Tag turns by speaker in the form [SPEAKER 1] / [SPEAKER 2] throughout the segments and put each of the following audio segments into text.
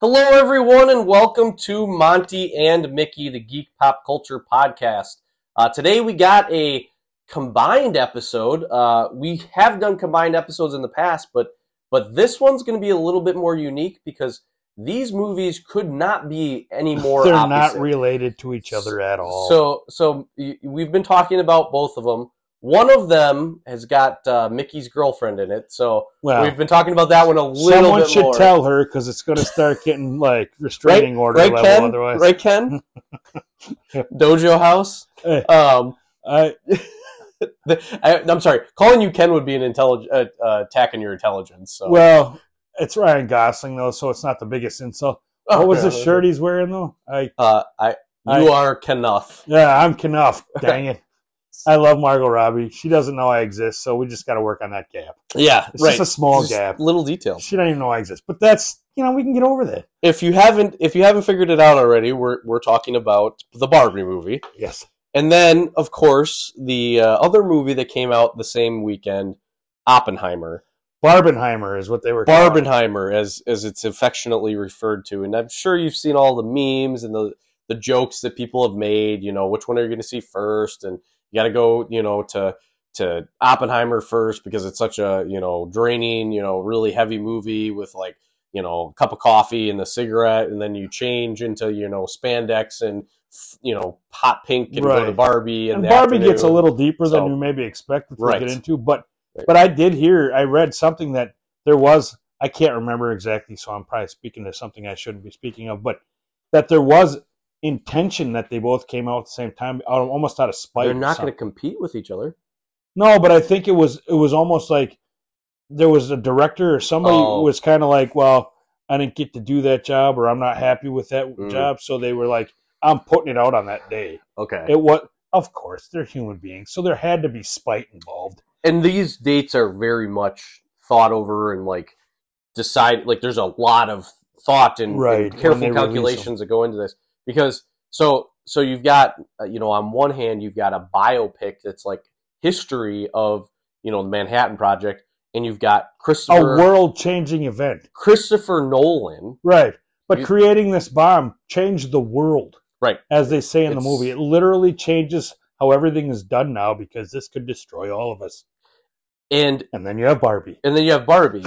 [SPEAKER 1] Hello, everyone, and welcome to Monty and Mickey, the Geek Pop Culture Podcast. Uh, today, we got a combined episode. Uh, we have done combined episodes in the past, but but this one's going to be a little bit more unique because these movies could not be any more.
[SPEAKER 2] They're
[SPEAKER 1] opposite.
[SPEAKER 2] not related to each other at all.
[SPEAKER 1] So so y- we've been talking about both of them. One of them has got uh, Mickey's girlfriend in it, so
[SPEAKER 2] well,
[SPEAKER 1] we've been talking about that one a little
[SPEAKER 2] someone
[SPEAKER 1] bit
[SPEAKER 2] should
[SPEAKER 1] more.
[SPEAKER 2] tell her because it's going to start getting like restraining order
[SPEAKER 1] right,
[SPEAKER 2] level.
[SPEAKER 1] Ken?
[SPEAKER 2] Otherwise,
[SPEAKER 1] Right, Ken? Dojo House.
[SPEAKER 2] Hey.
[SPEAKER 1] Um,
[SPEAKER 2] I,
[SPEAKER 1] the, I, I'm sorry, calling you Ken would be an intellig- uh, uh, attack on your intelligence. So.
[SPEAKER 2] well, it's Ryan Gosling though, so it's not the biggest insult. What was the
[SPEAKER 1] Uh,
[SPEAKER 2] shirt he's wearing though? I
[SPEAKER 1] Uh, I, you are Kenuff.
[SPEAKER 2] yeah, I'm Knuff. Dang it. I love Margot Robbie. She doesn't know I exist, so we just got to work on that gap.
[SPEAKER 1] Yeah,
[SPEAKER 2] It's
[SPEAKER 1] right.
[SPEAKER 2] just a small
[SPEAKER 1] Just
[SPEAKER 2] gap.
[SPEAKER 1] little details.
[SPEAKER 2] She doesn't even know I exist, but that's you know we can get over that.
[SPEAKER 1] If you haven't, if you haven't figured it out already, we're we're talking about the Barbie movie,
[SPEAKER 2] Yes,
[SPEAKER 1] and then of course the uh, other movie that came out the same weekend, Oppenheimer.
[SPEAKER 2] Barbenheimer is what they were. calling it.
[SPEAKER 1] Barbenheimer, as as it's affectionately referred to, and I'm sure you've seen all the memes and the the jokes that people have made. You know, which one are you going to see first? And you got to go, you know, to to Oppenheimer first because it's such a you know draining, you know, really heavy movie with like you know a cup of coffee and a cigarette, and then you change into you know spandex and you know hot pink and go to
[SPEAKER 2] Right.
[SPEAKER 1] Barbie, and,
[SPEAKER 2] and
[SPEAKER 1] the
[SPEAKER 2] Barbie gets a
[SPEAKER 1] afternoon.
[SPEAKER 2] little deeper
[SPEAKER 1] So-
[SPEAKER 2] than you maybe expected to
[SPEAKER 1] Right.
[SPEAKER 2] get into, but
[SPEAKER 1] Right.
[SPEAKER 2] but I did hear I read something that there was I can't remember exactly, so I'm probably speaking to something I shouldn't be speaking of, but that there was intention that they both came out at the same time, al- almost out of spite.
[SPEAKER 1] They're
[SPEAKER 2] or
[SPEAKER 1] not going
[SPEAKER 2] something.
[SPEAKER 1] to compete with each other.
[SPEAKER 2] No, but I think it was it was almost like there was a director or somebody
[SPEAKER 1] Oh.
[SPEAKER 2] who was kind of like, well, I didn't get to do that job, or I'm not happy with that
[SPEAKER 1] Mm.
[SPEAKER 2] job, so they were like, I'm putting it out on that day.
[SPEAKER 1] Okay.
[SPEAKER 2] It was, of course, they're human beings, so there had to be spite involved.
[SPEAKER 1] and these dates are very much thought over and like decide like there's a lot of thought and, and
[SPEAKER 2] Right, when they
[SPEAKER 1] careful
[SPEAKER 2] release 'em.
[SPEAKER 1] calculations that go into this because so so you've got uh, you know on one hand you've got a biopic that's like history of you know the Manhattan Project and you've got
[SPEAKER 2] A
[SPEAKER 1] Christopher
[SPEAKER 2] world-changing event,
[SPEAKER 1] Christopher Nolan
[SPEAKER 2] right? But
[SPEAKER 1] You-
[SPEAKER 2] creating this bomb changed the world,
[SPEAKER 1] Right.
[SPEAKER 2] As they say in the
[SPEAKER 1] It's-
[SPEAKER 2] movie, it literally changes how everything is done now because this could destroy all of us.
[SPEAKER 1] and
[SPEAKER 2] And then you have Barbie,
[SPEAKER 1] and then you have Barbie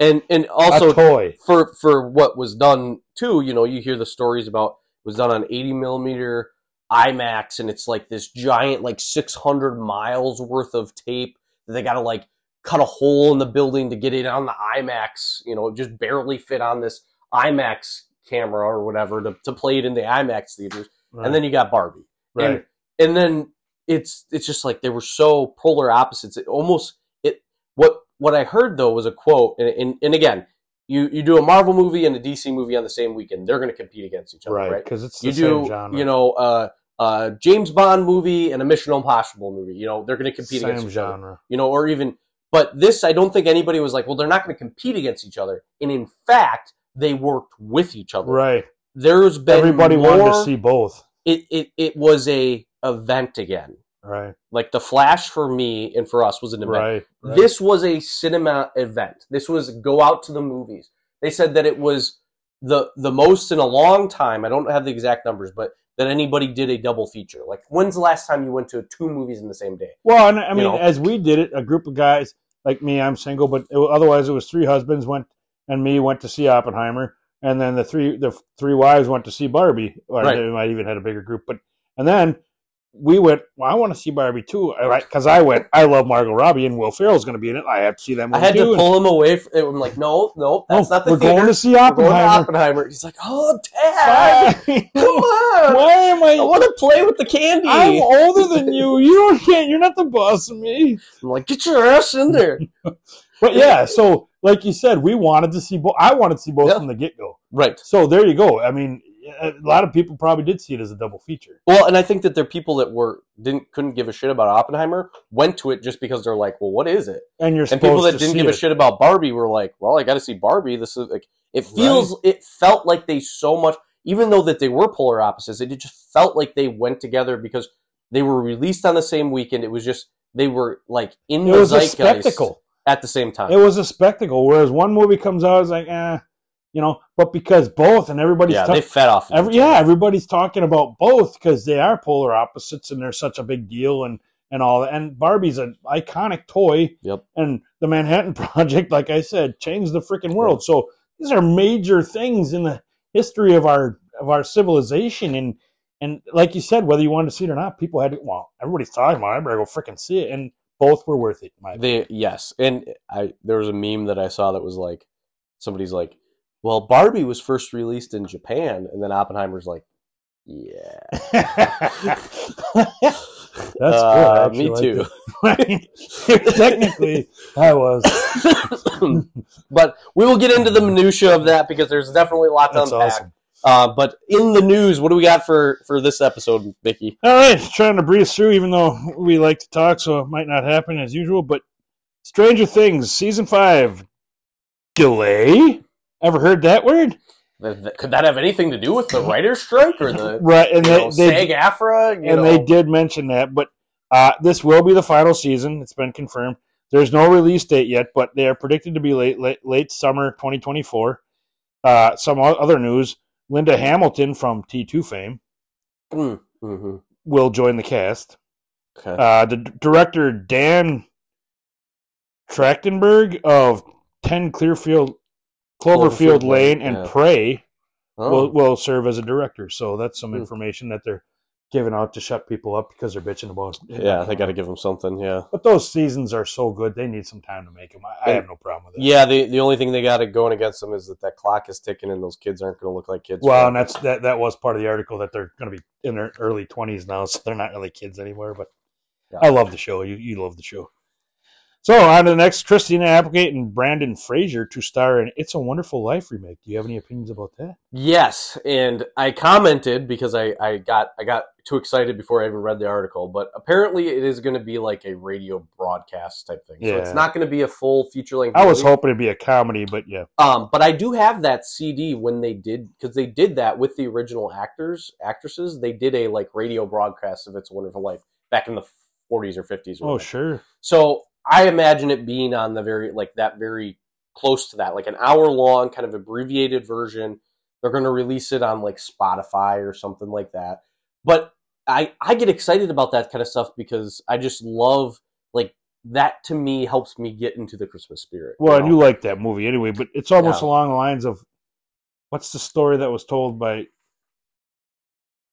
[SPEAKER 1] and and also
[SPEAKER 2] a toy,
[SPEAKER 1] for for what was done too, you know, you hear the stories about it was done on 80 millimeter IMAX, and it's like this giant, like 600 miles worth of tape that they got to like cut a hole in the building to get it on the IMAX. You know, just barely fit on this IMAX camera or whatever to, to play it in the IMAX theaters.
[SPEAKER 2] right?
[SPEAKER 1] And then you got Barbie
[SPEAKER 2] Uh, right.
[SPEAKER 1] and- and then it's it's just like they were so polar opposites it almost it what what i heard though was a quote and and, and again you you do a marvel movie and a dc movie on the same weekend they're going to compete against each other right,
[SPEAKER 2] right, because it's the
[SPEAKER 1] you
[SPEAKER 2] same
[SPEAKER 1] do
[SPEAKER 2] genre.
[SPEAKER 1] you know uh uh james bond movie and a mission impossible movie you know they're going to compete against
[SPEAKER 2] same
[SPEAKER 1] each other
[SPEAKER 2] genre.
[SPEAKER 1] you know or even but this i don't think anybody was like well they're not going to compete against each other and in fact they worked with each other
[SPEAKER 2] Right.
[SPEAKER 1] there's been
[SPEAKER 2] Everybody
[SPEAKER 1] more,
[SPEAKER 2] wanted to see both.
[SPEAKER 1] it, it it was a event again
[SPEAKER 2] Right.
[SPEAKER 1] like the Flash for me and for us was an event.
[SPEAKER 2] Right. right.
[SPEAKER 1] This was a cinema event. This was go out to the movies. They said that it was the the most in a long time. I don't have the exact numbers, but that anybody did a double feature. Like when's the last time you went to two movies in the same day?
[SPEAKER 2] Well, and I
[SPEAKER 1] You
[SPEAKER 2] mean,
[SPEAKER 1] know?
[SPEAKER 2] as we did it, a group of guys like me, I'm single, but it, otherwise it was three husbands went and me went to see Oppenheimer, and then the three the three wives went to see Barbie. Or
[SPEAKER 1] Right.
[SPEAKER 2] they might even had a bigger group, but and then we went. Well, I want to see Barbie too, because I went. I love Margot Robbie, and Will Ferrell's going to be in it. I have to see that movie
[SPEAKER 1] I had
[SPEAKER 2] too.
[SPEAKER 1] to
[SPEAKER 2] and-
[SPEAKER 1] pull him away. From, I'm like, no, no,
[SPEAKER 2] No,
[SPEAKER 1] that's not the
[SPEAKER 2] we're
[SPEAKER 1] theater.
[SPEAKER 2] going to see
[SPEAKER 1] We're going to
[SPEAKER 2] Oppenheimer.
[SPEAKER 1] Oppenheimer. He's like, oh, Dad, come on,
[SPEAKER 2] Why am
[SPEAKER 1] I
[SPEAKER 2] I?
[SPEAKER 1] want to play with the candy.
[SPEAKER 2] I'm older than you. You don't can't. You're not the boss of me.
[SPEAKER 1] I'm like, get your ass in there.
[SPEAKER 2] But yeah, so like you said, we wanted to see both. I wanted to see both
[SPEAKER 1] Yeah.
[SPEAKER 2] from the get go.
[SPEAKER 1] right.
[SPEAKER 2] So there you go. I mean, a lot of people probably did see it as a double feature.
[SPEAKER 1] Well, and I think that there are people that were didn't couldn't give a shit about Oppenheimer went to it just because they're like, well, what is it?
[SPEAKER 2] And you're
[SPEAKER 1] And people
[SPEAKER 2] supposed
[SPEAKER 1] that
[SPEAKER 2] to
[SPEAKER 1] didn't
[SPEAKER 2] see
[SPEAKER 1] give a
[SPEAKER 2] it.
[SPEAKER 1] shit about Barbie were like, well, I got to see Barbie. This is like it
[SPEAKER 2] Right.
[SPEAKER 1] feels it felt like they so much even though that they were polar opposites, it just felt like they went together because they were released on the same weekend. It was just they were like in
[SPEAKER 2] It
[SPEAKER 1] the
[SPEAKER 2] was a
[SPEAKER 1] zeitgeist
[SPEAKER 2] spectacle.
[SPEAKER 1] at the same time.
[SPEAKER 2] It was a spectacle. Whereas one movie comes out, it's like, eh, you know, but because both and everybody's
[SPEAKER 1] yeah,
[SPEAKER 2] talk-
[SPEAKER 1] they fed off. of
[SPEAKER 2] every,
[SPEAKER 1] each other.
[SPEAKER 2] yeah, everybody's talking about both because they are polar opposites and they're such a big deal and and all that. And Barbie's an iconic toy.
[SPEAKER 1] Yep.
[SPEAKER 2] And the Manhattan Project, like I said, changed the freaking world. So these are major things in the history of our of our civilization. And and like you said, whether you wanted to see it or not, people had to, well, everybody's talking about it. I better go freaking see it. And both were worth it. in My opinion.
[SPEAKER 1] They yes, and I there was a meme that I saw that was like somebody's like, "Well, Barbie was first released in Japan," and then Oppenheimer's like, "Yeah,
[SPEAKER 2] That's cool.
[SPEAKER 1] Uh,
[SPEAKER 2] I
[SPEAKER 1] me
[SPEAKER 2] actually
[SPEAKER 1] too."
[SPEAKER 2] like that. Technically, I was.
[SPEAKER 1] but we will get into the minutia of that because there's definitely a lot to
[SPEAKER 2] That's
[SPEAKER 1] unpack.
[SPEAKER 2] awesome.
[SPEAKER 1] Uh, but in the news, what do we got for for this episode, Vicky?
[SPEAKER 2] All right, trying to breeze through, even though we like to talk, so it might not happen as usual. But Stranger Things season five delay. Ever heard that word?
[SPEAKER 1] Th- th- Could that have anything to do with the writer's strike or the
[SPEAKER 2] Right, and
[SPEAKER 1] you
[SPEAKER 2] they,
[SPEAKER 1] know,
[SPEAKER 2] they
[SPEAKER 1] SAG-AFTRA? You know?
[SPEAKER 2] and they did mention that, but uh, this will be the final season. It's been confirmed. There's no release date yet, but they are predicted to be late late, late summer 2024. Uh, some o- other news: Linda Hamilton from T2 fame
[SPEAKER 1] Mm, mhm.
[SPEAKER 2] will join the cast.
[SPEAKER 1] Okay.
[SPEAKER 2] Uh, the d- director Dan Trachtenberg of Ten Clearfield Cloverfield,
[SPEAKER 1] Cloverfield Lane,
[SPEAKER 2] Lane and
[SPEAKER 1] yeah.
[SPEAKER 2] Prey
[SPEAKER 1] Oh,
[SPEAKER 2] will, will serve as a director. So that's some
[SPEAKER 1] Hmm.
[SPEAKER 2] information that they're giving out to shut people up because they're bitching about.
[SPEAKER 1] yeah, they got to give him something. Yeah.
[SPEAKER 2] But those seasons are so good; they need some time to make them. I, I have no problem with that.
[SPEAKER 1] Yeah, the the only thing they got going against them is that that clock is ticking, and those kids aren't going to look like kids.
[SPEAKER 2] Well, and
[SPEAKER 1] forever.
[SPEAKER 2] that's that. That was part of the article that they're going to be in their early twenties now, so they're not really kids anymore. But
[SPEAKER 1] Yeah.
[SPEAKER 2] I love the show. You you love the show. So on to the next, Christina Applegate and Brandon Fraser to star in "It's a Wonderful Life" remake. Do you have any opinions about that?
[SPEAKER 1] yes, and I commented because I, I got I got too excited before I even read the article. But apparently, it is going to be like a radio broadcast type thing. So
[SPEAKER 2] Yeah.
[SPEAKER 1] it's not going to be a full feature length.
[SPEAKER 2] I was hoping it'd be a comedy, but yeah,
[SPEAKER 1] Um, but I do have that CD when they did because they did that with the original actors actresses. They did a like radio broadcast of "It's a Wonderful Life" back in the 40s or 50s. or
[SPEAKER 2] oh
[SPEAKER 1] whatever.
[SPEAKER 2] sure,
[SPEAKER 1] So I imagine it being on the very like that very close to that, like an hour long kind of abbreviated version. They're going to release it on like Spotify or something like that. But I I get excited about that kind of stuff because I just love like that to me helps me get into the Christmas spirit.
[SPEAKER 2] Well, and
[SPEAKER 1] know?
[SPEAKER 2] you like that movie anyway, but it's almost
[SPEAKER 1] Yeah.
[SPEAKER 2] along the lines of what's the story that was told by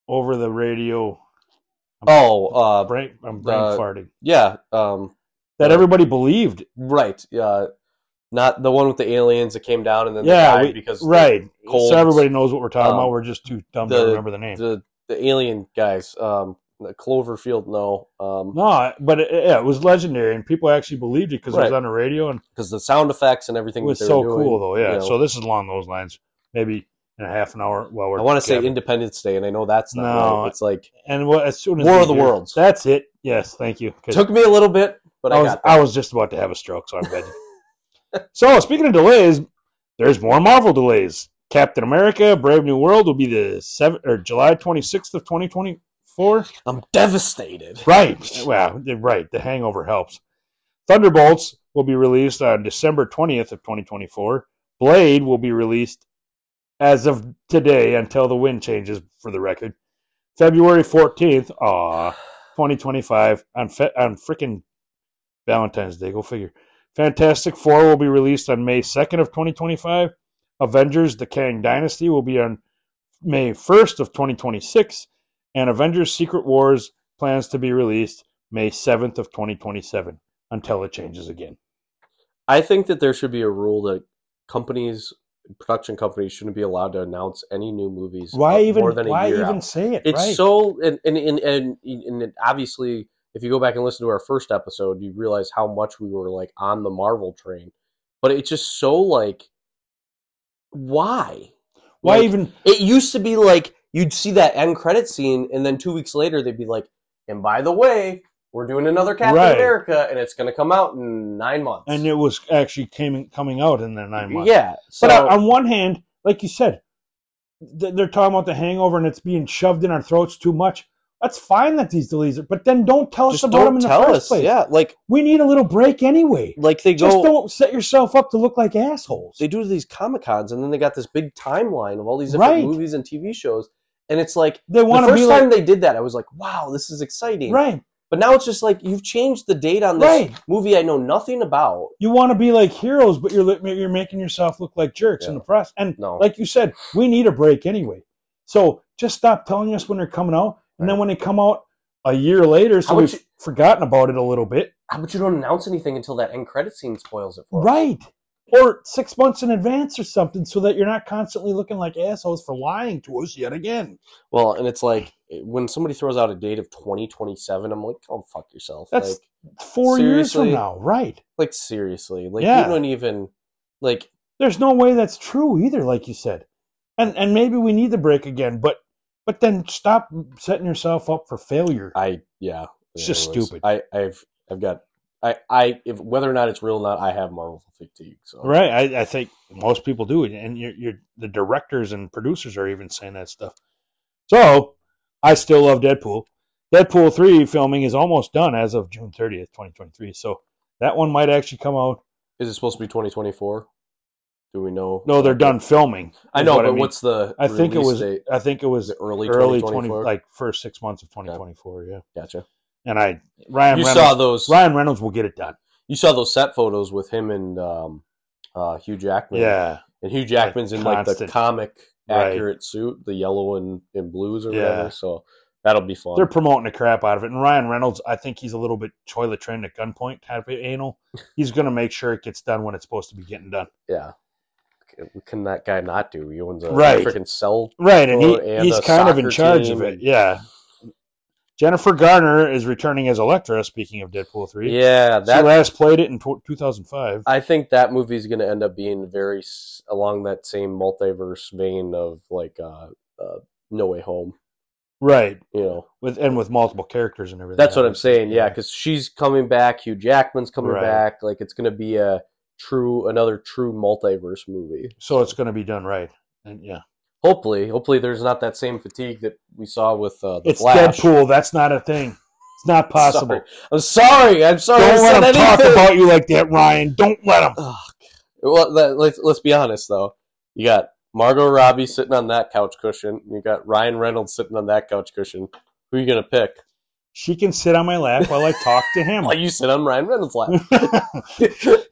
[SPEAKER 2] over the radio?
[SPEAKER 1] oh uh,
[SPEAKER 2] Brain, I'm brain
[SPEAKER 1] the-
[SPEAKER 2] farting.
[SPEAKER 1] yeah um,
[SPEAKER 2] That
[SPEAKER 1] uh,
[SPEAKER 2] everybody believed
[SPEAKER 1] right uh, not the one with the aliens that came down and then
[SPEAKER 2] Yeah,
[SPEAKER 1] they died
[SPEAKER 2] we-
[SPEAKER 1] because
[SPEAKER 2] Right.
[SPEAKER 1] colds.
[SPEAKER 2] So everybody knows what we're talking
[SPEAKER 1] Um,
[SPEAKER 2] about. We're just too dumb
[SPEAKER 1] the-
[SPEAKER 2] to remember the name.
[SPEAKER 1] the the alien guys um the cloverfield no um
[SPEAKER 2] no, but it, yeah, it was legendary, and people actually believed it because it was
[SPEAKER 1] Right.
[SPEAKER 2] on the radio, and
[SPEAKER 1] because the sound effects and
[SPEAKER 2] it
[SPEAKER 1] everything
[SPEAKER 2] was
[SPEAKER 1] that they
[SPEAKER 2] so
[SPEAKER 1] were doing,
[SPEAKER 2] cool, though. Yeah.
[SPEAKER 1] you know.
[SPEAKER 2] So this is along those lines. Maybe in a half an hour while we're.
[SPEAKER 1] i want to say
[SPEAKER 2] gathering.
[SPEAKER 1] independence day and i know that's not
[SPEAKER 2] No.
[SPEAKER 1] right. it's like
[SPEAKER 2] and well, as soon as
[SPEAKER 1] War
[SPEAKER 2] we
[SPEAKER 1] of the
[SPEAKER 2] hear-
[SPEAKER 1] Worlds.
[SPEAKER 2] That's it. Yes, thank you. 'Cause Oh,
[SPEAKER 1] took me a little bit but i,
[SPEAKER 2] was
[SPEAKER 1] got there.
[SPEAKER 2] I was just about to have a stroke, so I'm glad. you- so speaking of delays, there's more Marvel delays. Captain America: Brave New World will be the seven or July 26th of 2024.
[SPEAKER 1] i'm devastated
[SPEAKER 2] Right. Well, you're right. The hangover helps. Thunderbolts will be released on December 20th of 2024. Blade will be released as of today until the wind changes for the record. February 14th, aw, 2025 on fe- on freaking Valentine's Day, go figure. Fantastic 4 will be released on May 2nd of 2025. Avengers: The Kang Dynasty will be on May 1st of 2026 and Avengers: Secret Wars plans to be released May 7th of 2027 until it changes again.
[SPEAKER 1] i think that there should be a rule that companies production companies shouldn't be allowed to announce any new movies uh, more than a year out.
[SPEAKER 2] say it?
[SPEAKER 1] it's so and and, and and and it- obviously if you go back and listen to our first episode you realize how much we were like on the marvel train but it's just so like why
[SPEAKER 2] why
[SPEAKER 1] Like,
[SPEAKER 2] even
[SPEAKER 1] it used to be like you'd see that end credit scene and then two weeks later they'd be like and by the way we're doing another captain
[SPEAKER 2] Right.
[SPEAKER 1] america and it's going to come out in nine months
[SPEAKER 2] and it was actually came, coming out in the 9 months.
[SPEAKER 1] yeah so
[SPEAKER 2] but on- on one hand, like you said, th- they're talking about the hangover and it's being shoved in our throats too much. That's fine that these delays are, but then don't tell us
[SPEAKER 1] Just
[SPEAKER 2] about them
[SPEAKER 1] don't
[SPEAKER 2] in the
[SPEAKER 1] tell
[SPEAKER 2] first
[SPEAKER 1] us.
[SPEAKER 2] place.
[SPEAKER 1] Yeah, like
[SPEAKER 2] We need a little break anyway.
[SPEAKER 1] like they
[SPEAKER 2] Just
[SPEAKER 1] go
[SPEAKER 2] don't set yourself up to look like assholes.
[SPEAKER 1] they do these comic cons and then they got this big timeline of all these different
[SPEAKER 2] Right.
[SPEAKER 1] movies and TV shows, and it's like
[SPEAKER 2] They
[SPEAKER 1] the
[SPEAKER 2] want to
[SPEAKER 1] first
[SPEAKER 2] be
[SPEAKER 1] time
[SPEAKER 2] like
[SPEAKER 1] they did that, I was like, wow, this is exciting.
[SPEAKER 2] right,
[SPEAKER 1] But now it's just like you've changed the date on this
[SPEAKER 2] right.
[SPEAKER 1] movie I know nothing about.
[SPEAKER 2] You want to be like heroes, but you're li- you're making yourself look like jerks in
[SPEAKER 1] Yeah.
[SPEAKER 2] the press. And
[SPEAKER 1] No,
[SPEAKER 2] like you said, we need a break anyway. So just stop telling us when they're coming out, and then
[SPEAKER 1] Right.
[SPEAKER 2] when they come out a year later, so
[SPEAKER 1] How much-
[SPEAKER 2] we've forgotten about it a little bit,
[SPEAKER 1] Ah, but you don't announce anything until that end credit scene spoils it for us.
[SPEAKER 2] right? Or six months in advance or something, so that you're not constantly looking like assholes for lying to us yet again.
[SPEAKER 1] Well, and it's like when somebody throws out a date of twenty twenty seven, I'm like, oh fuck yourself.
[SPEAKER 2] That's-
[SPEAKER 1] like,
[SPEAKER 2] Four years from
[SPEAKER 1] Seriously?
[SPEAKER 2] now, right?
[SPEAKER 1] like seriously, like
[SPEAKER 2] Yeah.
[SPEAKER 1] you don't even like
[SPEAKER 2] there's no way that's true either like you said and and maybe we need the break again but but then stop setting yourself up for failure
[SPEAKER 1] I yeah.
[SPEAKER 2] It's
[SPEAKER 1] yeah,
[SPEAKER 2] just
[SPEAKER 1] it was-
[SPEAKER 2] stupid.
[SPEAKER 1] I I've I've got I I if whether or not it's real or not, I have Marvel fatigue. So
[SPEAKER 2] right i, I think most people do and you're, you're the directors and producers are even saying that stuff so i still love deadpool deadpool 3 filming is almost done as of june 30th 2023 so that one might actually come out
[SPEAKER 1] is it supposed to be twenty twenty four? Do we know?
[SPEAKER 2] no they're done filming
[SPEAKER 1] I
[SPEAKER 2] is
[SPEAKER 1] know,
[SPEAKER 2] what I
[SPEAKER 1] but
[SPEAKER 2] mean.
[SPEAKER 1] what's the
[SPEAKER 2] i think it
[SPEAKER 1] release
[SPEAKER 2] was
[SPEAKER 1] date?
[SPEAKER 2] i think it
[SPEAKER 1] Is
[SPEAKER 2] was
[SPEAKER 1] it early
[SPEAKER 2] early 20
[SPEAKER 1] 2024?
[SPEAKER 2] like first six months of 2024 yeah
[SPEAKER 1] gotcha.
[SPEAKER 2] and i ryan
[SPEAKER 1] You
[SPEAKER 2] Reynolds,
[SPEAKER 1] saw those
[SPEAKER 2] Ryan Reynolds will get it done.
[SPEAKER 1] you saw those set photos with him and um uh Hugh Jackman.
[SPEAKER 2] Yeah,
[SPEAKER 1] And Hugh Jackman's in like the
[SPEAKER 2] constant-
[SPEAKER 1] comic
[SPEAKER 2] Right.
[SPEAKER 1] accurate suit, the yellow and, and blues or
[SPEAKER 2] Yeah.
[SPEAKER 1] whatever. So that'll be fun.
[SPEAKER 2] they're promoting the crap out of it. And Ryan Reynolds, I think he's a little bit toilet trained at gunpoint, kind of anal. He's going to make sure it gets done when it's supposed to be getting done.
[SPEAKER 1] yeah. What can that guy not do? He owns a
[SPEAKER 2] Right.
[SPEAKER 1] freaking cell.
[SPEAKER 2] Right, and, he,
[SPEAKER 1] Or- Oh, and
[SPEAKER 2] he's
[SPEAKER 1] a
[SPEAKER 2] kind of in
[SPEAKER 1] soccer
[SPEAKER 2] charge
[SPEAKER 1] team
[SPEAKER 2] of it.
[SPEAKER 1] and-
[SPEAKER 2] Yeah. Jennifer Garner is returning as Elektra. Speaking of Deadpool three,
[SPEAKER 1] Yeah,
[SPEAKER 2] she
[SPEAKER 1] that
[SPEAKER 2] last played it in two thousand five.
[SPEAKER 1] I think that movie's going to end up being very s- along that same multiverse vein of like uh, uh No Way Home,
[SPEAKER 2] Right,
[SPEAKER 1] you know.
[SPEAKER 2] with and with multiple characters and everything.
[SPEAKER 1] That's what I'm
[SPEAKER 2] obviously.
[SPEAKER 1] saying. Yeah, because she's coming back. Hugh Jackman's coming
[SPEAKER 2] Right.
[SPEAKER 1] back. Like it's going to be a true, another true multiverse movie.
[SPEAKER 2] So it's going to be done right, and yeah,
[SPEAKER 1] Hopefully, hopefully there's not that same fatigue that we saw with uh, the
[SPEAKER 2] it's
[SPEAKER 1] Flash.
[SPEAKER 2] Deadpool. That's not a thing. It's not possible.
[SPEAKER 1] Sorry. I'm sorry. I'm sorry. I
[SPEAKER 2] Don't
[SPEAKER 1] said
[SPEAKER 2] let him talk
[SPEAKER 1] anything.
[SPEAKER 2] about you like that, Ryan. Don't let him.
[SPEAKER 1] Ugh. Well, let- let's let's be honest though. You got Margot Robbie sitting on that couch cushion. and You got Ryan Reynolds sitting on that couch cushion. Who you gonna pick?
[SPEAKER 2] She can sit on my lap while I talk to him.
[SPEAKER 1] Well, you sit on Ryan Reynolds' lap.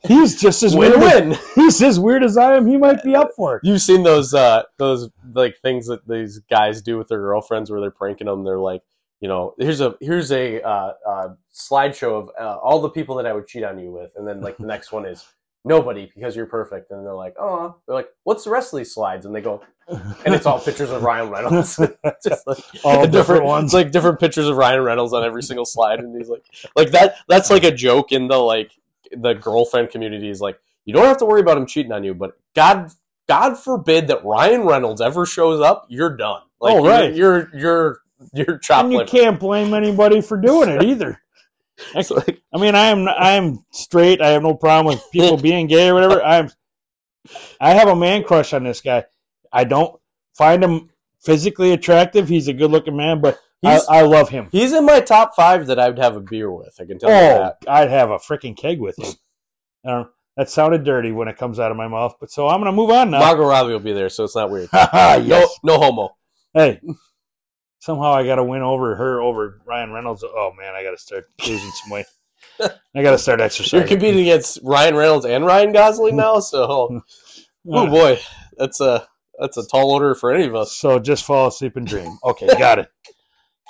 [SPEAKER 2] he's just as weird. As,
[SPEAKER 1] Win-win.
[SPEAKER 2] he's as weird as I am. He might be up for it.
[SPEAKER 1] You've seen those uh, those like things that these guys do with their girlfriends where they're pranking them. They're like, you know, here's a here's a uh, uh, slideshow of uh, all the people that I would cheat on you with, and then like the next one is nobody because you're perfect. And they're like, oh, they're like, what's the rest of these slides? And they go, and it's all pictures of Ryan Reynolds. Just like
[SPEAKER 2] All different
[SPEAKER 1] It's
[SPEAKER 2] ones.
[SPEAKER 1] like different pictures of Ryan Reynolds on every single slide, and he's like, like that. That's like a joke in the like the girlfriend community is like, you don't have to worry about him cheating on you, but God, God forbid that Ryan Reynolds ever shows up, you're done. Like,
[SPEAKER 2] Oh, right.
[SPEAKER 1] you're you're you're, you're chopped
[SPEAKER 2] and you
[SPEAKER 1] liver.
[SPEAKER 2] can't blame anybody for doing it either.
[SPEAKER 1] It's like,
[SPEAKER 2] I mean, I am I am straight. I have no problem with people being gay or whatever. I'm I have a man crush on this guy. I don't find him physically attractive. He's a good looking man, but I,
[SPEAKER 1] He's-
[SPEAKER 2] I love him.
[SPEAKER 1] he's in my top five that I'd have a beer with. I can tell you
[SPEAKER 2] Oh,
[SPEAKER 1] that.
[SPEAKER 2] I'd have a freaking keg with him. Uh, that sounded dirty when it comes out of my mouth, but so I'm gonna move on now.
[SPEAKER 1] Margot Robbie will be there, so it's not weird.
[SPEAKER 2] yes.
[SPEAKER 1] No, no homo.
[SPEAKER 2] Hey, somehow I got to win over her over Ryan Reynolds. Oh man, I got to start losing some weight. I got to start
[SPEAKER 1] You're
[SPEAKER 2] exercising.
[SPEAKER 1] competing against Ryan Reynolds and Ryan Gosling now, so Oh
[SPEAKER 2] Uh,
[SPEAKER 1] boy, that's a that's a tall order for any of us.
[SPEAKER 2] so just fall asleep and dream. Okay, got it.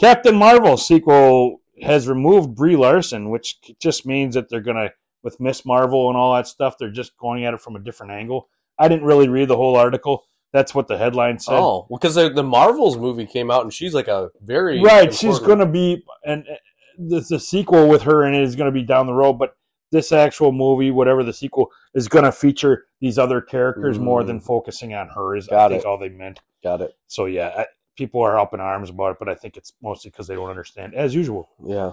[SPEAKER 2] Captain Marvel sequel has removed Brie Larson, which just means that they're gonna with Miss Marvel and all that stuff. They're just going at it from a different angle. I didn't really read the whole article. That's what the headline said.
[SPEAKER 1] Oh, because the, the Marvels movie came out and she's like a very
[SPEAKER 2] right she's
[SPEAKER 1] important-
[SPEAKER 2] going to be and uh, the, the sequel with her in it is going to be down the road but this actual movie whatever the sequel is going to feature these other characters more
[SPEAKER 1] Mm.
[SPEAKER 2] than focusing on her is i
[SPEAKER 1] Got
[SPEAKER 2] think
[SPEAKER 1] it.
[SPEAKER 2] all they meant
[SPEAKER 1] got it.
[SPEAKER 2] so yeah I, people are up in arms about it but i think it's mostly because they don't understand as usual
[SPEAKER 1] Yeah,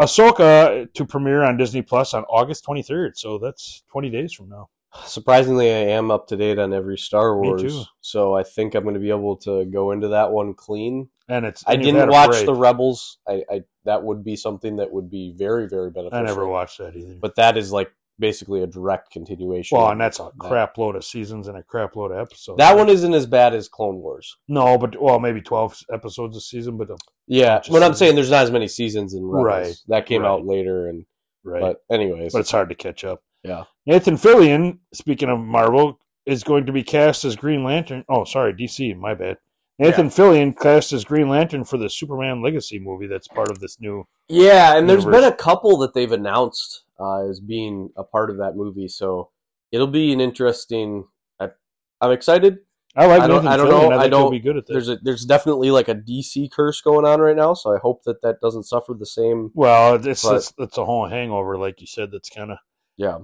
[SPEAKER 2] ahsoka uh, to premiere on disney plus on august 23rd so that's 20 days from now
[SPEAKER 1] surprisingly, I am up to date on every Star
[SPEAKER 2] Me
[SPEAKER 1] Wars,
[SPEAKER 2] too.
[SPEAKER 1] so I think I'm going to be able to go into that one clean.
[SPEAKER 2] And it's
[SPEAKER 1] I
[SPEAKER 2] and you've had
[SPEAKER 1] didn't
[SPEAKER 2] a
[SPEAKER 1] watch
[SPEAKER 2] break.
[SPEAKER 1] the Rebels. I, I that would be something that would be very very beneficial.
[SPEAKER 2] I never watched that either.
[SPEAKER 1] But that is like basically a direct continuation.
[SPEAKER 2] well,
[SPEAKER 1] of
[SPEAKER 2] and that's a
[SPEAKER 1] that.
[SPEAKER 2] crap load of seasons and a crap load of episodes.
[SPEAKER 1] That one isn't as bad as Clone Wars.
[SPEAKER 2] no, but well, maybe twelve episodes a season, but uh,
[SPEAKER 1] Yeah,
[SPEAKER 2] Just
[SPEAKER 1] but I'm
[SPEAKER 2] so-
[SPEAKER 1] saying there's not as many seasons in Rebels.
[SPEAKER 2] Right,
[SPEAKER 1] That came
[SPEAKER 2] right.
[SPEAKER 1] out later, and
[SPEAKER 2] right.
[SPEAKER 1] but anyways,
[SPEAKER 2] but it's hard to catch up.
[SPEAKER 1] Yeah.
[SPEAKER 2] Nathan Fillion, speaking of Marvel, is going to be cast as Green Lantern. Oh, sorry, DC, my bad. Nathan Fillion cast as Green Lantern for the Superman Legacy movie that's part of this new.
[SPEAKER 1] yeah, and there's
[SPEAKER 2] Universe.
[SPEAKER 1] been a couple that they've announced uh, as being a part of that movie, so it'll be an interesting. I, I'm excited.
[SPEAKER 2] I like
[SPEAKER 1] I don't-
[SPEAKER 2] Nathan
[SPEAKER 1] I don't
[SPEAKER 2] Fillion.
[SPEAKER 1] know,
[SPEAKER 2] I
[SPEAKER 1] I
[SPEAKER 2] think he'll
[SPEAKER 1] don't-
[SPEAKER 2] be good at this.
[SPEAKER 1] There's a, there's definitely like a DC curse going on right now, so I hope that that doesn't suffer the same.
[SPEAKER 2] Well, it's,
[SPEAKER 1] but-
[SPEAKER 2] it's it's a whole hangover, like you said. That's kind of
[SPEAKER 1] Yeah,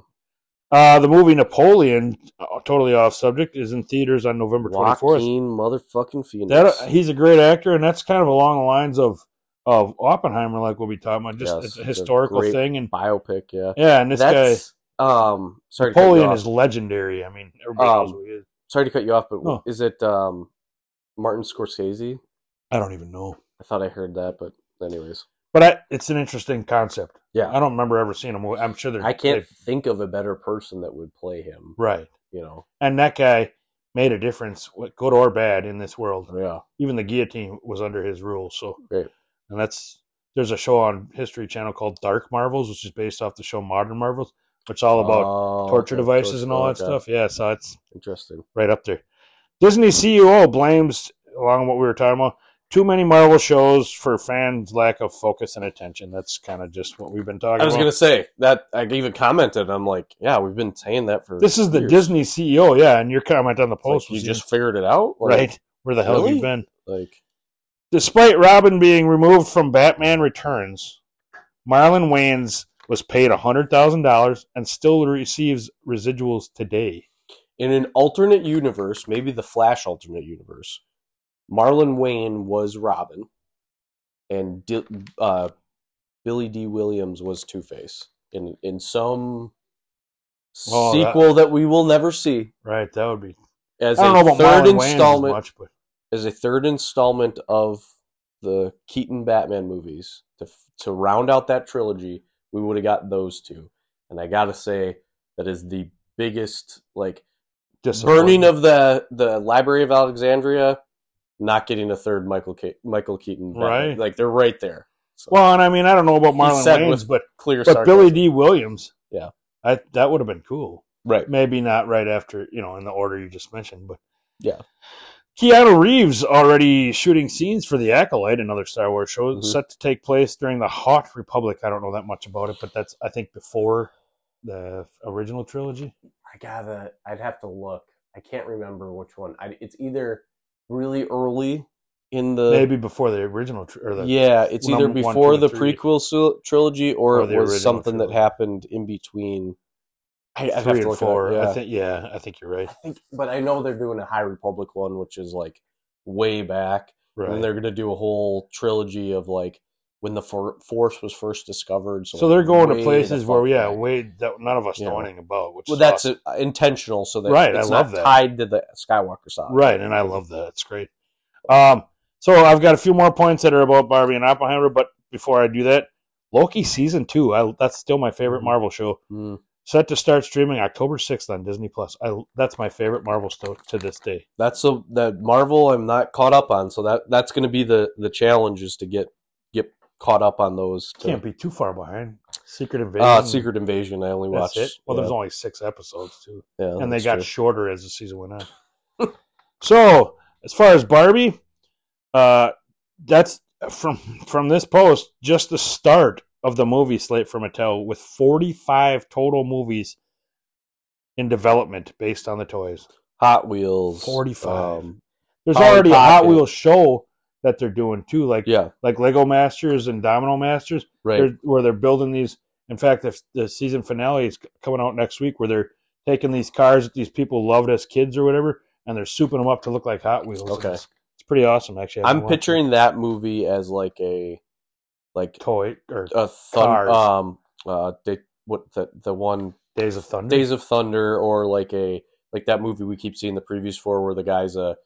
[SPEAKER 2] uh, the movie Napoleon. uh, Totally off subject. Is in theaters on November twenty fourth.
[SPEAKER 1] Joaquin motherfucking Phoenix.
[SPEAKER 2] that uh, he's a great actor, and that's kind of along the lines of of Oppenheimer, like we'll be talking about, just
[SPEAKER 1] Yes,
[SPEAKER 2] it's a
[SPEAKER 1] the
[SPEAKER 2] historical
[SPEAKER 1] great-
[SPEAKER 2] thing, and
[SPEAKER 1] biopic, yeah.
[SPEAKER 2] yeah, and this guy
[SPEAKER 1] That's um. Sorry, to cut you
[SPEAKER 2] Napoleon
[SPEAKER 1] off.
[SPEAKER 2] is legendary. I mean, everybody knows
[SPEAKER 1] Um,
[SPEAKER 2] who he is.
[SPEAKER 1] sorry to cut you off, but
[SPEAKER 2] No.
[SPEAKER 1] is it um Martin Scorsese?
[SPEAKER 2] I don't even know,
[SPEAKER 1] I thought I heard that, but anyways,
[SPEAKER 2] but I, it's an interesting concept.
[SPEAKER 1] Yeah.
[SPEAKER 2] I don't remember ever seeing a movie. I'm sure they're
[SPEAKER 1] I can't
[SPEAKER 2] they-
[SPEAKER 1] think of a better person that would play him.
[SPEAKER 2] right,
[SPEAKER 1] You know,
[SPEAKER 2] and that guy made a difference, what- good or bad, in this world.
[SPEAKER 1] yeah,
[SPEAKER 2] Even the guillotine was under his rule. So,
[SPEAKER 1] Right.
[SPEAKER 2] and that's there's a show on History Channel called Dark Marvels, which is based off the show Modern Marvels, which is all about
[SPEAKER 1] Oh,
[SPEAKER 2] torture
[SPEAKER 1] okay,
[SPEAKER 2] devices
[SPEAKER 1] torture,
[SPEAKER 2] and all that
[SPEAKER 1] okay.
[SPEAKER 2] stuff. Yeah, so it's
[SPEAKER 1] Interesting.
[SPEAKER 2] right up there. Disney CEO blames, along with what we were talking about, too many Marvel shows for fans' lack of focus and attention. That's kind of just what we've been talking
[SPEAKER 1] I was
[SPEAKER 2] about.
[SPEAKER 1] gonna say that I even commented. I'm like, yeah, we've been saying that for
[SPEAKER 2] This is the
[SPEAKER 1] years.
[SPEAKER 2] Disney CEO, yeah, and your comment on the
[SPEAKER 1] It's like,
[SPEAKER 2] post
[SPEAKER 1] you
[SPEAKER 2] was
[SPEAKER 1] just figured it out, Like-
[SPEAKER 2] right. Where the hell have
[SPEAKER 1] Really?
[SPEAKER 2] you been?
[SPEAKER 1] Like,
[SPEAKER 2] Despite Robin being removed from Batman Returns, Marlon Wayans was paid $100,000 and still receives residuals today.
[SPEAKER 1] in an alternate universe, maybe the Flash alternate universe, Marlon Wayne was Robin, and Di- uh, Billy D. Williams was Two Face in in some
[SPEAKER 2] Oh, that-
[SPEAKER 1] sequel that... we will never see
[SPEAKER 2] Right, that would be.
[SPEAKER 1] as
[SPEAKER 2] I don't
[SPEAKER 1] a
[SPEAKER 2] know about
[SPEAKER 1] third
[SPEAKER 2] Marlon Wayans as
[SPEAKER 1] installment
[SPEAKER 2] much, but
[SPEAKER 1] as a third installment of the Keaton Batman movies to to round out that trilogy, we would have got those two. And I gotta say, that is the biggest like burning
[SPEAKER 2] disappointing.
[SPEAKER 1] of the the Library of Alexandria, not getting a third Michael Ke- Michael Keaton. Batman.
[SPEAKER 2] Right.
[SPEAKER 1] like they're right there. So,
[SPEAKER 2] Well, and I mean, I don't know about
[SPEAKER 1] He
[SPEAKER 2] Marlon
[SPEAKER 1] said
[SPEAKER 2] Wayans,
[SPEAKER 1] with-
[SPEAKER 2] but
[SPEAKER 1] clear.
[SPEAKER 2] but
[SPEAKER 1] sarcasm.
[SPEAKER 2] Billy D. Williams,
[SPEAKER 1] Yeah.
[SPEAKER 2] I, that would have been cool.
[SPEAKER 1] right?
[SPEAKER 2] Maybe not right after, you know, in the order you just mentioned, but
[SPEAKER 1] Yeah.
[SPEAKER 2] Keanu Reeves already shooting scenes for The Acolyte, another Star Wars show
[SPEAKER 1] Mhm.
[SPEAKER 2] set to take place during the Hot Republic. I don't know that much about it, but that's I think before the original trilogy.
[SPEAKER 1] I gotta. I'd have to look. I can't remember which one. I, it's either really early in the
[SPEAKER 2] Maybe before the original tr- or the
[SPEAKER 1] yeah. It's either
[SPEAKER 2] number one,
[SPEAKER 1] before
[SPEAKER 2] two, and
[SPEAKER 1] the
[SPEAKER 2] three.
[SPEAKER 1] prequel sil- trilogy or,
[SPEAKER 2] Or
[SPEAKER 1] it
[SPEAKER 2] the original
[SPEAKER 1] was something
[SPEAKER 2] trilogy.
[SPEAKER 1] that happened in between. I, I'd have
[SPEAKER 2] three
[SPEAKER 1] to
[SPEAKER 2] and
[SPEAKER 1] look it up,
[SPEAKER 2] four.
[SPEAKER 1] yeah.
[SPEAKER 2] I think yeah, I think you're right.
[SPEAKER 1] I think, but I know they're doing a High Republic one, which is like way back. And
[SPEAKER 2] Right.
[SPEAKER 1] then they're going to do a whole trilogy of like when the for- force was first discovered. So,
[SPEAKER 2] so they're going
[SPEAKER 1] way
[SPEAKER 2] to
[SPEAKER 1] the
[SPEAKER 2] places where
[SPEAKER 1] fuck
[SPEAKER 2] yeah,
[SPEAKER 1] back.
[SPEAKER 2] way that none of us know
[SPEAKER 1] Yeah.
[SPEAKER 2] anything about. Which
[SPEAKER 1] well,
[SPEAKER 2] is
[SPEAKER 1] that's
[SPEAKER 2] awesome.
[SPEAKER 1] uh, intentional, so that
[SPEAKER 2] Right,
[SPEAKER 1] it's
[SPEAKER 2] I love
[SPEAKER 1] not
[SPEAKER 2] that.
[SPEAKER 1] tied to the Skywalker saga.
[SPEAKER 2] Right, and I love that. It's great. Um, so I've got a few more points that are about Barbie and Oppenheimer, but before I do that, Loki season two. I, that's still my favorite
[SPEAKER 1] Mhm.
[SPEAKER 2] Marvel show.
[SPEAKER 1] Mm,
[SPEAKER 2] Set to start streaming October sixth on Disney Plus. I that's my favorite Marvel show to this day.
[SPEAKER 1] that's the the Marvel I'm not caught up on, so that that's going to be the the challenge is to get get caught up on those. To,
[SPEAKER 2] Can't be too far behind. Secret Invasion.
[SPEAKER 1] uh, Secret Invasion. I only
[SPEAKER 2] That's
[SPEAKER 1] watched.
[SPEAKER 2] it. Well,
[SPEAKER 1] yeah,
[SPEAKER 2] there's only six episodes too.
[SPEAKER 1] yeah,
[SPEAKER 2] and they
[SPEAKER 1] Oh, that's
[SPEAKER 2] got
[SPEAKER 1] true.
[SPEAKER 2] shorter as the season went on. so, as far as Barbie, uh, that's from from this post just the start of the movie slate for Mattel with 45 total movies in development based on the toys.
[SPEAKER 1] Hot Wheels
[SPEAKER 2] 45.
[SPEAKER 1] um,
[SPEAKER 2] There's
[SPEAKER 1] Polly
[SPEAKER 2] already a Hot
[SPEAKER 1] Pocket.
[SPEAKER 2] Wheels show that they're doing too, like
[SPEAKER 1] yeah,
[SPEAKER 2] like Lego Masters and Domino Masters
[SPEAKER 1] right.
[SPEAKER 2] they're, where they're building these. In fact, the, the season finale is coming out next week, where they're taking these cars that these people loved as kids or whatever, and they're souping them up to look like Hot Wheels.
[SPEAKER 1] Okay.
[SPEAKER 2] it's, it's pretty awesome actually. I haven't
[SPEAKER 1] I'm
[SPEAKER 2] watched it.
[SPEAKER 1] picturing that movie as like a like
[SPEAKER 2] toy or
[SPEAKER 1] a
[SPEAKER 2] Cars.
[SPEAKER 1] thun- um uh they, what the the one
[SPEAKER 2] Days of Thunder.
[SPEAKER 1] Days of Thunder or like a like that movie we keep seeing the previews for where the guy's a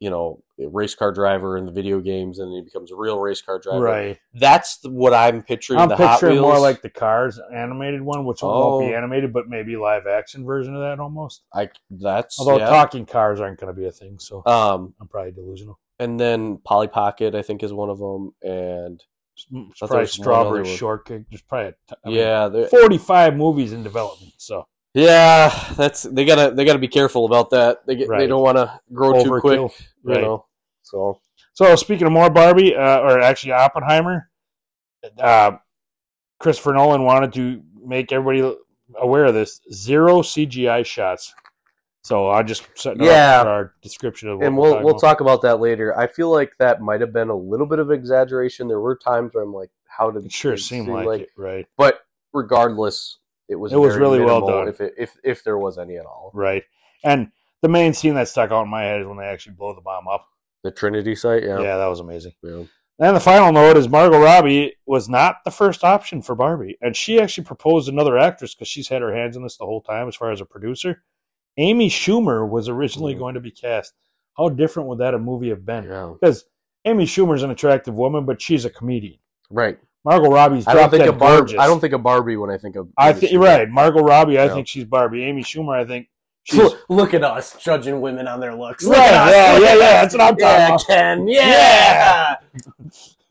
[SPEAKER 1] you know race car driver in the video games, and then he becomes a real race car driver.
[SPEAKER 2] Right.
[SPEAKER 1] That's the, what I'm picturing.
[SPEAKER 2] I'm
[SPEAKER 1] the Hot
[SPEAKER 2] picturing more
[SPEAKER 1] Wheels.
[SPEAKER 2] like the Cars animated one, which won't be
[SPEAKER 1] Oh.
[SPEAKER 2] animated, but maybe live action version of that almost.
[SPEAKER 1] I that's
[SPEAKER 2] Although
[SPEAKER 1] yeah.
[SPEAKER 2] talking cars aren't going to be a thing, so
[SPEAKER 1] Um,
[SPEAKER 2] I'm probably delusional.
[SPEAKER 1] and then Polly Pocket, I think, is one of them, and
[SPEAKER 2] It's it's
[SPEAKER 1] there
[SPEAKER 2] probably
[SPEAKER 1] was one
[SPEAKER 2] Strawberry
[SPEAKER 1] other one.
[SPEAKER 2] Shortcake. There's probably a t- I mean,
[SPEAKER 1] yeah, there-
[SPEAKER 2] 45 movies in development, so
[SPEAKER 1] yeah. That's they gotta they gotta be careful about that. They get, they
[SPEAKER 2] Right.
[SPEAKER 1] don't want to grow too quick,
[SPEAKER 2] overkill.
[SPEAKER 1] you
[SPEAKER 2] right.
[SPEAKER 1] know. So
[SPEAKER 2] So speaking of more Barbie, uh, or actually Oppenheimer, uh, Christopher Nolan wanted to make everybody aware of this: zero CGI shots. So I just set
[SPEAKER 1] Yeah.
[SPEAKER 2] up for our description of what
[SPEAKER 1] and
[SPEAKER 2] we're
[SPEAKER 1] we'll
[SPEAKER 2] talking
[SPEAKER 1] we'll
[SPEAKER 2] about.
[SPEAKER 1] talk about that later. I feel like that might have been a little bit of exaggeration. There were times where I'm like, how did
[SPEAKER 2] It sure
[SPEAKER 1] this
[SPEAKER 2] seemed
[SPEAKER 1] seem
[SPEAKER 2] like, it, right?
[SPEAKER 1] But regardless, it was
[SPEAKER 2] It was
[SPEAKER 1] very
[SPEAKER 2] really well
[SPEAKER 1] minimal
[SPEAKER 2] done.
[SPEAKER 1] If it, if if there was any at all,
[SPEAKER 2] Right. And the main scene that stuck out in my head is when they actually blow the bomb up.
[SPEAKER 1] the Trinity site,
[SPEAKER 2] Yeah,
[SPEAKER 1] yeah,
[SPEAKER 2] that was amazing.
[SPEAKER 1] yeah.
[SPEAKER 2] And the final note is Margot Robbie was not the first option for Barbie, and she actually proposed another actress because she's had her hands in this the whole time as far as a producer. Amy Schumer was originally
[SPEAKER 1] Mhm.
[SPEAKER 2] going to be cast. How different would that a movie have been?
[SPEAKER 1] yeah.
[SPEAKER 2] Because Amy Schumer's an attractive woman, but she's a comedian.
[SPEAKER 1] right.
[SPEAKER 2] Margot Robbie's
[SPEAKER 1] I don't think
[SPEAKER 2] drop-dead
[SPEAKER 1] of Barbie.
[SPEAKER 2] gorgeous.
[SPEAKER 1] I don't think of Barbie when I think of.
[SPEAKER 2] I think you're right. Margot Robbie, I
[SPEAKER 1] Yeah.
[SPEAKER 2] think she's Barbie. Amy Schumer, I think she's
[SPEAKER 1] look at us judging women on their looks.
[SPEAKER 2] Look at us, look at us. Yeah,
[SPEAKER 1] Ken.
[SPEAKER 2] yeah.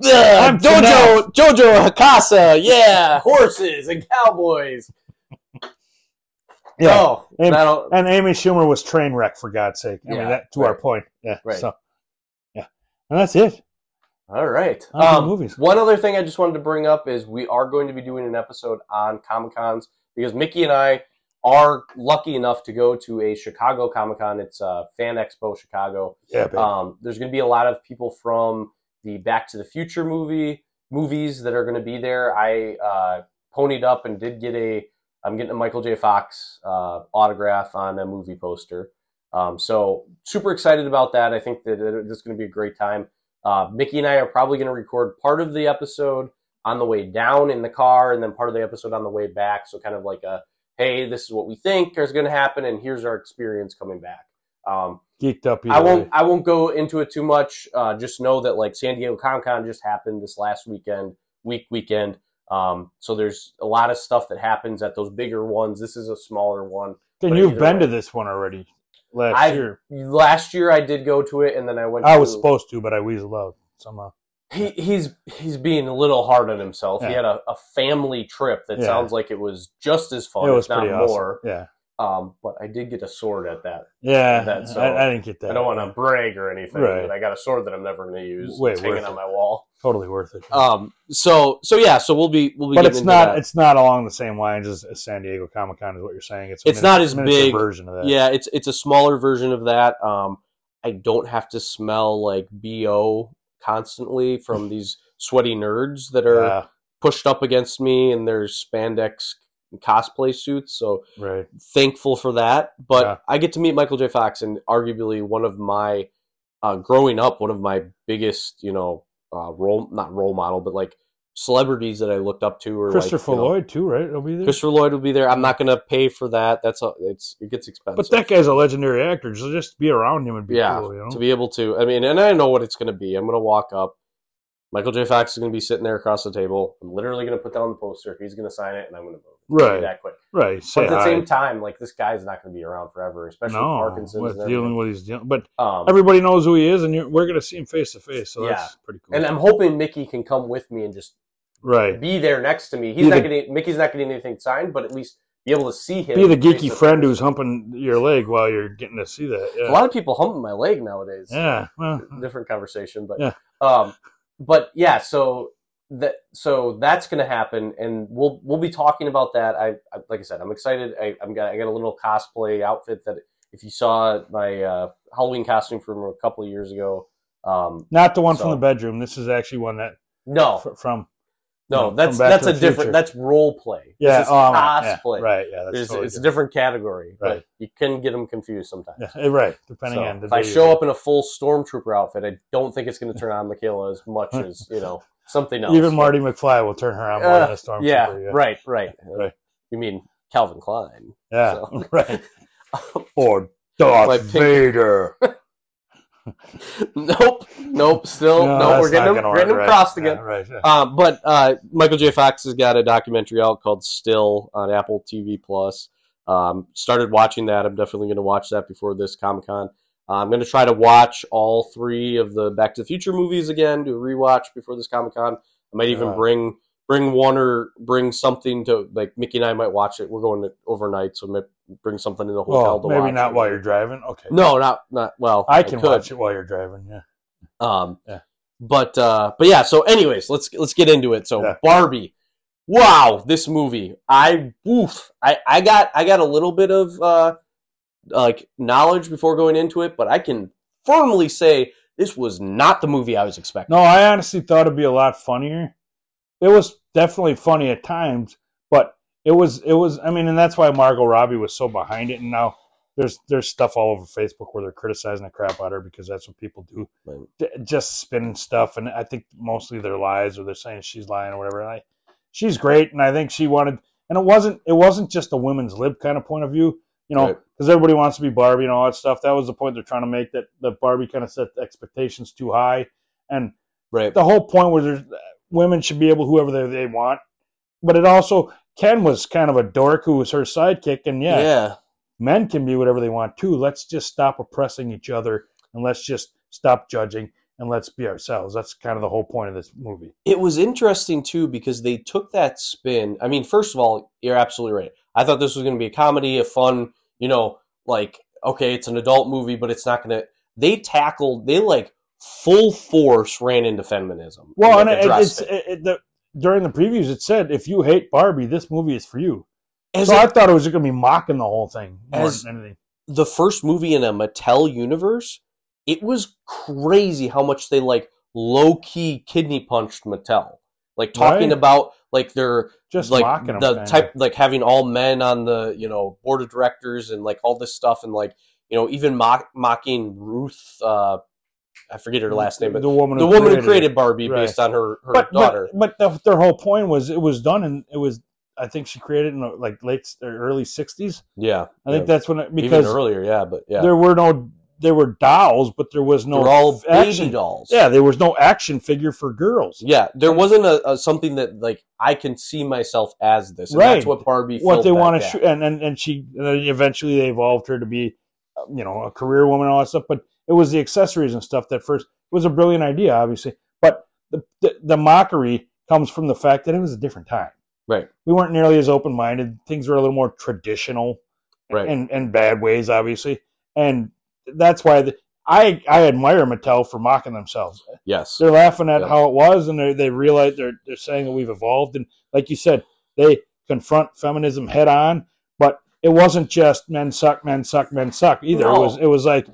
[SPEAKER 2] I'm
[SPEAKER 1] Jojo Jojo Hakasa. Yeah, horses and cowboys.
[SPEAKER 2] yeah.
[SPEAKER 1] Oh,
[SPEAKER 2] And-
[SPEAKER 1] I don't-
[SPEAKER 2] And Amy Schumer was train wreck for God's sake. I mean
[SPEAKER 1] Yeah,
[SPEAKER 2] that to our
[SPEAKER 1] right.
[SPEAKER 2] point. Yeah.
[SPEAKER 1] Right.
[SPEAKER 2] So yeah. And that's it.
[SPEAKER 1] all right.
[SPEAKER 2] On to the
[SPEAKER 1] Um,
[SPEAKER 2] movies.
[SPEAKER 1] One other thing I just wanted to bring up is we are going to be doing an episode on Comic Cons because Mickey and I are lucky enough to go to a Chicago Comic Con. It's uh, Fan Expo Chicago.
[SPEAKER 2] Yeah, baby.
[SPEAKER 1] Um, there's going to be a lot of people from the Back to the Future movie movies that are going to be there. I uh, ponied up and did get a. I'm getting a Michael J. Fox uh, autograph on a movie poster. Um, so super excited about that. I think that it- it's going to be a great time. Uh, Mickey and I are probably going to record part of the episode on the way down in the car, and then part of the episode on the way back. So kind of like a, hey, this is what we think is going to happen, and here's our experience coming back. Um,
[SPEAKER 2] Geeked up either
[SPEAKER 1] I won't.
[SPEAKER 2] way.
[SPEAKER 1] I won't go into it too much. Uh, just know that like San Diego Comic Con just happened this last weekend, week weekend. Um, so there's a lot of stuff that happens at those bigger ones. This is a smaller one.
[SPEAKER 2] And
[SPEAKER 1] but
[SPEAKER 2] you've
[SPEAKER 1] either
[SPEAKER 2] been
[SPEAKER 1] way.
[SPEAKER 2] to this one already last
[SPEAKER 1] I've-
[SPEAKER 2] year.
[SPEAKER 1] Last year I did go to it, and then I went.
[SPEAKER 2] I was
[SPEAKER 1] to-
[SPEAKER 2] supposed to, but I weaseled out somehow.
[SPEAKER 1] He, he's he's being a little hard on himself. He
[SPEAKER 2] Yeah.
[SPEAKER 1] had a, a family trip that
[SPEAKER 2] Yeah.
[SPEAKER 1] sounds like it was just as fun,
[SPEAKER 2] it
[SPEAKER 1] Oh,
[SPEAKER 2] was
[SPEAKER 1] if not
[SPEAKER 2] pretty awesome.
[SPEAKER 1] more.
[SPEAKER 2] Yeah.
[SPEAKER 1] Um, but I did get a sword at that.
[SPEAKER 2] Yeah.
[SPEAKER 1] That- so-
[SPEAKER 2] I, I didn't get that.
[SPEAKER 1] I don't want to brag or anything,
[SPEAKER 2] Right.
[SPEAKER 1] but I got a sword that I'm never going to use.
[SPEAKER 2] Way
[SPEAKER 1] It's hanging
[SPEAKER 2] worth
[SPEAKER 1] on
[SPEAKER 2] it.
[SPEAKER 1] my wall.
[SPEAKER 2] Totally worth it.
[SPEAKER 1] Um. So so yeah. So we'll be we'll be.
[SPEAKER 2] but
[SPEAKER 1] getting
[SPEAKER 2] it's
[SPEAKER 1] into
[SPEAKER 2] not
[SPEAKER 1] that.
[SPEAKER 2] it's not along the same lines as, as San Diego Comic Con is what you're saying. It's, a
[SPEAKER 1] It's not as
[SPEAKER 2] miniature
[SPEAKER 1] big.
[SPEAKER 2] version of that.
[SPEAKER 1] yeah. It's it's a smaller version of that. Um. I don't have to smell like bo constantly from these sweaty nerds that are
[SPEAKER 2] Yeah,
[SPEAKER 1] pushed up against me in their spandex cosplay suits. So
[SPEAKER 2] right.
[SPEAKER 1] thankful for that. But
[SPEAKER 2] Yeah.
[SPEAKER 1] I get to meet Michael J. Fox and arguably one of my uh, growing up, one of my biggest you know uh, role not role model, but like celebrities that I looked up to or like,
[SPEAKER 2] Christopher
[SPEAKER 1] you know,
[SPEAKER 2] Lloyd too, right? It'll be there.
[SPEAKER 1] Christopher Lloyd will be there. I'm not going to pay for that. That's a, it's it gets expensive.
[SPEAKER 2] But that guy's a legendary actor. So just be around him and be
[SPEAKER 1] yeah,
[SPEAKER 2] cool, you know?
[SPEAKER 1] to be able to. I mean, and I know what it's going to be. I'm going to walk up. Michael J. Fox is going to be sitting there across the table. I'm literally going to put down the poster. He's going to sign it, and I'm going to vote. It's gonna be
[SPEAKER 2] Right.
[SPEAKER 1] that quick.
[SPEAKER 2] right.
[SPEAKER 1] But
[SPEAKER 2] Say
[SPEAKER 1] at the
[SPEAKER 2] hi.
[SPEAKER 1] same time, like this guy's not going to be around forever, especially with
[SPEAKER 2] no,
[SPEAKER 1] Parkinson's.
[SPEAKER 2] with
[SPEAKER 1] and
[SPEAKER 2] dealing
[SPEAKER 1] everything.
[SPEAKER 2] with he's dealing, but
[SPEAKER 1] um,
[SPEAKER 2] everybody knows who he is, and you're, we're going to see him face to face. So that's pretty cool.
[SPEAKER 1] and I'm hoping Mickey can come with me and just
[SPEAKER 2] right,
[SPEAKER 1] be there next to me. He's
[SPEAKER 2] Be
[SPEAKER 1] not
[SPEAKER 2] the-
[SPEAKER 1] getting Mickey's not getting anything signed, but at least be able to see him.
[SPEAKER 2] be the
[SPEAKER 1] face to
[SPEAKER 2] geeky
[SPEAKER 1] face.
[SPEAKER 2] friend who's humping your leg while you're getting to see that.
[SPEAKER 1] A
[SPEAKER 2] Yeah,
[SPEAKER 1] lot of people humping my leg nowadays.
[SPEAKER 2] yeah. Well,
[SPEAKER 1] different conversation but
[SPEAKER 2] Yeah.
[SPEAKER 1] um but yeah so that so that's going to happen and we'll we'll be talking about that I, I like i said i'm excited I, i'm got i got a little cosplay outfit that if you saw my uh, halloween costume from a couple of years ago um
[SPEAKER 2] not the one
[SPEAKER 1] So- Oh.
[SPEAKER 2] from the bedroom. This is actually one that
[SPEAKER 1] no
[SPEAKER 2] fr- from.
[SPEAKER 1] no
[SPEAKER 2] from
[SPEAKER 1] that's
[SPEAKER 2] Back
[SPEAKER 1] that's
[SPEAKER 2] to
[SPEAKER 1] a
[SPEAKER 2] the Future.
[SPEAKER 1] different that's role play
[SPEAKER 2] Yeah,
[SPEAKER 1] this is
[SPEAKER 2] oh, I'm- yeah,
[SPEAKER 1] cosplay
[SPEAKER 2] right, yeah, that's
[SPEAKER 1] There's-
[SPEAKER 2] totally
[SPEAKER 1] it's a different category but
[SPEAKER 2] Right.
[SPEAKER 1] you can get them confused sometimes
[SPEAKER 2] different. Yeah, eh, right, depending
[SPEAKER 1] So,
[SPEAKER 2] on the
[SPEAKER 1] if I
[SPEAKER 2] day.
[SPEAKER 1] show up in a full stormtrooper outfit, I don't think it's going to turn on Michaela as much as you know something else.
[SPEAKER 2] Even Marty McFly will turn her on more
[SPEAKER 1] Uh,
[SPEAKER 2] than a stormtrooper.
[SPEAKER 1] yeah, right, right,
[SPEAKER 2] Right.
[SPEAKER 1] You mean Calvin Klein?
[SPEAKER 2] yeah,
[SPEAKER 1] So.
[SPEAKER 2] right. Or Darth
[SPEAKER 1] My pink-
[SPEAKER 2] Vader.
[SPEAKER 1] nope, nope, still Oh, no.
[SPEAKER 2] that's
[SPEAKER 1] we're
[SPEAKER 2] not
[SPEAKER 1] getting them,
[SPEAKER 2] gonna
[SPEAKER 1] we're
[SPEAKER 2] work,
[SPEAKER 1] getting them
[SPEAKER 2] right?
[SPEAKER 1] crossed
[SPEAKER 2] Yeah,
[SPEAKER 1] again.
[SPEAKER 2] right, yeah.
[SPEAKER 1] Uh, but uh, Michael J. Fox has got a documentary out called Still on Apple TV Plus. Um, started watching that. I'm definitely going to watch that before this Comic Con. Uh, I'm going to try to watch all three of the Back to the Future movies again. Do a rewatch before this Comic Con. I might even
[SPEAKER 2] Yeah.
[SPEAKER 1] bring bring one or bring something to like Mickey and I might watch it. We're going to overnight, so mi- bring something in the hotel.
[SPEAKER 2] well,
[SPEAKER 1] to
[SPEAKER 2] maybe
[SPEAKER 1] watch.
[SPEAKER 2] not while you're driving. Okay.
[SPEAKER 1] No, not not well.
[SPEAKER 2] I can
[SPEAKER 1] could.
[SPEAKER 2] watch it while you're driving. Yeah.
[SPEAKER 1] Um,
[SPEAKER 2] Yeah.
[SPEAKER 1] but uh, but yeah. So, anyways, let's let's get into it. So,
[SPEAKER 2] Yeah.
[SPEAKER 1] Barbie. Wow, this movie. I oof. I I got I got a little bit of uh, like knowledge before going into it, but I can firmly say this was not the movie I was expecting.
[SPEAKER 2] No, I honestly thought it'd be a lot funnier. It was definitely funny at times, but it was it was I mean, and that's why Margot Robbie was so behind it. And now there's there's stuff all over Facebook where they're criticizing the crap out of her because that's what people do,
[SPEAKER 1] Right.
[SPEAKER 2] D- just spinning stuff. And I think mostly they're lies or they're saying she's lying or whatever. And I, she's great, and I think she wanted. And it wasn't it wasn't just a women's lib kind of point of view, you know,
[SPEAKER 1] Right.
[SPEAKER 2] because everybody wants to be Barbie and all that stuff. That was the point they're trying to make that that Barbie kind of set expectations too high, and
[SPEAKER 1] Right.
[SPEAKER 2] the whole point was there's, women should be able whoever they, they want. But it also Ken was kind of a dork who was her sidekick, and yeah,
[SPEAKER 1] yeah.
[SPEAKER 2] men can be whatever they want too. Let's just stop oppressing each other, and let's just stop judging, and let's be ourselves. That's kind of the whole point of this movie.
[SPEAKER 1] It was interesting too because they took that spin. I mean, first of all, you're absolutely right. I thought this was going to be a comedy, a fun, you know, like okay, it's an adult movie, but it's not going to. They tackled. They like full force ran into feminism.
[SPEAKER 2] Well, and
[SPEAKER 1] like,
[SPEAKER 2] it,
[SPEAKER 1] addressed
[SPEAKER 2] it's it, it, the, during the previews it said if you hate Barbie, this movie is for you.
[SPEAKER 1] As
[SPEAKER 2] so
[SPEAKER 1] a-
[SPEAKER 2] I thought it was just gonna be mocking the whole thing more
[SPEAKER 1] As-
[SPEAKER 2] than anything.
[SPEAKER 1] the first movie in a Mattel universe, it was crazy how much they like low key kidney punched Mattel. Like talking
[SPEAKER 2] Right.
[SPEAKER 1] about like their
[SPEAKER 2] Just
[SPEAKER 1] like
[SPEAKER 2] mocking 'em,
[SPEAKER 1] the
[SPEAKER 2] kinda.
[SPEAKER 1] type like having all men on the you know board of directors and like all this stuff and like you know even mock, mocking Ruth uh I forget her last name but
[SPEAKER 2] the woman
[SPEAKER 1] the woman who
[SPEAKER 2] it.
[SPEAKER 1] created Barbie
[SPEAKER 2] Right.
[SPEAKER 1] based on her her
[SPEAKER 2] but,
[SPEAKER 1] daughter
[SPEAKER 2] But, but the, their whole point was it was done and it was I think she created in the, like late or early '60s.
[SPEAKER 1] yeah
[SPEAKER 2] I think
[SPEAKER 1] yeah.
[SPEAKER 2] that's when it,
[SPEAKER 1] even
[SPEAKER 2] because
[SPEAKER 1] earlier yeah but yeah
[SPEAKER 2] there were no there were dolls, but there was
[SPEAKER 1] they
[SPEAKER 2] no
[SPEAKER 1] were all baby
[SPEAKER 2] action.
[SPEAKER 1] dolls
[SPEAKER 2] Yeah, there was no action figure for girls.
[SPEAKER 1] Yeah, there wasn't a, a something that like I can see myself as this. And That's
[SPEAKER 2] Right.
[SPEAKER 1] what Barbie.
[SPEAKER 2] What
[SPEAKER 1] filled
[SPEAKER 2] they
[SPEAKER 1] that
[SPEAKER 2] want to
[SPEAKER 1] gap.
[SPEAKER 2] shoot, and, and and she and then eventually they evolved her to be, uh, you know, a career woman and all that stuff. But it was the accessories and stuff that first it was a brilliant idea, obviously. But the the, the mockery comes from the fact that it was a different time.
[SPEAKER 1] Right.
[SPEAKER 2] we weren't nearly as open minded. Things were a little more traditional,
[SPEAKER 1] Right.
[SPEAKER 2] and and bad ways, obviously. And that's why the, I I admire Mattel for mocking themselves.
[SPEAKER 1] Yes.
[SPEAKER 2] They're laughing at
[SPEAKER 1] Yeah.
[SPEAKER 2] how it was, and they they realize they're they're saying that we've evolved. And like you said, they confront feminism head on. But it wasn't just men suck, men suck, men suck either. It
[SPEAKER 1] No.
[SPEAKER 2] was it was like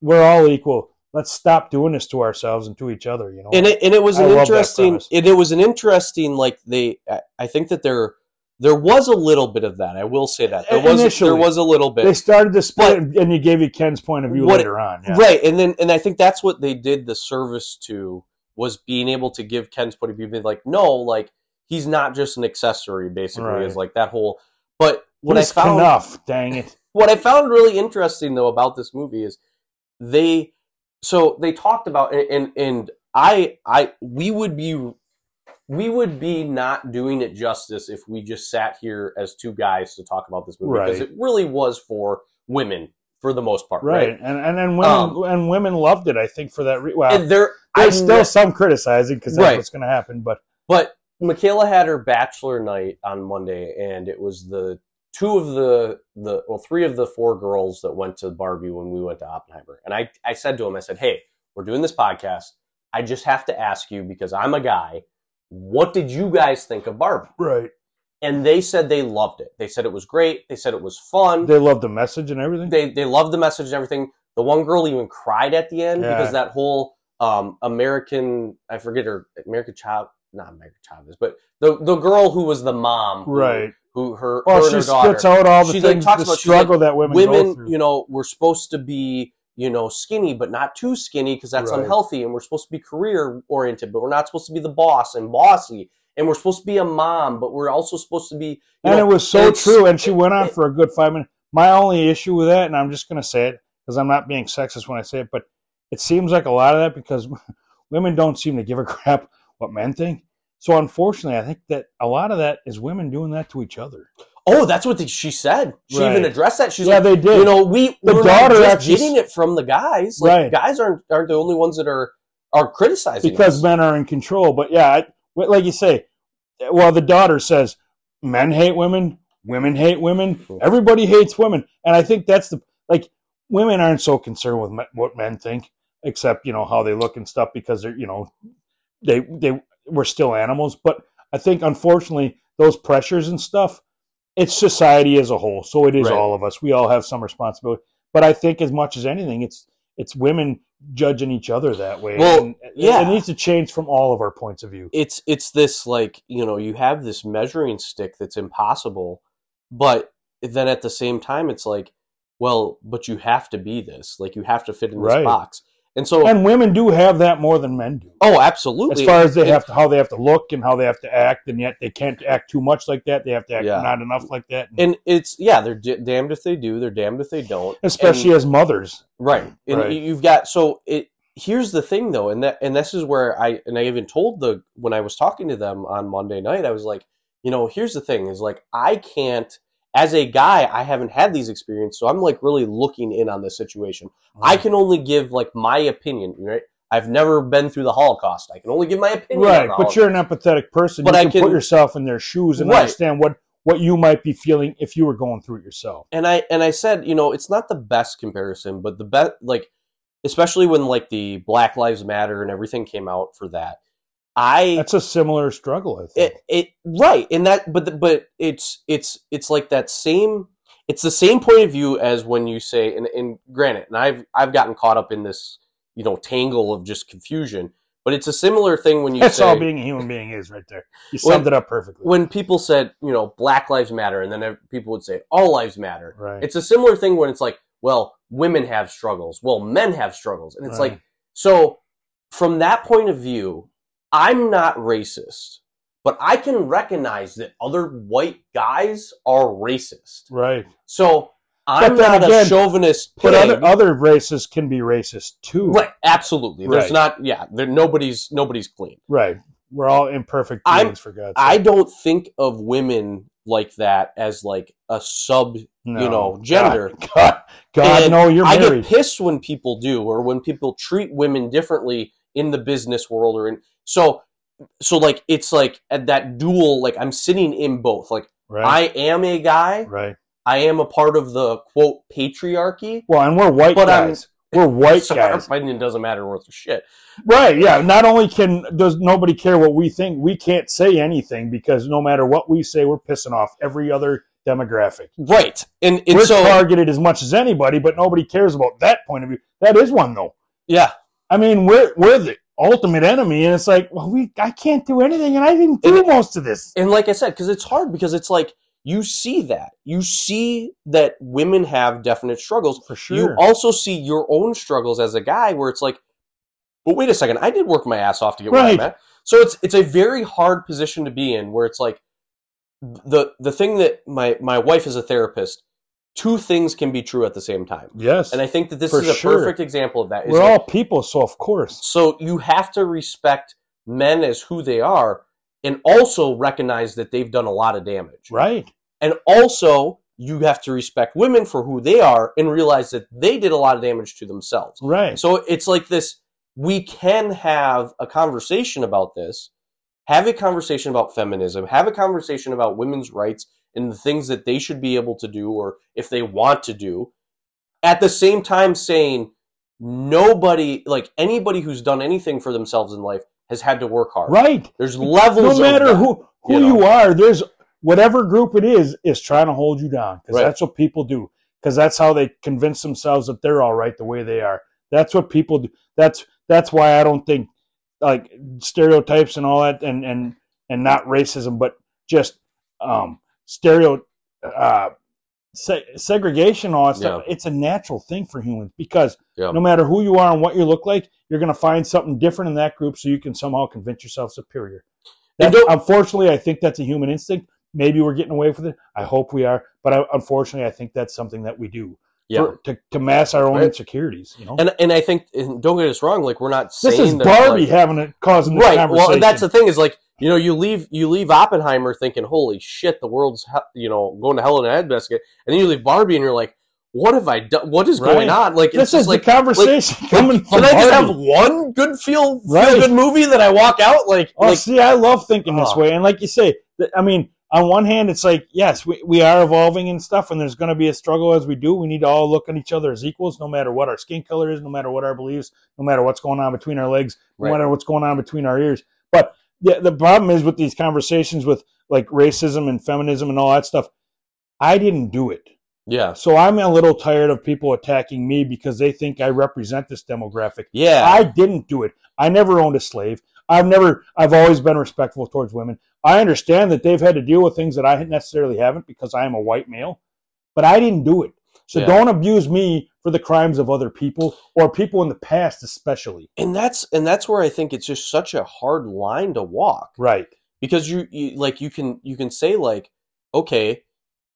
[SPEAKER 2] we're all equal. Let's stop doing this to ourselves and to each other. You know.
[SPEAKER 1] and it and it was
[SPEAKER 2] I
[SPEAKER 1] an
[SPEAKER 2] love that
[SPEAKER 1] interesting.
[SPEAKER 2] premise.
[SPEAKER 1] It, it was an interesting like they. I- I think that there there was a little bit of that. I will say that there was
[SPEAKER 2] Initially.
[SPEAKER 1] there was a little
[SPEAKER 2] they
[SPEAKER 1] bit.
[SPEAKER 2] started to split, and you gave you Ken's point of view
[SPEAKER 1] What-
[SPEAKER 2] later on. Yeah.
[SPEAKER 1] Right, and then and I think that's what they did the service to was being able to give Ken's point of view, be like, no, like he's not just an accessory. Basically,
[SPEAKER 2] Right.
[SPEAKER 1] is like that whole. But what I
[SPEAKER 2] He's
[SPEAKER 1] found
[SPEAKER 2] enough, dang it.
[SPEAKER 1] what I found really interesting though about this movie is they so they talked about and and, and I I we would be we would be not doing it justice if we just sat here as two guys to talk about this movie because
[SPEAKER 2] Right.
[SPEAKER 1] it really was for women for the most part, right?
[SPEAKER 2] right? And and and women
[SPEAKER 1] Um,
[SPEAKER 2] and women loved it. I think for that. Re- well,
[SPEAKER 1] And there, I
[SPEAKER 2] there's still some criticizing because that's
[SPEAKER 1] Right.
[SPEAKER 2] what's going to happen. But
[SPEAKER 1] But Michaela had her bachelor night on Monday, and it was the two of the the well, three of the four girls that went to Barbie when we went to Oppenheimer. And I I said to him, I said, "Hey, we're doing this podcast. I just have to ask you because I'm a guy. What did you guys think of Barbie?"
[SPEAKER 2] right,
[SPEAKER 1] And they said they loved it. They said it was great. They said it was fun.
[SPEAKER 2] they loved the message and everything.
[SPEAKER 1] They they loved the message and everything. The one girl even cried at the end
[SPEAKER 2] Yeah.
[SPEAKER 1] because that whole um, American I forget her American child not American child is but the the girl who was the mom who-
[SPEAKER 2] right.
[SPEAKER 1] who her,
[SPEAKER 2] Well,
[SPEAKER 1] her and
[SPEAKER 2] she
[SPEAKER 1] her
[SPEAKER 2] spits
[SPEAKER 1] daughter
[SPEAKER 2] out all the
[SPEAKER 1] She, like,
[SPEAKER 2] things,
[SPEAKER 1] talks
[SPEAKER 2] the
[SPEAKER 1] about- she's like,
[SPEAKER 2] struggle that women, go
[SPEAKER 1] women
[SPEAKER 2] through.
[SPEAKER 1] you know were supposed to be you know skinny but not too skinny because that's
[SPEAKER 2] Right.
[SPEAKER 1] unhealthy and we're supposed to be career oriented but we're not supposed to be the boss and bossy and we're supposed to be a mom but we're also supposed to be you
[SPEAKER 2] and
[SPEAKER 1] know,
[SPEAKER 2] it was so
[SPEAKER 1] it's-
[SPEAKER 2] true. And she went on
[SPEAKER 1] it-
[SPEAKER 2] for a good five minutes. My only issue with that, and I'm just going to say it because I'm not being sexist when I say it, but It seems like a lot of that because women don't seem to give a crap what men think. So unfortunately, I think that a lot of that is women doing that to each other.
[SPEAKER 1] Oh, that's what the, she said. She
[SPEAKER 2] Right.
[SPEAKER 1] even addressed that. She's
[SPEAKER 2] yeah,
[SPEAKER 1] like,
[SPEAKER 2] they did.
[SPEAKER 1] you know, we
[SPEAKER 2] The
[SPEAKER 1] we're
[SPEAKER 2] daughter
[SPEAKER 1] not just
[SPEAKER 2] actually s-
[SPEAKER 1] getting it from the guys. Like,
[SPEAKER 2] Right.
[SPEAKER 1] Guys aren't aren't the only ones that are are criticizing
[SPEAKER 2] because
[SPEAKER 1] us.
[SPEAKER 2] men are in control. But yeah, I, well, like you say, well, the daughter says men hate women, women hate women, everybody hates women, and I think that's the like women aren't so concerned with me, what men think, except you know how they look and stuff because they're you know they they we're still animals. But I think unfortunately those pressures and stuff, it's society as a whole. So it is
[SPEAKER 1] Right.
[SPEAKER 2] all of us. We all have some responsibility. But I think as much as anything, it's it's women judging each other that way.
[SPEAKER 1] Well,
[SPEAKER 2] And it-
[SPEAKER 1] yeah.
[SPEAKER 2] it needs to change from all of our points of view.
[SPEAKER 1] it's it's this like you know you have this measuring stick that's impossible but then at the same time it's like well but you have to be this like you have to fit in this
[SPEAKER 2] Right.
[SPEAKER 1] box and so
[SPEAKER 2] And women do have that more than men do.
[SPEAKER 1] oh absolutely
[SPEAKER 2] As far as they
[SPEAKER 1] And-
[SPEAKER 2] have to, how they have to look and how they have to act, and yet they can't act too much like that. They have to act
[SPEAKER 1] Yeah.
[SPEAKER 2] not enough like that. And
[SPEAKER 1] and it's yeah they're d- damned if they do they're damned if they don't
[SPEAKER 2] especially as mothers,
[SPEAKER 1] And- right and
[SPEAKER 2] Right.
[SPEAKER 1] you- you've got so it here's the thing though and that and this is where i and i even told the when i was talking to them on monday night i was like you know here's the thing is like i can't as a guy i haven't had these experiences so i'm like really looking in on this situation i can only give like my opinion right i've never been through the holocaust i can only give my opinion on
[SPEAKER 2] right.
[SPEAKER 1] the
[SPEAKER 2] But you're an empathetic person.
[SPEAKER 1] But
[SPEAKER 2] you
[SPEAKER 1] I
[SPEAKER 2] can,
[SPEAKER 1] can-
[SPEAKER 2] put yourself in their shoes and
[SPEAKER 1] Right.
[SPEAKER 2] understand what what you might be feeling if you were going through it yourself.
[SPEAKER 1] and I and I said, you know, it's not the best comparison, but the best like especially when like the Black Lives Matter and everything came out for that. I
[SPEAKER 2] That's a similar struggle, I think.
[SPEAKER 1] it, it right and that but the, but it's it's it's like that same it's the same point of view as when you say and, and granted and I've I've gotten caught up in this you know tangle of just confusion but it's a similar thing when you
[SPEAKER 2] That's
[SPEAKER 1] say
[SPEAKER 2] all being a human being is right there. You
[SPEAKER 1] When-
[SPEAKER 2] summed it up perfectly.
[SPEAKER 1] when people said you know Black Lives Matter and then ev- people would say all lives matter
[SPEAKER 2] right.
[SPEAKER 1] it's a similar thing when it's like, well, women have struggles, well, men have struggles, and it's
[SPEAKER 2] Right.
[SPEAKER 1] like, so from that point of view, I'm not racist, but I can recognize that other white guys are racist.
[SPEAKER 2] right.
[SPEAKER 1] So I'm
[SPEAKER 2] But then
[SPEAKER 1] not
[SPEAKER 2] again-
[SPEAKER 1] a chauvinist. Pig.
[SPEAKER 2] But other other races can be racist too.
[SPEAKER 1] right, absolutely. There's
[SPEAKER 2] Right.
[SPEAKER 1] not, yeah, there, nobody's nobody's clean.
[SPEAKER 2] Right. We're all imperfect
[SPEAKER 1] I'm-
[SPEAKER 2] beings for God's sake.
[SPEAKER 1] I don't think of women like that as like a sub
[SPEAKER 2] No.
[SPEAKER 1] you know, gender.
[SPEAKER 2] God, God, God,
[SPEAKER 1] And
[SPEAKER 2] no, you're
[SPEAKER 1] I
[SPEAKER 2] married.
[SPEAKER 1] get pissed when people do, or when people treat women differently in the business world, or in so so like it's like at that dual. Like I'm sitting in both. Like
[SPEAKER 2] right.
[SPEAKER 1] I am a guy.
[SPEAKER 2] right.
[SPEAKER 1] I am a part of the quote patriarchy.
[SPEAKER 2] Well, and we're white
[SPEAKER 1] But I'm-
[SPEAKER 2] guys. we're white
[SPEAKER 1] so our
[SPEAKER 2] guys.
[SPEAKER 1] opinion doesn't matter worth a shit.
[SPEAKER 2] Right. Yeah. Not only can does nobody care what we think, we can't say anything because no matter what we say, we're pissing off every other demographic.
[SPEAKER 1] Right, and and
[SPEAKER 2] we're
[SPEAKER 1] so
[SPEAKER 2] targeted as much as anybody, but nobody cares about that point of view. That is one though.
[SPEAKER 1] yeah,
[SPEAKER 2] I mean, we're we're the ultimate enemy, and it's like, well, we I can't do anything, and I didn't do most of this.
[SPEAKER 1] and like I said, because it's hard because it's like you see that you see that women have definite struggles.
[SPEAKER 2] For
[SPEAKER 1] you also see your own struggles as a guy where it's like but wait a second i did work my ass off to get where i'm
[SPEAKER 2] Right.
[SPEAKER 1] at so it's it's a very hard position to be in where it's like the the thing that my my wife is a therapist two things can be true at the same time
[SPEAKER 2] yes,
[SPEAKER 1] and i think that this
[SPEAKER 2] For
[SPEAKER 1] is a
[SPEAKER 2] sure.
[SPEAKER 1] perfect example of that is
[SPEAKER 2] we're
[SPEAKER 1] like-
[SPEAKER 2] all people, so of course,
[SPEAKER 1] so you have to respect men as who they are and also recognize that they've done a lot of damage
[SPEAKER 2] right?
[SPEAKER 1] and also you have to respect women for who they are and realize that they did a lot of damage to themselves
[SPEAKER 2] Right.
[SPEAKER 1] so it's like this we can have a conversation about this, have a conversation about feminism, have a conversation about women's rights and the things that they should be able to do or if they want to do. At the same time, saying nobody, like anybody who's done anything for themselves in life, has had to work hard.
[SPEAKER 2] Right.
[SPEAKER 1] There's levels.
[SPEAKER 2] No
[SPEAKER 1] of
[SPEAKER 2] matter
[SPEAKER 1] that.
[SPEAKER 2] who who
[SPEAKER 1] you
[SPEAKER 2] you,
[SPEAKER 1] know.
[SPEAKER 2] are, there's whatever group it is is trying to hold you down because
[SPEAKER 1] Right.
[SPEAKER 2] that's what people do. Because that's how they convince themselves that they're all right the way they are. That's what people do. That's that's why I don't think like stereotypes and all that, and and and not racism, but just um stereo uh, se- segregation, all that stuff. It's a natural thing for humans because
[SPEAKER 1] Yeah.
[SPEAKER 2] no matter who you are and what you look like, you're going to find something different in that group so you can somehow convince yourself superior.
[SPEAKER 1] And
[SPEAKER 2] That's-
[SPEAKER 1] don't-
[SPEAKER 2] unfortunately, I think that's a human instinct. Maybe we're getting away with it. I hope we are, but I, unfortunately, I think that's something that we do.
[SPEAKER 1] Yeah.
[SPEAKER 2] for- to, to mask our own
[SPEAKER 1] Right.
[SPEAKER 2] insecurities. You know,
[SPEAKER 1] and and I think and don't get us wrong, like we're not saying
[SPEAKER 2] Oh. this is
[SPEAKER 1] that,
[SPEAKER 2] Barbie
[SPEAKER 1] like-
[SPEAKER 2] having it causing this
[SPEAKER 1] right?
[SPEAKER 2] conversation.
[SPEAKER 1] Well, and that's the thing is like you know you leave you leave Oppenheimer thinking, holy shit, the world's he- you know going to hell in a handbasket, and then you leave Barbie and you're like, what have I done? What is
[SPEAKER 2] Right.
[SPEAKER 1] going on? Like it's
[SPEAKER 2] this
[SPEAKER 1] just
[SPEAKER 2] is
[SPEAKER 1] like.
[SPEAKER 2] the conversation coming
[SPEAKER 1] Can
[SPEAKER 2] from
[SPEAKER 1] I just
[SPEAKER 2] Barbie.
[SPEAKER 1] have one good feel
[SPEAKER 2] Right.
[SPEAKER 1] feel good movie that I walk out like
[SPEAKER 2] Oh,
[SPEAKER 1] like
[SPEAKER 2] see, I love thinking this
[SPEAKER 1] Oh.
[SPEAKER 2] way, and like you say, th- I mean, on one hand, it's like yes, we, we are evolving and stuff, and there's going to be a struggle as we do. We need to all look at each other as equals, no matter what our skin color is, no matter what our beliefs, no matter what's going on between our legs,
[SPEAKER 1] Right.
[SPEAKER 2] no matter what's going on between our ears. But the the problem is with these conversations with like racism and feminism and all that stuff. I didn't do it.
[SPEAKER 1] yeah
[SPEAKER 2] So I'm a little tired of people attacking me because they think I represent this demographic.
[SPEAKER 1] yeah
[SPEAKER 2] I didn't do it. I never owned a slave. I've never. I've always been respectful towards women. I understand that they've had to deal with things that I necessarily haven't because I am a white male, but I didn't do it. So
[SPEAKER 1] Yeah.
[SPEAKER 2] don't abuse me for the crimes of other people or people in the past, especially.
[SPEAKER 1] and that's and that's where I think it's just such a hard line to walk
[SPEAKER 2] Right.
[SPEAKER 1] because you, you like you can you can say like okay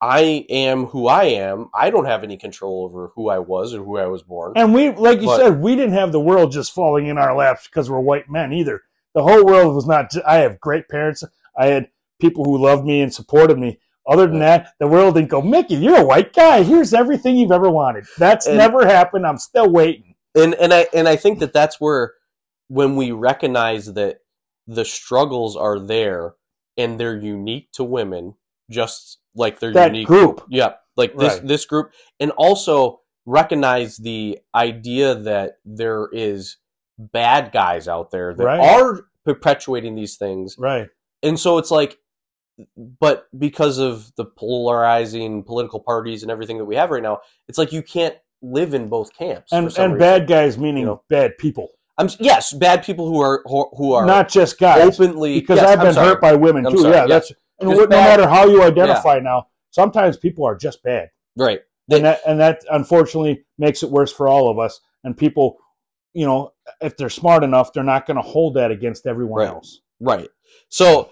[SPEAKER 1] i am who i am i don't have any control over who i was or who i was born
[SPEAKER 2] And we, like you
[SPEAKER 1] But-
[SPEAKER 2] said, we didn't have the world just falling in our laps because we're white men either. The whole world was not. ju- I have great parents. I had people who loved me and supported me. Other than that, the world didn't go, Mickey, you're a white guy. Here's everything you've ever wanted. That's
[SPEAKER 1] And-
[SPEAKER 2] never happened. I'm still waiting.
[SPEAKER 1] and and i and i think that that's where when we recognize that the struggles are there and they're unique to women just like they're
[SPEAKER 2] That
[SPEAKER 1] unique
[SPEAKER 2] group.
[SPEAKER 1] Yeah, like this
[SPEAKER 2] Right.
[SPEAKER 1] this group, and also recognize the idea that there is bad guys out there that
[SPEAKER 2] Right.
[SPEAKER 1] are perpetuating these things,
[SPEAKER 2] Right.
[SPEAKER 1] and so it's like, but because of the polarizing political parties and everything that we have right now, it's like you can't live in both camps.
[SPEAKER 2] And,
[SPEAKER 1] for some
[SPEAKER 2] and
[SPEAKER 1] reason.
[SPEAKER 2] bad guys meaning
[SPEAKER 1] You know.
[SPEAKER 2] bad people,
[SPEAKER 1] I'm yes, bad people who are who, who are
[SPEAKER 2] not just guys.
[SPEAKER 1] openly
[SPEAKER 2] Because
[SPEAKER 1] yes,
[SPEAKER 2] I've
[SPEAKER 1] I'm
[SPEAKER 2] been
[SPEAKER 1] sorry.
[SPEAKER 2] hurt by women
[SPEAKER 1] I'm
[SPEAKER 2] too.
[SPEAKER 1] sorry,
[SPEAKER 2] yeah,
[SPEAKER 1] yeah.
[SPEAKER 2] that's and
[SPEAKER 1] Just
[SPEAKER 2] what- no
[SPEAKER 1] bad-
[SPEAKER 2] matter how you identify now, sometimes people are just bad.
[SPEAKER 1] right.
[SPEAKER 2] and that and that unfortunately makes it worse for all of us and people you know if they're smart enough they're not going to hold that against everyone
[SPEAKER 1] Right.
[SPEAKER 2] else
[SPEAKER 1] Right. So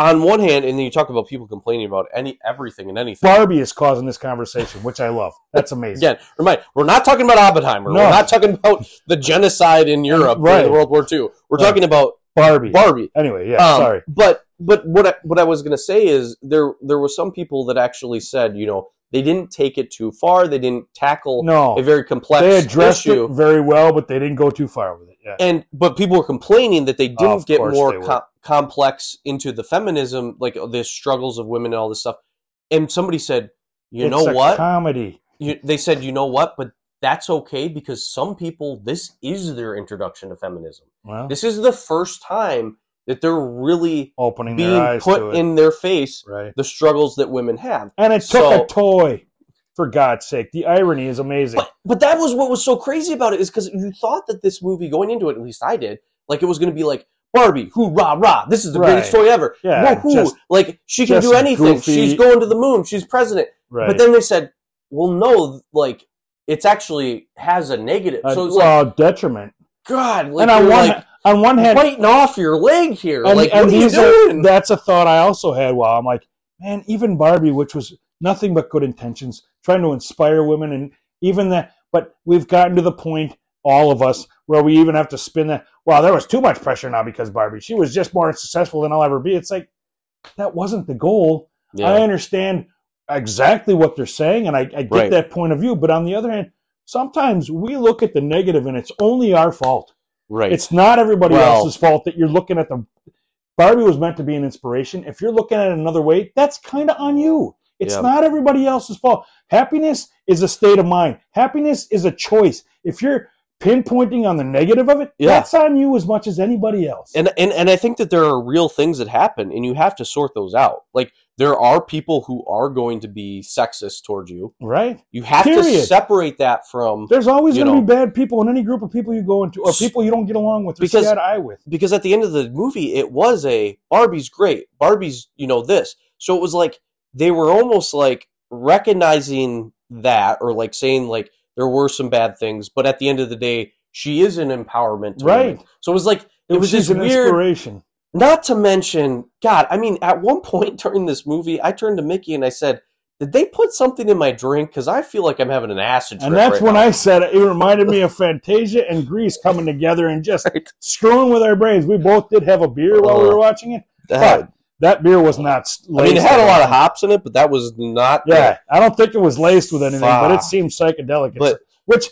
[SPEAKER 1] on one hand, and then you talk about people complaining about any everything and anything.
[SPEAKER 2] barbie is causing this conversation which i love that's amazing
[SPEAKER 1] Again, remind we're not talking about Oppenheimer.
[SPEAKER 2] No.
[SPEAKER 1] We're not talking about the genocide in Europe during
[SPEAKER 2] Right.
[SPEAKER 1] the World War II. We're
[SPEAKER 2] Right.
[SPEAKER 1] talking about
[SPEAKER 2] barbie
[SPEAKER 1] Barbie.
[SPEAKER 2] anyway yeah
[SPEAKER 1] Um,
[SPEAKER 2] sorry
[SPEAKER 1] But but what I, what I was going to say is there there were some people that actually said you know they didn't take it too far. They didn't tackle a
[SPEAKER 2] no
[SPEAKER 1] very complex
[SPEAKER 2] they addressed
[SPEAKER 1] issue.
[SPEAKER 2] it very well but they didn't go too far with it yeah
[SPEAKER 1] and but people were complaining that they didn't
[SPEAKER 2] Of
[SPEAKER 1] get
[SPEAKER 2] course they
[SPEAKER 1] more
[SPEAKER 2] were.
[SPEAKER 1] com- complex into the feminism, like uh, the struggles of women and all this stuff. And somebody said, "You
[SPEAKER 2] It's
[SPEAKER 1] know
[SPEAKER 2] a
[SPEAKER 1] what?
[SPEAKER 2] comedy
[SPEAKER 1] You, they said, "You know what?" But that's okay because some people, this is their introduction to feminism.
[SPEAKER 2] well
[SPEAKER 1] This is the first time that they're really
[SPEAKER 2] opening their
[SPEAKER 1] being
[SPEAKER 2] eyes to
[SPEAKER 1] put
[SPEAKER 2] it
[SPEAKER 1] in their face
[SPEAKER 2] right
[SPEAKER 1] the struggles that women have.
[SPEAKER 2] and it took
[SPEAKER 1] So-
[SPEAKER 2] a toy for god's sake the irony is amazing
[SPEAKER 1] But but that was what was so crazy about it is because you thought that this movie going into it, at least I did, like it was going to be like Barbie, who rah rah, this is the
[SPEAKER 2] Right.
[SPEAKER 1] greatest story ever.
[SPEAKER 2] yeah
[SPEAKER 1] Woohoo!
[SPEAKER 2] just
[SPEAKER 1] like she can
[SPEAKER 2] just
[SPEAKER 1] do anything.
[SPEAKER 2] goofy.
[SPEAKER 1] She's going to the moon. She's president.
[SPEAKER 2] right
[SPEAKER 1] But then they said, well, no, like it's actually has a negative.
[SPEAKER 2] Uh,
[SPEAKER 1] so it's like
[SPEAKER 2] well detriment
[SPEAKER 1] God, like
[SPEAKER 2] and on
[SPEAKER 1] you're
[SPEAKER 2] one
[SPEAKER 1] like
[SPEAKER 2] on one hand
[SPEAKER 1] biting off your leg here. like what are you
[SPEAKER 2] these are-
[SPEAKER 1] doing?
[SPEAKER 2] that's a thought I also had while I'm like, man, even Barbie, which was nothing but good intentions, trying to inspire women, and even that, but we've gotten to the point, all of us, where we even have to spin that. Wow, there was too much pressure now because Barbie, she was just more successful than I'll ever be. It's like that wasn't the goal. I understand exactly what they're saying, and I, I get
[SPEAKER 1] Right.
[SPEAKER 2] that point of view. But on the other hand, sometimes we look at the negative, and it's only our fault.
[SPEAKER 1] right.
[SPEAKER 2] It's not everybody
[SPEAKER 1] Well-
[SPEAKER 2] else's fault that you're looking at the. Barbie was meant to be an inspiration. If you're looking at it another way, that's kind of on you. It's
[SPEAKER 1] Yeah.
[SPEAKER 2] not everybody else's fault. Happiness is a state of mind. Happiness is a choice. If you're pinpointing on the negative of it,
[SPEAKER 1] Yeah.
[SPEAKER 2] that's on you as much as anybody else.
[SPEAKER 1] and, and and I think that there are real things that happen, and you have to sort those out. Like there are people who are going to be sexist towards you.
[SPEAKER 2] right?
[SPEAKER 1] You have to
[SPEAKER 2] Period.
[SPEAKER 1] separate that from
[SPEAKER 2] There's always
[SPEAKER 1] You
[SPEAKER 2] going to
[SPEAKER 1] know.
[SPEAKER 2] be bad people in any group of people you go into, or
[SPEAKER 1] S-
[SPEAKER 2] people you don't get along with, or
[SPEAKER 1] Because-
[SPEAKER 2] see eye to eye with.
[SPEAKER 1] because at the end of the movie it was a barbie's great barbie's you know this so it was like they were almost like recognizing that or like saying like there were some bad things but at the end of the day she is an empowerment to
[SPEAKER 2] Right.
[SPEAKER 1] women. so it was like it was
[SPEAKER 2] She's
[SPEAKER 1] this
[SPEAKER 2] an
[SPEAKER 1] weird
[SPEAKER 2] inspiration.
[SPEAKER 1] not to mention god i mean at one point during this movie i turned to mickey and i said did they put something in my drink? Because I feel like I'm having an acid trip.
[SPEAKER 2] And that's
[SPEAKER 1] right
[SPEAKER 2] when
[SPEAKER 1] now.
[SPEAKER 2] I said it reminded me of Fantasia and Grease coming together and just
[SPEAKER 1] Right.
[SPEAKER 2] screwing with our brains. We both did have a beer while we were watching it.
[SPEAKER 1] That-
[SPEAKER 2] That beer was not.
[SPEAKER 1] Uh-huh. I mean, it had a lot of hops in it, but that was not.
[SPEAKER 2] Yeah, I don't think it was laced with anything, but
[SPEAKER 1] Fuck.
[SPEAKER 2] it seemed psychedelic. It's-
[SPEAKER 1] But-
[SPEAKER 2] which,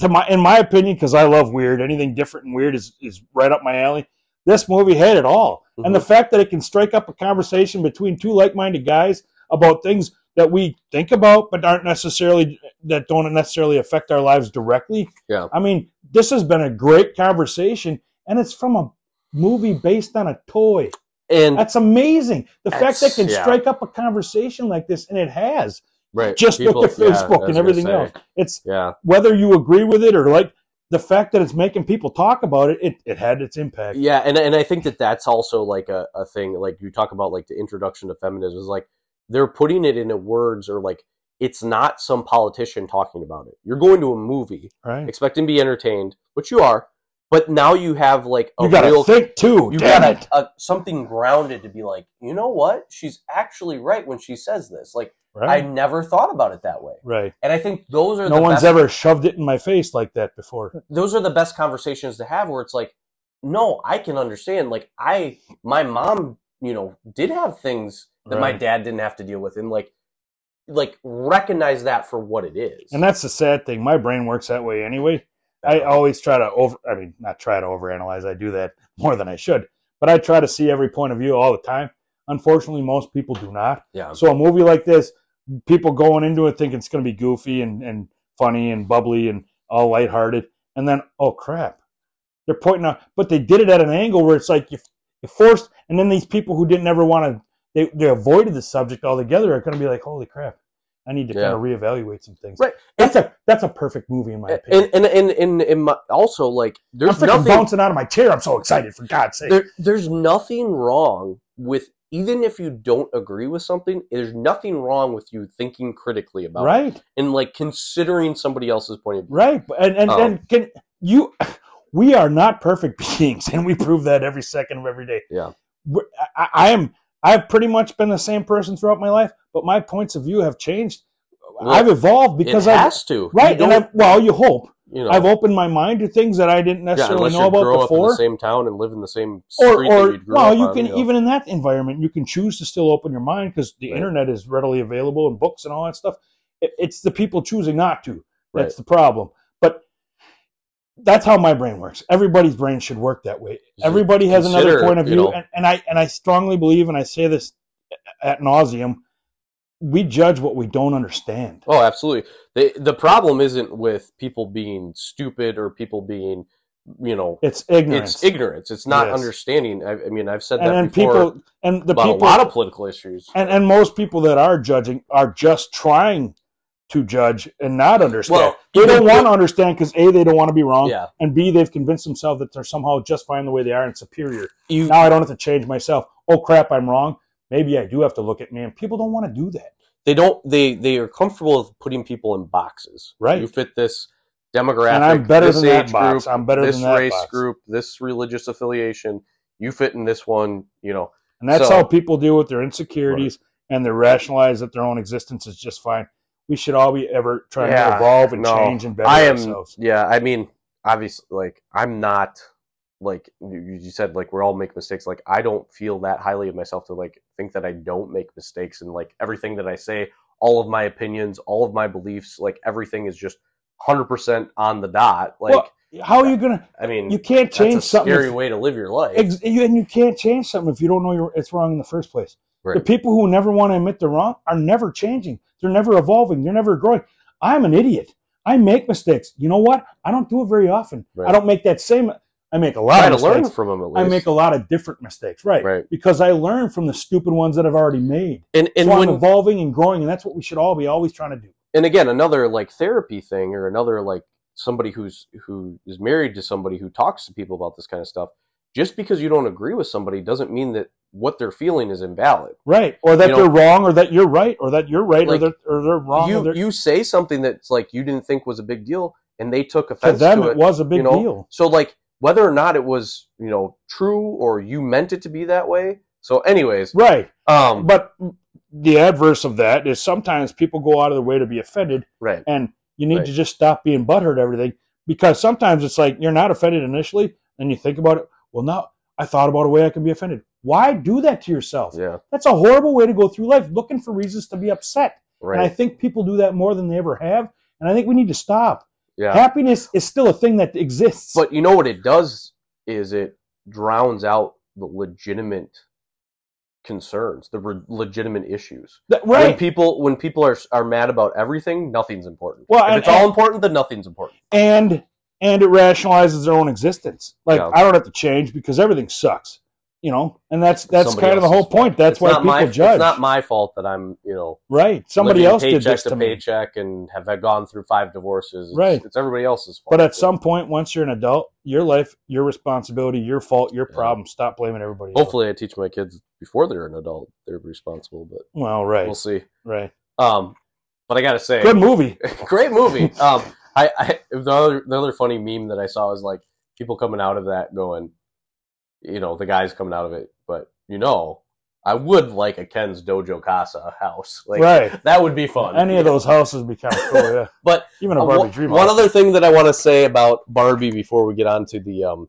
[SPEAKER 2] to my in my opinion, because I love weird, anything different and weird is is right up my alley. This movie had it all, and
[SPEAKER 1] Mm-hmm.
[SPEAKER 2] the fact that it can strike up a conversation between two like-minded guys about things that we think about but aren't necessarily that don't necessarily affect our lives directly.
[SPEAKER 1] Yeah.
[SPEAKER 2] I mean, this has been a great conversation, and it's from a movie based on a toy.
[SPEAKER 1] and
[SPEAKER 2] That's amazing. The fact that
[SPEAKER 1] That's-
[SPEAKER 2] it can
[SPEAKER 1] yeah.
[SPEAKER 2] strike up a conversation like this, and it has
[SPEAKER 1] right,
[SPEAKER 2] just
[SPEAKER 1] people-
[SPEAKER 2] with the
[SPEAKER 1] yeah, I
[SPEAKER 2] Facebook
[SPEAKER 1] was
[SPEAKER 2] and
[SPEAKER 1] gonna
[SPEAKER 2] everything
[SPEAKER 1] say.
[SPEAKER 2] else. It's
[SPEAKER 1] Yeah,
[SPEAKER 2] whether you agree with it or like the fact that it's making people talk about it. It, it had its impact.
[SPEAKER 1] yeah, and and I think that that's also like a, a thing. Like you talk about like the introduction to feminism is like they're putting it into words or like it's not some politician talking about it. You're going to a movie
[SPEAKER 2] Right?
[SPEAKER 1] expecting to be entertained, which you are, but now you have like a
[SPEAKER 2] You got to
[SPEAKER 1] real
[SPEAKER 2] think too.
[SPEAKER 1] you
[SPEAKER 2] damn
[SPEAKER 1] got
[SPEAKER 2] it!
[SPEAKER 1] a, something grounded to be like, you know what? She's actually right when she says this. Like I
[SPEAKER 2] Right.
[SPEAKER 1] never thought about it that way,
[SPEAKER 2] right.
[SPEAKER 1] and I think those are
[SPEAKER 2] No
[SPEAKER 1] the
[SPEAKER 2] one's
[SPEAKER 1] best,
[SPEAKER 2] ever shoved it in my face like that before.
[SPEAKER 1] those are the best conversations to have where it's like, no, I can understand. Like I, my mom, you know, did have things that my
[SPEAKER 2] Right.
[SPEAKER 1] dad didn't have to deal with, and like, like recognize that for what it is.
[SPEAKER 2] And that's the sad thing. My brain works that way anyway. I always try to over. I mean, not try to overanalyze. I do that more than I should, but I try to see every point of view all the time. Unfortunately, most people do not.
[SPEAKER 1] yeah,
[SPEAKER 2] So a movie like this, people going into it thinking it's going to be goofy and, and funny and bubbly and all lighthearted, and then oh crap, they're pointing out. But they did it at an angle where it's like you you forced, and then these people who didn't ever want to, they they avoided the subject altogether are going to be like, holy crap, I need to
[SPEAKER 1] Yeah.
[SPEAKER 2] kind of reevaluate some things.
[SPEAKER 1] Right.
[SPEAKER 2] That's a that's a perfect movie in my opinion.
[SPEAKER 1] and and and and, and my, also like,
[SPEAKER 2] I'm
[SPEAKER 1] there's
[SPEAKER 2] freaking
[SPEAKER 1] nothing.
[SPEAKER 2] bouncing out of my chair. I'm so excited for God's sake.
[SPEAKER 1] there, there's nothing wrong with even if you don't agree with something there's nothing wrong with you thinking critically about it
[SPEAKER 2] Right.
[SPEAKER 1] and like considering somebody else's point of view
[SPEAKER 2] Right. but- And and,
[SPEAKER 1] Um,
[SPEAKER 2] and can you we are not perfect beings and we prove that every second of every day.
[SPEAKER 1] Yeah.
[SPEAKER 2] We're- I, I am I've pretty much been the same person throughout my life, but my points of view have changed.
[SPEAKER 1] Well,
[SPEAKER 2] I've evolved because
[SPEAKER 1] it
[SPEAKER 2] I
[SPEAKER 1] has to You
[SPEAKER 2] right and
[SPEAKER 1] don't-
[SPEAKER 2] I've, well, you hope.
[SPEAKER 1] you know
[SPEAKER 2] I've opened my mind to things that I didn't
[SPEAKER 1] yeah,
[SPEAKER 2] necessarily
[SPEAKER 1] unless
[SPEAKER 2] know
[SPEAKER 1] you
[SPEAKER 2] about
[SPEAKER 1] grow up in
[SPEAKER 2] before.
[SPEAKER 1] the same town and live in the same
[SPEAKER 2] Or,
[SPEAKER 1] street that
[SPEAKER 2] or
[SPEAKER 1] you grew
[SPEAKER 2] well,
[SPEAKER 1] up
[SPEAKER 2] you
[SPEAKER 1] on,
[SPEAKER 2] can
[SPEAKER 1] know.
[SPEAKER 2] even in that environment, you can choose to still open your mind because the
[SPEAKER 1] Right.
[SPEAKER 2] internet is readily available and books and all that stuff. It, it's the people choosing not to.
[SPEAKER 1] Right.
[SPEAKER 2] That's the problem. But that's how my brain works. Everybody's brain should work that way.
[SPEAKER 1] Just
[SPEAKER 2] Everybody has another
[SPEAKER 1] consider,
[SPEAKER 2] point of
[SPEAKER 1] you
[SPEAKER 2] view,
[SPEAKER 1] know.
[SPEAKER 2] and, and I and I strongly believe, and I say this at nauseum, we judge what we don't understand.
[SPEAKER 1] oh absolutely the, the problem isn't with people being stupid or people being you know
[SPEAKER 2] It's ignorance.
[SPEAKER 1] it's ignorance it's not
[SPEAKER 2] Yes.
[SPEAKER 1] understanding I, I mean i've said
[SPEAKER 2] and
[SPEAKER 1] that
[SPEAKER 2] then
[SPEAKER 1] before
[SPEAKER 2] people and the
[SPEAKER 1] about
[SPEAKER 2] people
[SPEAKER 1] a lot of political issues
[SPEAKER 2] and and most people that are judging are just trying to judge and not understand.
[SPEAKER 1] Well,
[SPEAKER 2] they don't
[SPEAKER 1] even-
[SPEAKER 2] want to understand because a they don't want to be wrong,
[SPEAKER 1] yeah
[SPEAKER 2] and b they've convinced themselves that they're somehow just fine the way they are and superior.
[SPEAKER 1] you
[SPEAKER 2] Now I don't have to change myself. Oh crap, I'm wrong. Maybe I do have to look at me. And people don't want to do that.
[SPEAKER 1] they don't they they are comfortable with putting people in boxes.
[SPEAKER 2] Right.
[SPEAKER 1] You fit this demographic.
[SPEAKER 2] And I'm better
[SPEAKER 1] this
[SPEAKER 2] than that
[SPEAKER 1] age
[SPEAKER 2] box.
[SPEAKER 1] group,
[SPEAKER 2] I'm better
[SPEAKER 1] this
[SPEAKER 2] than that
[SPEAKER 1] race
[SPEAKER 2] box.
[SPEAKER 1] group, this religious affiliation. You fit in this one. You know.
[SPEAKER 2] And that's
[SPEAKER 1] So-
[SPEAKER 2] how people deal with their insecurities and they rationalize that their own existence is just fine. We should all be ever trying to
[SPEAKER 1] Yeah,
[SPEAKER 2] evolve and
[SPEAKER 1] no.
[SPEAKER 2] change and better
[SPEAKER 1] I am.
[SPEAKER 2] ourselves.
[SPEAKER 1] Yeah. I mean, obviously, like I'm not like you you said. Like we're all make mistakes. Like I don't feel that highly of myself to like think that I don't make mistakes and like everything that I say, all of my opinions, all of my beliefs, like everything is just hundred percent on the dot. Like
[SPEAKER 2] Well, How are you gonna?
[SPEAKER 1] I mean,
[SPEAKER 2] You can't
[SPEAKER 1] that's a
[SPEAKER 2] change something.
[SPEAKER 1] scary
[SPEAKER 2] if-
[SPEAKER 1] way to live your life.
[SPEAKER 2] Ex- you- and you can't change something if you don't know you're, it's wrong in the first place. The
[SPEAKER 1] Right.
[SPEAKER 2] people who never want to admit they're wrong are never changing. They're never evolving. They're never growing. I'm an idiot. I make mistakes. You know what? I don't do it very often.
[SPEAKER 1] Right.
[SPEAKER 2] I don't make that same. I make a lot
[SPEAKER 1] try to
[SPEAKER 2] of mistakes.
[SPEAKER 1] learn from them at
[SPEAKER 2] I
[SPEAKER 1] least.
[SPEAKER 2] make a lot of different mistakes, right?
[SPEAKER 1] right,
[SPEAKER 2] Because I learn from the stupid ones that I've already made.
[SPEAKER 1] and and
[SPEAKER 2] so I'm
[SPEAKER 1] when
[SPEAKER 2] evolving and growing, and that's what we should all be always trying to do.
[SPEAKER 1] and again another like therapy thing or another like somebody who's who is married to somebody who talks to people about this kind of stuff. Just because you don't agree with somebody doesn't mean that what they're feeling is invalid.
[SPEAKER 2] Right. Or that
[SPEAKER 1] You know-
[SPEAKER 2] they're wrong, or that you're right, or that you're right, or,
[SPEAKER 1] Like,
[SPEAKER 2] they're, or they're wrong. or
[SPEAKER 1] You
[SPEAKER 2] they're,
[SPEAKER 1] you say something that's like you didn't think was a big deal, and they took
[SPEAKER 2] to
[SPEAKER 1] offense to,
[SPEAKER 2] them,
[SPEAKER 1] it.
[SPEAKER 2] it was a big
[SPEAKER 1] you know?
[SPEAKER 2] deal.
[SPEAKER 1] So like whether or not it was you know true or you meant it to be that way. So anyways,
[SPEAKER 2] Right.
[SPEAKER 1] um,
[SPEAKER 2] but the adverse of that is sometimes people go out of their way to be offended,
[SPEAKER 1] Right.
[SPEAKER 2] and you need
[SPEAKER 1] Right.
[SPEAKER 2] to just stop being butthurt at everything because sometimes it's like you're not offended initially, and you think about it. Well, now I thought about a way I can be offended. Why do that to yourself?
[SPEAKER 1] Yeah.
[SPEAKER 2] That's a horrible way to go through life, looking for reasons to be upset. And I
[SPEAKER 1] Right.
[SPEAKER 2] think people do that more than they ever have. And I think we need to stop.
[SPEAKER 1] Yeah.
[SPEAKER 2] Happiness is still a thing that exists.
[SPEAKER 1] But you know what it does is it drowns out the legitimate concerns, the re- legitimate issues.
[SPEAKER 2] That-
[SPEAKER 1] When
[SPEAKER 2] right.
[SPEAKER 1] people when people are are mad about everything, nothing's important.
[SPEAKER 2] Well,
[SPEAKER 1] if
[SPEAKER 2] and-
[SPEAKER 1] it's all important, then nothing's important.
[SPEAKER 2] and and it rationalizes their own existence. Like
[SPEAKER 1] Yeah.
[SPEAKER 2] I don't have to change because everything sucks. You know? And that's that's
[SPEAKER 1] Somebody
[SPEAKER 2] kind of the whole
[SPEAKER 1] else's
[SPEAKER 2] point. That's
[SPEAKER 1] It's
[SPEAKER 2] why
[SPEAKER 1] not
[SPEAKER 2] people
[SPEAKER 1] my,
[SPEAKER 2] judge.
[SPEAKER 1] It's not my fault that I'm you know
[SPEAKER 2] right. Somebody
[SPEAKER 1] living
[SPEAKER 2] else did
[SPEAKER 1] paycheck
[SPEAKER 2] this
[SPEAKER 1] to,
[SPEAKER 2] to me.
[SPEAKER 1] paycheck and have gone through five divorces. It's,
[SPEAKER 2] Right.
[SPEAKER 1] It's everybody else's fault.
[SPEAKER 2] But at some point, once you're an adult, your life, your responsibility, your fault, your
[SPEAKER 1] Yeah.
[SPEAKER 2] problem. Stop blaming everybody. else.
[SPEAKER 1] hopefully, I teach my kids before they're an adult they're responsible. But
[SPEAKER 2] Well, right,
[SPEAKER 1] we'll see.
[SPEAKER 2] right.
[SPEAKER 1] Um, but I gotta say,
[SPEAKER 2] Good movie.
[SPEAKER 1] great movie. Um, I, I the other the other funny meme that I saw was like people coming out of that going, you know, the guys coming out of it, but you know, I would like a Ken's Dojo Casa house. Like
[SPEAKER 2] right.
[SPEAKER 1] that would be fun.
[SPEAKER 2] Any of those houses would be kind of cool. Yeah.
[SPEAKER 1] But
[SPEAKER 2] Even a
[SPEAKER 1] Uh,
[SPEAKER 2] Barbie
[SPEAKER 1] one-
[SPEAKER 2] Dream
[SPEAKER 1] One
[SPEAKER 2] House.
[SPEAKER 1] other thing that I want to say about Barbie before we get on to the um,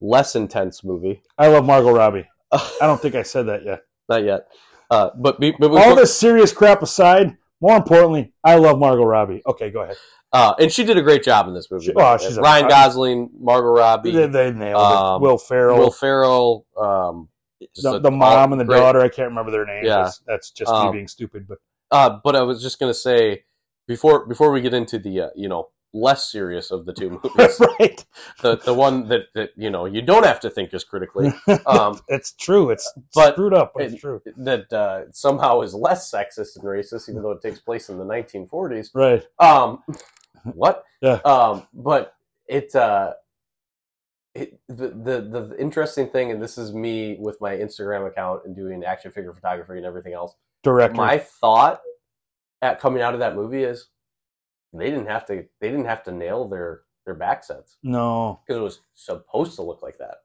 [SPEAKER 1] less intense movie.
[SPEAKER 2] I love Margot Robbie. I don't think I said that yet.
[SPEAKER 1] Not yet. Uh, but be, but
[SPEAKER 2] All this serious crap aside, more importantly, I love Margot Robbie. Okay, go ahead.
[SPEAKER 1] uh, and she did a great job in this movie.
[SPEAKER 2] She- oh, she's a-
[SPEAKER 1] Ryan Gosling, Margot Robbie,
[SPEAKER 2] They, they nailed
[SPEAKER 1] Um,
[SPEAKER 2] it. Will Ferrell,
[SPEAKER 1] Will Ferrell, um, just
[SPEAKER 2] the,
[SPEAKER 1] a-
[SPEAKER 2] the mom and the
[SPEAKER 1] great-
[SPEAKER 2] daughter. I can't remember their names.
[SPEAKER 1] Yeah.
[SPEAKER 2] That's, that's just
[SPEAKER 1] Um,
[SPEAKER 2] me being stupid. But
[SPEAKER 1] Uh, but I was just gonna say before before we get into the uh, you know less serious of the two movies,
[SPEAKER 2] right,
[SPEAKER 1] the the one that that you know you don't have to think as critically. Um,
[SPEAKER 2] it's true. It's
[SPEAKER 1] But-
[SPEAKER 2] screwed up, but it's
[SPEAKER 1] it-
[SPEAKER 2] true.
[SPEAKER 1] that uh, somehow is less sexist and racist, even though it takes place in the 1940s.
[SPEAKER 2] Right.
[SPEAKER 1] Um, what?
[SPEAKER 2] Yeah.
[SPEAKER 1] Um, but it, uh, it the, the the interesting thing, and this is me with my Instagram account and doing action figure photography and everything else.
[SPEAKER 2] Director.
[SPEAKER 1] My thought at coming out of that movie is they didn't have to they didn't have to nail their their back sets
[SPEAKER 2] no.
[SPEAKER 1] because it was supposed to look like that.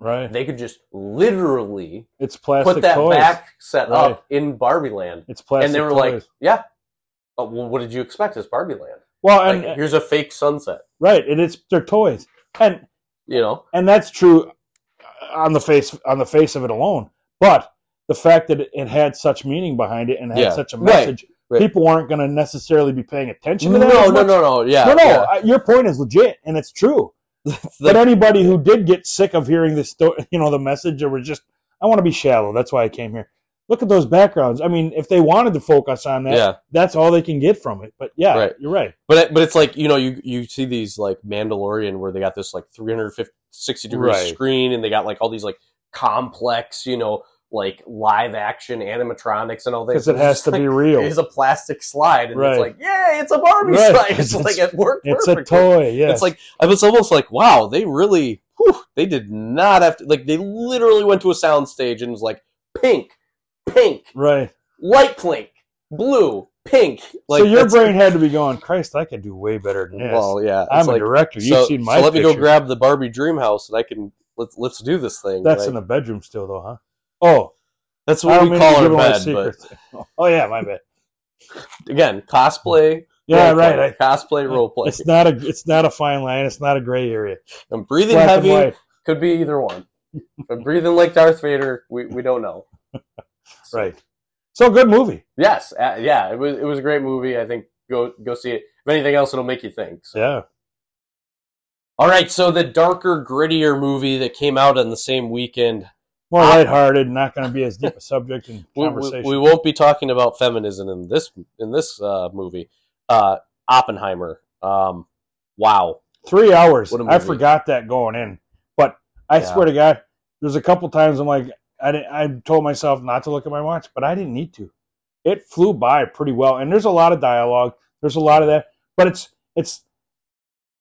[SPEAKER 2] Right.
[SPEAKER 1] They could just literally
[SPEAKER 2] It's plastic
[SPEAKER 1] put that
[SPEAKER 2] toys.
[SPEAKER 1] back set
[SPEAKER 2] Right.
[SPEAKER 1] up in Barbie Land
[SPEAKER 2] It's plastic.
[SPEAKER 1] and they were
[SPEAKER 2] toys.
[SPEAKER 1] like, "Yeah, but well, what did you expect? It's Barbie Land.
[SPEAKER 2] "Well,
[SPEAKER 1] Like,
[SPEAKER 2] and uh,
[SPEAKER 1] here's a fake sunset.
[SPEAKER 2] right, and it's they're toys, and
[SPEAKER 1] You know,
[SPEAKER 2] and that's true on the face on the face of it alone. But the fact that it had such meaning behind it and had
[SPEAKER 1] Yeah.
[SPEAKER 2] such a
[SPEAKER 1] Right.
[SPEAKER 2] message,
[SPEAKER 1] Right.
[SPEAKER 2] people aren't going to necessarily be paying attention
[SPEAKER 1] no,
[SPEAKER 2] to that.
[SPEAKER 1] no,
[SPEAKER 2] as
[SPEAKER 1] no,
[SPEAKER 2] much.
[SPEAKER 1] no, no. Yeah,
[SPEAKER 2] no, no.
[SPEAKER 1] yeah.
[SPEAKER 2] uh, Your point is legit and it's true. but anybody who did get sick of hearing this, sto- you know, the message, or were just, I want to be shallow. That's why I came here. Look at those backgrounds. I mean, if they wanted to focus on that,
[SPEAKER 1] yeah.
[SPEAKER 2] that's all they can get from it. But yeah,
[SPEAKER 1] Right.
[SPEAKER 2] you're right.
[SPEAKER 1] But it- but it's like you know you you see these like Mandalorian where they got this like 360 degree
[SPEAKER 2] Right.
[SPEAKER 1] screen and they got like all these like complex you know like live action animatronics and all that
[SPEAKER 2] Because it has to be real.
[SPEAKER 1] It's a plastic slide and
[SPEAKER 2] Right.
[SPEAKER 1] it's like yay, it's a Barbie
[SPEAKER 2] Right.
[SPEAKER 1] slide. It's,
[SPEAKER 2] It's-
[SPEAKER 1] like it worked.
[SPEAKER 2] It's a
[SPEAKER 1] perfectly.
[SPEAKER 2] toy. Yeah.
[SPEAKER 1] It's like I was almost like, wow, they really, whew, they did not have to. Like they literally went to a soundstage and was like, pink, pink,
[SPEAKER 2] right.
[SPEAKER 1] light pink, blue, pink. Like
[SPEAKER 2] so your
[SPEAKER 1] that's-
[SPEAKER 2] brain had to be going, Christ, I could do way better than this.
[SPEAKER 1] Well, yeah, it's
[SPEAKER 2] I'm
[SPEAKER 1] like,
[SPEAKER 2] a director. You've
[SPEAKER 1] so,
[SPEAKER 2] seen
[SPEAKER 1] so
[SPEAKER 2] my
[SPEAKER 1] let me go
[SPEAKER 2] pictures.
[SPEAKER 1] grab the Barbie dream house and I can let's let's do this thing.
[SPEAKER 2] That's
[SPEAKER 1] like,
[SPEAKER 2] in the bedroom still, though, huh? Oh,
[SPEAKER 1] that's
[SPEAKER 2] I
[SPEAKER 1] what
[SPEAKER 2] don't
[SPEAKER 1] we
[SPEAKER 2] mean
[SPEAKER 1] call
[SPEAKER 2] to
[SPEAKER 1] our
[SPEAKER 2] give away
[SPEAKER 1] bed. But
[SPEAKER 2] secrets. Oh yeah, my bad.
[SPEAKER 1] again, cosplay.
[SPEAKER 2] Yeah,
[SPEAKER 1] role play,
[SPEAKER 2] right. I-
[SPEAKER 1] cosplay role play.
[SPEAKER 2] It's not a it's not a fine line. It's not a gray area.
[SPEAKER 1] I'm breathing
[SPEAKER 2] Black and
[SPEAKER 1] heavy.
[SPEAKER 2] white.
[SPEAKER 1] Could be either one. If I'm breathing like Darth Vader. We we don't know. So-
[SPEAKER 2] Right. So good movie.
[SPEAKER 1] Yes, uh, yeah, it was it was a great movie. I think go go see it. If anything else, it'll make you think. So-
[SPEAKER 2] Yeah.
[SPEAKER 1] All right, so the darker, grittier movie that came out on the same weekend.
[SPEAKER 2] More
[SPEAKER 1] Ah.
[SPEAKER 2] lighthearted. Not going to be as deep a subject in
[SPEAKER 1] We,
[SPEAKER 2] conversation.
[SPEAKER 1] we, we won't be talking about feminism in this in this uh, movie. Uh, Oppenheimer. Um, wow.
[SPEAKER 2] Three hours.
[SPEAKER 1] What a
[SPEAKER 2] I
[SPEAKER 1] movie.
[SPEAKER 2] forgot that going in, but I
[SPEAKER 1] Yeah.
[SPEAKER 2] swear to God, there's a couple times I'm like, I didn't, I told myself not to look at my watch, but I didn't need to. It flew by pretty well, and there's a lot of dialogue. There's a lot of that, but it's it's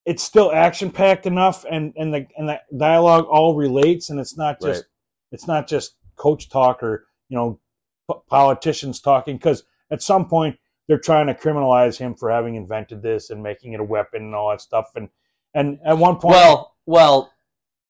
[SPEAKER 2] it's still action packed enough, and and the and the dialogue all relates, and it's not just
[SPEAKER 1] Right.
[SPEAKER 2] it's not just coach talk or you know p- politicians talking because at some point they're trying to criminalize him for having invented this and making it a weapon and all that stuff and and at one point
[SPEAKER 1] Well, well,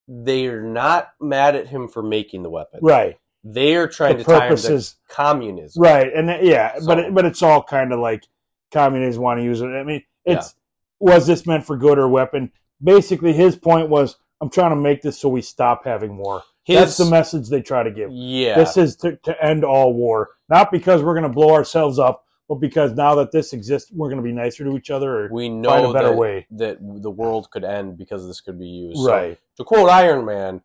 [SPEAKER 1] they're not mad at him for making the weapon.
[SPEAKER 2] right
[SPEAKER 1] They are trying
[SPEAKER 2] the
[SPEAKER 1] to tie him
[SPEAKER 2] purpose
[SPEAKER 1] to
[SPEAKER 2] is
[SPEAKER 1] communism.
[SPEAKER 2] right, and it- yeah, but
[SPEAKER 1] So-
[SPEAKER 2] it, but it's all kind of like communists want to use it. I mean, it's was this meant for good or weapon? Basically, his point was, I'm trying to make this so we stop having war. That's
[SPEAKER 1] His,
[SPEAKER 2] the message they try to give.
[SPEAKER 1] yeah.
[SPEAKER 2] This is to, to end all war, not because we're going to blow ourselves up, but because now that this exists, we're going to be nicer to each other or
[SPEAKER 1] we
[SPEAKER 2] find
[SPEAKER 1] know
[SPEAKER 2] a better
[SPEAKER 1] that,
[SPEAKER 2] way.
[SPEAKER 1] that the world could end because this could be used. So,
[SPEAKER 2] Right,
[SPEAKER 1] to quote Iron Man,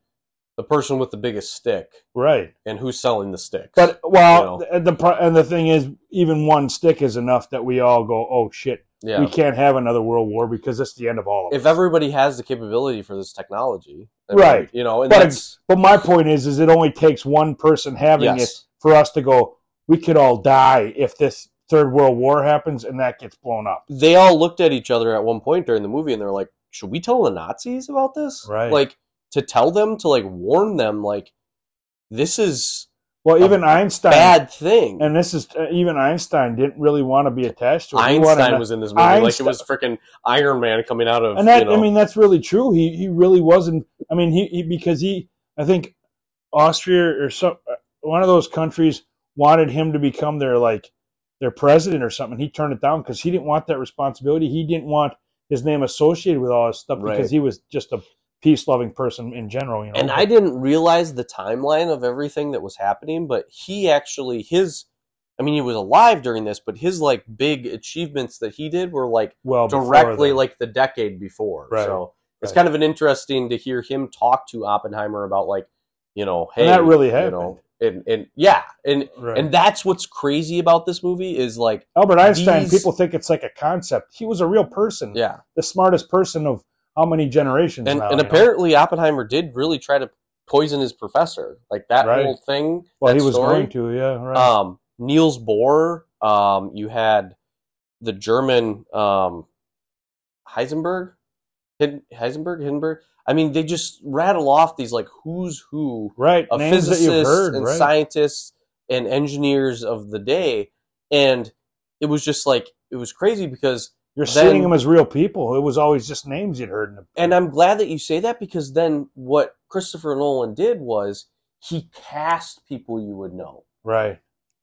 [SPEAKER 1] the person with the biggest stick
[SPEAKER 2] right.
[SPEAKER 1] and who's selling the sticks.
[SPEAKER 2] But well,
[SPEAKER 1] You know.
[SPEAKER 2] th- the pro- and the thing is, even one stick is enough that we all go, "Oh shit,
[SPEAKER 1] yeah.
[SPEAKER 2] we can't have another world war because it's the end of all of it."
[SPEAKER 1] if everybody has the capability for this technology,
[SPEAKER 2] Right.
[SPEAKER 1] You know, and
[SPEAKER 2] But
[SPEAKER 1] that's
[SPEAKER 2] But my point is, is it only takes one person having it
[SPEAKER 1] yes,
[SPEAKER 2] for us to go, "We could all die if this third world war happens and that gets blown up."
[SPEAKER 1] they all looked at each other at one point during the movie, and they're like, "Should we tell the Nazis about this?
[SPEAKER 2] Right.
[SPEAKER 1] Like to tell them to like warn them, like this is
[SPEAKER 2] Well,
[SPEAKER 1] A
[SPEAKER 2] even Einstein,
[SPEAKER 1] bad thing."
[SPEAKER 2] and this is uh, even Einstein didn't really want to be attached to it. He wanted
[SPEAKER 1] Einstein
[SPEAKER 2] to-
[SPEAKER 1] was in this movie, like it
[SPEAKER 2] Einstein-
[SPEAKER 1] was freaking Iron Man coming out of.
[SPEAKER 2] and that
[SPEAKER 1] you know,
[SPEAKER 2] I mean that's really true. He he really wasn't. I mean he, he because he I think Austria or some uh, one of those countries wanted him to become their like their president or something. He turned it down because he didn't want that responsibility. He didn't want his name associated with all this stuff
[SPEAKER 1] Right.
[SPEAKER 2] because he was just a peace loving person in general. You know,
[SPEAKER 1] and I didn't realize the timeline of everything that was happening, but he actually his I mean he was alive during this, but his like big achievements that he did were like
[SPEAKER 2] well before
[SPEAKER 1] directly
[SPEAKER 2] then.
[SPEAKER 1] like the decade before.
[SPEAKER 2] Right,
[SPEAKER 1] So it's
[SPEAKER 2] right.
[SPEAKER 1] kind of an interesting to hear him talk to Oppenheimer about like, you know, hey
[SPEAKER 2] And that really
[SPEAKER 1] you know and, and yeah, and
[SPEAKER 2] Right.
[SPEAKER 1] and that's what's crazy about this movie is like
[SPEAKER 2] Albert Einstein.
[SPEAKER 1] these-
[SPEAKER 2] people think it's like a concept. He was a real person,
[SPEAKER 1] yeah.
[SPEAKER 2] the smartest person of how many generations
[SPEAKER 1] And
[SPEAKER 2] now,
[SPEAKER 1] and
[SPEAKER 2] you know?
[SPEAKER 1] apparently Oppenheimer did really try to poison his professor. Like that
[SPEAKER 2] Right.
[SPEAKER 1] whole thing.
[SPEAKER 2] well,
[SPEAKER 1] that
[SPEAKER 2] he was
[SPEAKER 1] story.
[SPEAKER 2] going to, yeah, right.
[SPEAKER 1] um, Niels Bohr. Um, you had the German um, Heisenberg, Hid- Heisenberg, Hindenburg. I mean, they just rattle off these like who's who
[SPEAKER 2] right
[SPEAKER 1] of
[SPEAKER 2] names that
[SPEAKER 1] physicists
[SPEAKER 2] you've heard
[SPEAKER 1] and
[SPEAKER 2] right
[SPEAKER 1] scientists and engineers of the day, and it was just like it was crazy because.
[SPEAKER 2] you're
[SPEAKER 1] then-
[SPEAKER 2] seeing them as real people it was always just names you'd heard in the,
[SPEAKER 1] And I'm glad that you say that because then what Christopher Nolan did was he cast people you would know.
[SPEAKER 2] right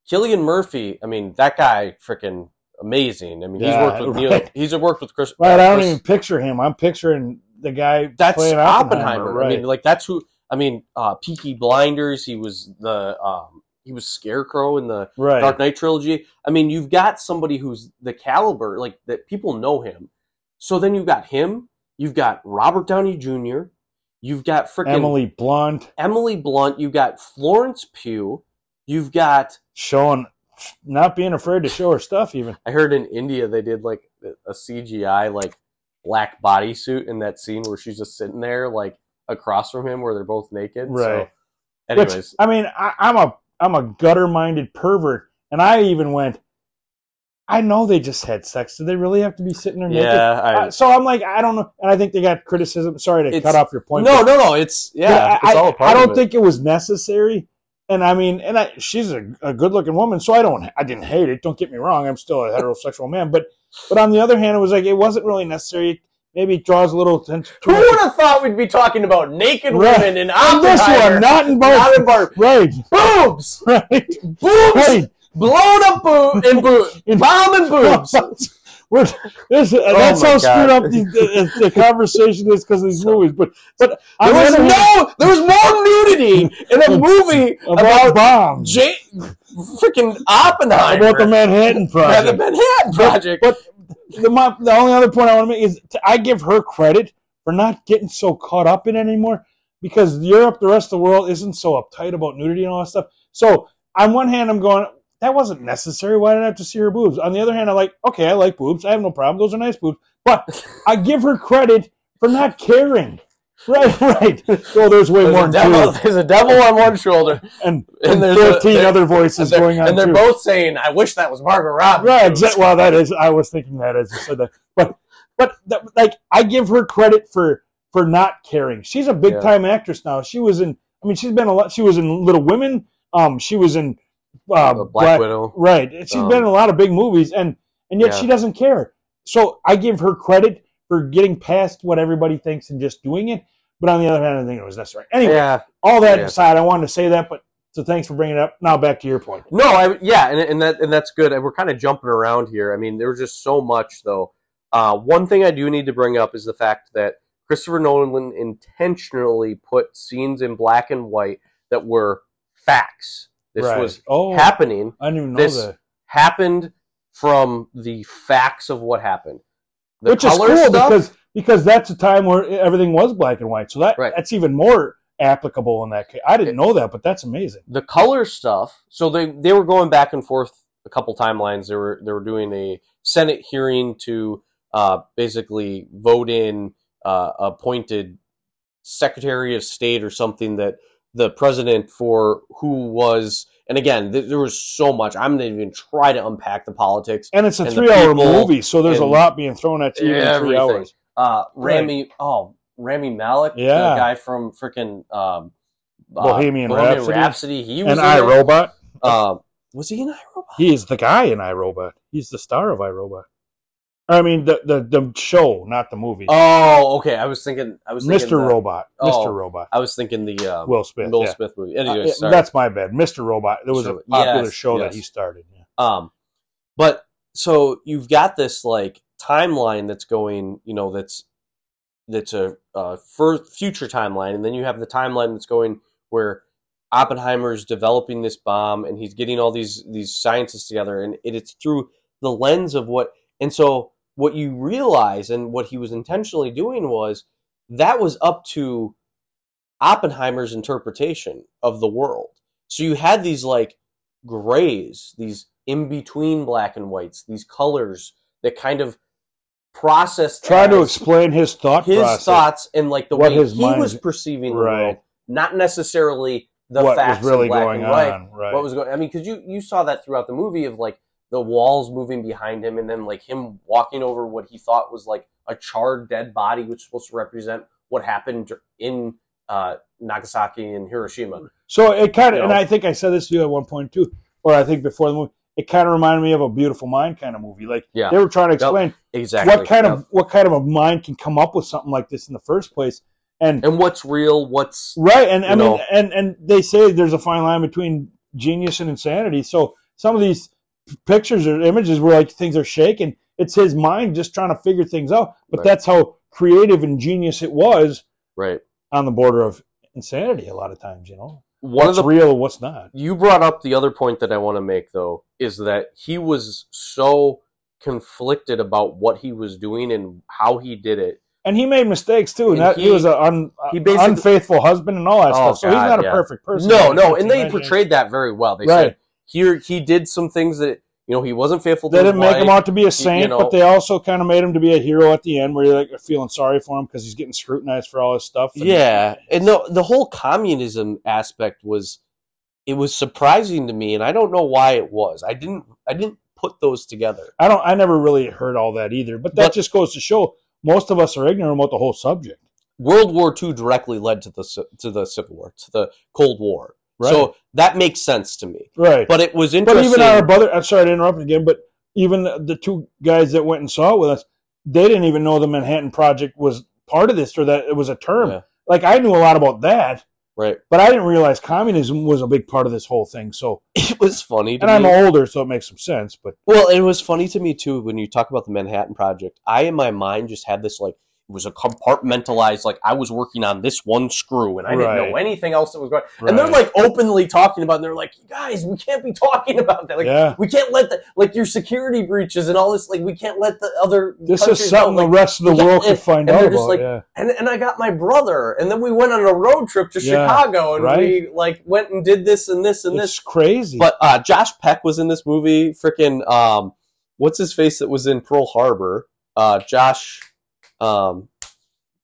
[SPEAKER 1] Killian Murphy, I mean, that guy freaking amazing. I mean,
[SPEAKER 2] Yeah,
[SPEAKER 1] he's worked with Neil,
[SPEAKER 2] right.
[SPEAKER 1] he's worked with Chris.
[SPEAKER 2] right i don't
[SPEAKER 1] Chris-
[SPEAKER 2] even picture him i'm picturing the guy
[SPEAKER 1] That's
[SPEAKER 2] playing
[SPEAKER 1] Oppenheimer.
[SPEAKER 2] oppenheimer,
[SPEAKER 1] I
[SPEAKER 2] right
[SPEAKER 1] mean, like that's who. I mean, uh, Peaky Blinders. He was the um, he was Scarecrow in the
[SPEAKER 2] right
[SPEAKER 1] Dark Knight trilogy. I mean, you've got somebody who's the caliber, like that people know him. So then you've got him. You've got Robert Downey Jr. You've got freaking Emily.
[SPEAKER 2] emily blunt
[SPEAKER 1] Blunt. You've got Florence Pugh. You've got
[SPEAKER 2] showing not being afraid to show her stuff even
[SPEAKER 1] I heard in India they did like a CGI like black bodysuit in that scene where she's just sitting there like across from him where they're both naked.
[SPEAKER 2] Right.
[SPEAKER 1] So,
[SPEAKER 2] Which,
[SPEAKER 1] anyways,
[SPEAKER 2] I mean, I, I'm a I'm a gutter minded pervert, and I even went. I know they just had sex. Do they really have to be sitting there naked?
[SPEAKER 1] yeah. I,
[SPEAKER 2] Uh, so I'm like, I don't know, and I think they got criticism. Sorry to
[SPEAKER 1] It's-
[SPEAKER 2] cut off your point.
[SPEAKER 1] no,
[SPEAKER 2] but-
[SPEAKER 1] no, no. It's yeah.
[SPEAKER 2] Yeah,
[SPEAKER 1] it's all a part of
[SPEAKER 2] I don't
[SPEAKER 1] it.
[SPEAKER 2] think it was necessary. And I mean, and I, she's a, a good-looking woman, so I don't, I didn't hate it. Don't get me wrong; I'm still a heterosexual man, but, but on the other hand, it was like it wasn't really necessary. Maybe it draws a little attention.
[SPEAKER 1] Who would have thought we'd be talking about naked
[SPEAKER 2] Right.
[SPEAKER 1] women in
[SPEAKER 2] on this one,
[SPEAKER 1] Oppenheimer?
[SPEAKER 2] not in both,
[SPEAKER 1] Not in both.
[SPEAKER 2] right,
[SPEAKER 1] Boobs,
[SPEAKER 2] right,
[SPEAKER 1] boobs,
[SPEAKER 2] right.
[SPEAKER 1] blown up boob and boob,
[SPEAKER 2] In-
[SPEAKER 1] bomb and boobs.
[SPEAKER 2] We're, this, uh, that's
[SPEAKER 1] Oh my God.
[SPEAKER 2] how screwed up the, the, the conversation is because of these movies. But but
[SPEAKER 1] There
[SPEAKER 2] on the
[SPEAKER 1] was
[SPEAKER 2] other hand,
[SPEAKER 1] no, there was more nudity in a movie
[SPEAKER 2] about,
[SPEAKER 1] about
[SPEAKER 2] bombs,
[SPEAKER 1] J- freaking Oppenheimer.
[SPEAKER 2] about the Manhattan
[SPEAKER 1] Yeah, the
[SPEAKER 2] Project.
[SPEAKER 1] Manhattan Project.
[SPEAKER 2] But the my, the only other point I want to make is t- I give her credit for not getting so caught up in it anymore because Europe, the rest of the world, isn't so uptight about nudity and all that stuff. So on one hand, I'm going. That wasn't necessary. Why did I have to see her boobs? On the other hand, I'm like, okay, I like boobs. I have no problem. Those are nice boobs. But I give her credit for not caring. Right, right. So there's way
[SPEAKER 1] There's,
[SPEAKER 2] more
[SPEAKER 1] a
[SPEAKER 2] than
[SPEAKER 1] devil,
[SPEAKER 2] two.
[SPEAKER 1] there's a devil on one shoulder,
[SPEAKER 2] And,
[SPEAKER 1] and
[SPEAKER 2] and
[SPEAKER 1] there's a-
[SPEAKER 2] 13
[SPEAKER 1] there-
[SPEAKER 2] other voices
[SPEAKER 1] and they're,
[SPEAKER 2] going on.
[SPEAKER 1] and they're
[SPEAKER 2] too.
[SPEAKER 1] both saying, "I wish that was Margaret Robbie."
[SPEAKER 2] Right. Exa- well, that is. I was thinking that as you said that, but but that, like I give her credit for for not caring. She's a big
[SPEAKER 1] Yeah.
[SPEAKER 2] time actress now. She was in. I mean, she's been a lot. She was in Little Women. Um, she was in uh,
[SPEAKER 1] The Black,
[SPEAKER 2] Black.
[SPEAKER 1] Widow.
[SPEAKER 2] Right. She's
[SPEAKER 1] Um,
[SPEAKER 2] been in a lot of big movies, and and yet
[SPEAKER 1] yeah.
[SPEAKER 2] she doesn't care. So I give her credit for getting past what everybody thinks and just doing it. But on the other hand, I think it was necessary. Anyway,
[SPEAKER 1] Yeah,
[SPEAKER 2] all that
[SPEAKER 1] Yeah.
[SPEAKER 2] aside, I wanted to say that, but So thanks for bringing it up. Now back to your point.
[SPEAKER 1] No, I yeah, and, and that and that's good. And we're kind of jumping around here. I mean, there's just so much though. Uh, one thing I do need to bring up is the fact that Christopher Nolan intentionally put scenes in black and white that were facts. This
[SPEAKER 2] Right.
[SPEAKER 1] was
[SPEAKER 2] oh,
[SPEAKER 1] happening.
[SPEAKER 2] I didn't even know
[SPEAKER 1] this-
[SPEAKER 2] that.
[SPEAKER 1] Happened from the facts of what happened. The
[SPEAKER 2] Which is
[SPEAKER 1] color
[SPEAKER 2] cool
[SPEAKER 1] stuff-
[SPEAKER 2] because because that's a time where e, everything was black and white. So that
[SPEAKER 1] Right.
[SPEAKER 2] that's even more applicable in that case. I didn't know that, but that's amazing.
[SPEAKER 1] the color stuff. So they they were going back and forth a couple timelines. They were they were doing a Senate hearing to uh, basically vote in uh, appointed Secretary of State or something that the president for who was. And again, th- there was so much. I'm not even try to unpack the politics.
[SPEAKER 2] And it's a
[SPEAKER 1] And the
[SPEAKER 2] three-hour
[SPEAKER 1] people
[SPEAKER 2] movie, so there's a
[SPEAKER 1] and
[SPEAKER 2] lot being thrown at you in three
[SPEAKER 1] everything.
[SPEAKER 2] hours.
[SPEAKER 1] Uh, Rami, oh Rami Malik,
[SPEAKER 2] Yeah.
[SPEAKER 1] the guy from freaking um, uh,
[SPEAKER 2] Bohemian Rhapsody.
[SPEAKER 1] Rhapsody. He was
[SPEAKER 2] And
[SPEAKER 1] in
[SPEAKER 2] I
[SPEAKER 1] it.
[SPEAKER 2] Robot.
[SPEAKER 1] Uh, was he in iRobot?
[SPEAKER 2] He is the guy in iRobot. He's the star of iRobot. I mean, the the, the show, not the movie.
[SPEAKER 1] Oh, okay. I was thinking. I was
[SPEAKER 2] Mr.
[SPEAKER 1] Thinking the-
[SPEAKER 2] Robot.
[SPEAKER 1] Oh.
[SPEAKER 2] Mr. Robot.
[SPEAKER 1] I was thinking the uh, Will
[SPEAKER 2] Will Smith.
[SPEAKER 1] Smith,
[SPEAKER 2] yeah.
[SPEAKER 1] movie.
[SPEAKER 2] Uh,
[SPEAKER 1] Anyway,
[SPEAKER 2] yeah,
[SPEAKER 1] sorry.
[SPEAKER 2] That's my bad. Mr. Robot. There was
[SPEAKER 1] Sure.
[SPEAKER 2] a popular
[SPEAKER 1] Yes,
[SPEAKER 2] show
[SPEAKER 1] yes.
[SPEAKER 2] that he started. yeah.
[SPEAKER 1] Um, but so you've got this like timeline that's going, you know, that's that's a, a fur future timeline, and then you have the timeline that's going where Oppenheimer's developing this bomb, and he's getting all these these scientists together, and it, it's through the lens of what, and so what you realize, and what he was intentionally doing was that was up to Oppenheimer's interpretation of the world. So you had these like grays, these in between black and whites, these colors that kind of processed
[SPEAKER 2] Trying to
[SPEAKER 1] as
[SPEAKER 2] explain his thought
[SPEAKER 1] his
[SPEAKER 2] process.
[SPEAKER 1] thoughts and like the
[SPEAKER 2] What
[SPEAKER 1] way
[SPEAKER 2] his
[SPEAKER 1] he
[SPEAKER 2] mind-
[SPEAKER 1] was perceiving the
[SPEAKER 2] Right.
[SPEAKER 1] world, not necessarily the
[SPEAKER 2] what
[SPEAKER 1] facts
[SPEAKER 2] was really
[SPEAKER 1] in black
[SPEAKER 2] going
[SPEAKER 1] and white.
[SPEAKER 2] on. Right.
[SPEAKER 1] What was going? I mean, because you you saw that throughout the movie of like the walls moving behind him, and then like him walking over what he thought was like a charred dead body, which was supposed to represent what happened in uh, Nagasaki and Hiroshima.
[SPEAKER 2] so it kind of,
[SPEAKER 1] you
[SPEAKER 2] and
[SPEAKER 1] know.
[SPEAKER 2] I think I said this to you at one point too, or I think before the movie, it kind of reminded me of a Beautiful Mind kind of movie. Like
[SPEAKER 1] Yeah.
[SPEAKER 2] they were trying to explain
[SPEAKER 1] Exactly.
[SPEAKER 2] what kind of what kind of a mind can come up with something like this in the first place, and
[SPEAKER 1] and what's real? What's
[SPEAKER 2] Right, and I
[SPEAKER 1] you
[SPEAKER 2] mean,
[SPEAKER 1] know.
[SPEAKER 2] and and they say there's a fine line between genius and insanity. So some of these pictures or images where like things are shaken, it's his mind just trying to figure things out. But
[SPEAKER 1] Right.
[SPEAKER 2] that's how creative and genius it was
[SPEAKER 1] right?
[SPEAKER 2] on the border of insanity. A lot of times, you know,
[SPEAKER 1] One of
[SPEAKER 2] what's
[SPEAKER 1] the
[SPEAKER 2] real, and what's not.
[SPEAKER 1] you brought up the other point that I want to make though is that he was so conflicted about what he was doing and how he did it.
[SPEAKER 2] And he made mistakes too. And
[SPEAKER 1] And
[SPEAKER 2] that, he,
[SPEAKER 1] he-
[SPEAKER 2] was an un,
[SPEAKER 1] he basically-
[SPEAKER 2] unfaithful husband and all that
[SPEAKER 1] Oh,
[SPEAKER 2] stuff. So he's
[SPEAKER 1] God,
[SPEAKER 2] not a
[SPEAKER 1] yeah.
[SPEAKER 2] perfect person.
[SPEAKER 1] No,
[SPEAKER 2] by
[SPEAKER 1] no,
[SPEAKER 2] any
[SPEAKER 1] and they
[SPEAKER 2] stretch of
[SPEAKER 1] portrayed that very well. They
[SPEAKER 2] Right.
[SPEAKER 1] said here he did some things that you know he wasn't faithful to.
[SPEAKER 2] They didn't
[SPEAKER 1] his
[SPEAKER 2] make him
[SPEAKER 1] wife.
[SPEAKER 2] out to be a saint,
[SPEAKER 1] know.
[SPEAKER 2] but they also kind of made him to be a hero at the end, where you're like feeling sorry for him because he's getting scrutinized for all his stuff. and-
[SPEAKER 1] Yeah, and the the whole communism aspect was it was surprising to me, and I don't know why it was. I didn't I didn't put those together.
[SPEAKER 2] I don't. I never really heard all that either, but that
[SPEAKER 1] But-
[SPEAKER 2] just goes to show most of us are ignorant about the whole subject.
[SPEAKER 1] World War II directly led to the ci- to the Civil War, to the Cold War.
[SPEAKER 2] Right.
[SPEAKER 1] So that makes sense to me.
[SPEAKER 2] right. But,
[SPEAKER 1] But it was interesting.
[SPEAKER 2] even our brother. I'm sorry to interrupt again, but even the, the two guys that went and saw it with us, they didn't even know the Manhattan Project was part of this or that it was a term.
[SPEAKER 1] Yeah.
[SPEAKER 2] Like I knew a lot about that,
[SPEAKER 1] right,
[SPEAKER 2] but I didn't realize communism was a big part of this whole thing. So,
[SPEAKER 1] it was funny. To
[SPEAKER 2] and I'm
[SPEAKER 1] me.
[SPEAKER 2] older, so it makes some sense. But
[SPEAKER 1] Well, it was funny to me too when you talk about the Manhattan Project. I, in my mind, just had this like it was a compartmentalized like I was working on this one screw and I didn't know
[SPEAKER 2] Right.
[SPEAKER 1] anything else that was going. And they're
[SPEAKER 2] Right.
[SPEAKER 1] like openly talking about. It, and they're like, guys, we can't be talking about that. Like,
[SPEAKER 2] yeah.
[SPEAKER 1] we can't let the like your security breaches and all this. Like, we can't let the other.
[SPEAKER 2] This is
[SPEAKER 1] countries know,
[SPEAKER 2] something
[SPEAKER 1] like,
[SPEAKER 2] the rest of the
[SPEAKER 1] yeah,
[SPEAKER 2] world could
[SPEAKER 1] and- and
[SPEAKER 2] find out
[SPEAKER 1] they're just
[SPEAKER 2] about.
[SPEAKER 1] like,
[SPEAKER 2] yeah.
[SPEAKER 1] and and I got my brother, and then we went on a road trip to
[SPEAKER 2] Yeah,
[SPEAKER 1] Chicago, and
[SPEAKER 2] right.
[SPEAKER 1] we like went and did this and this and this.
[SPEAKER 2] It's crazy.
[SPEAKER 1] But uh, Josh Peck was in this movie. Freaking, um, what's his face that was in Pearl Harbor? Uh, Josh, um,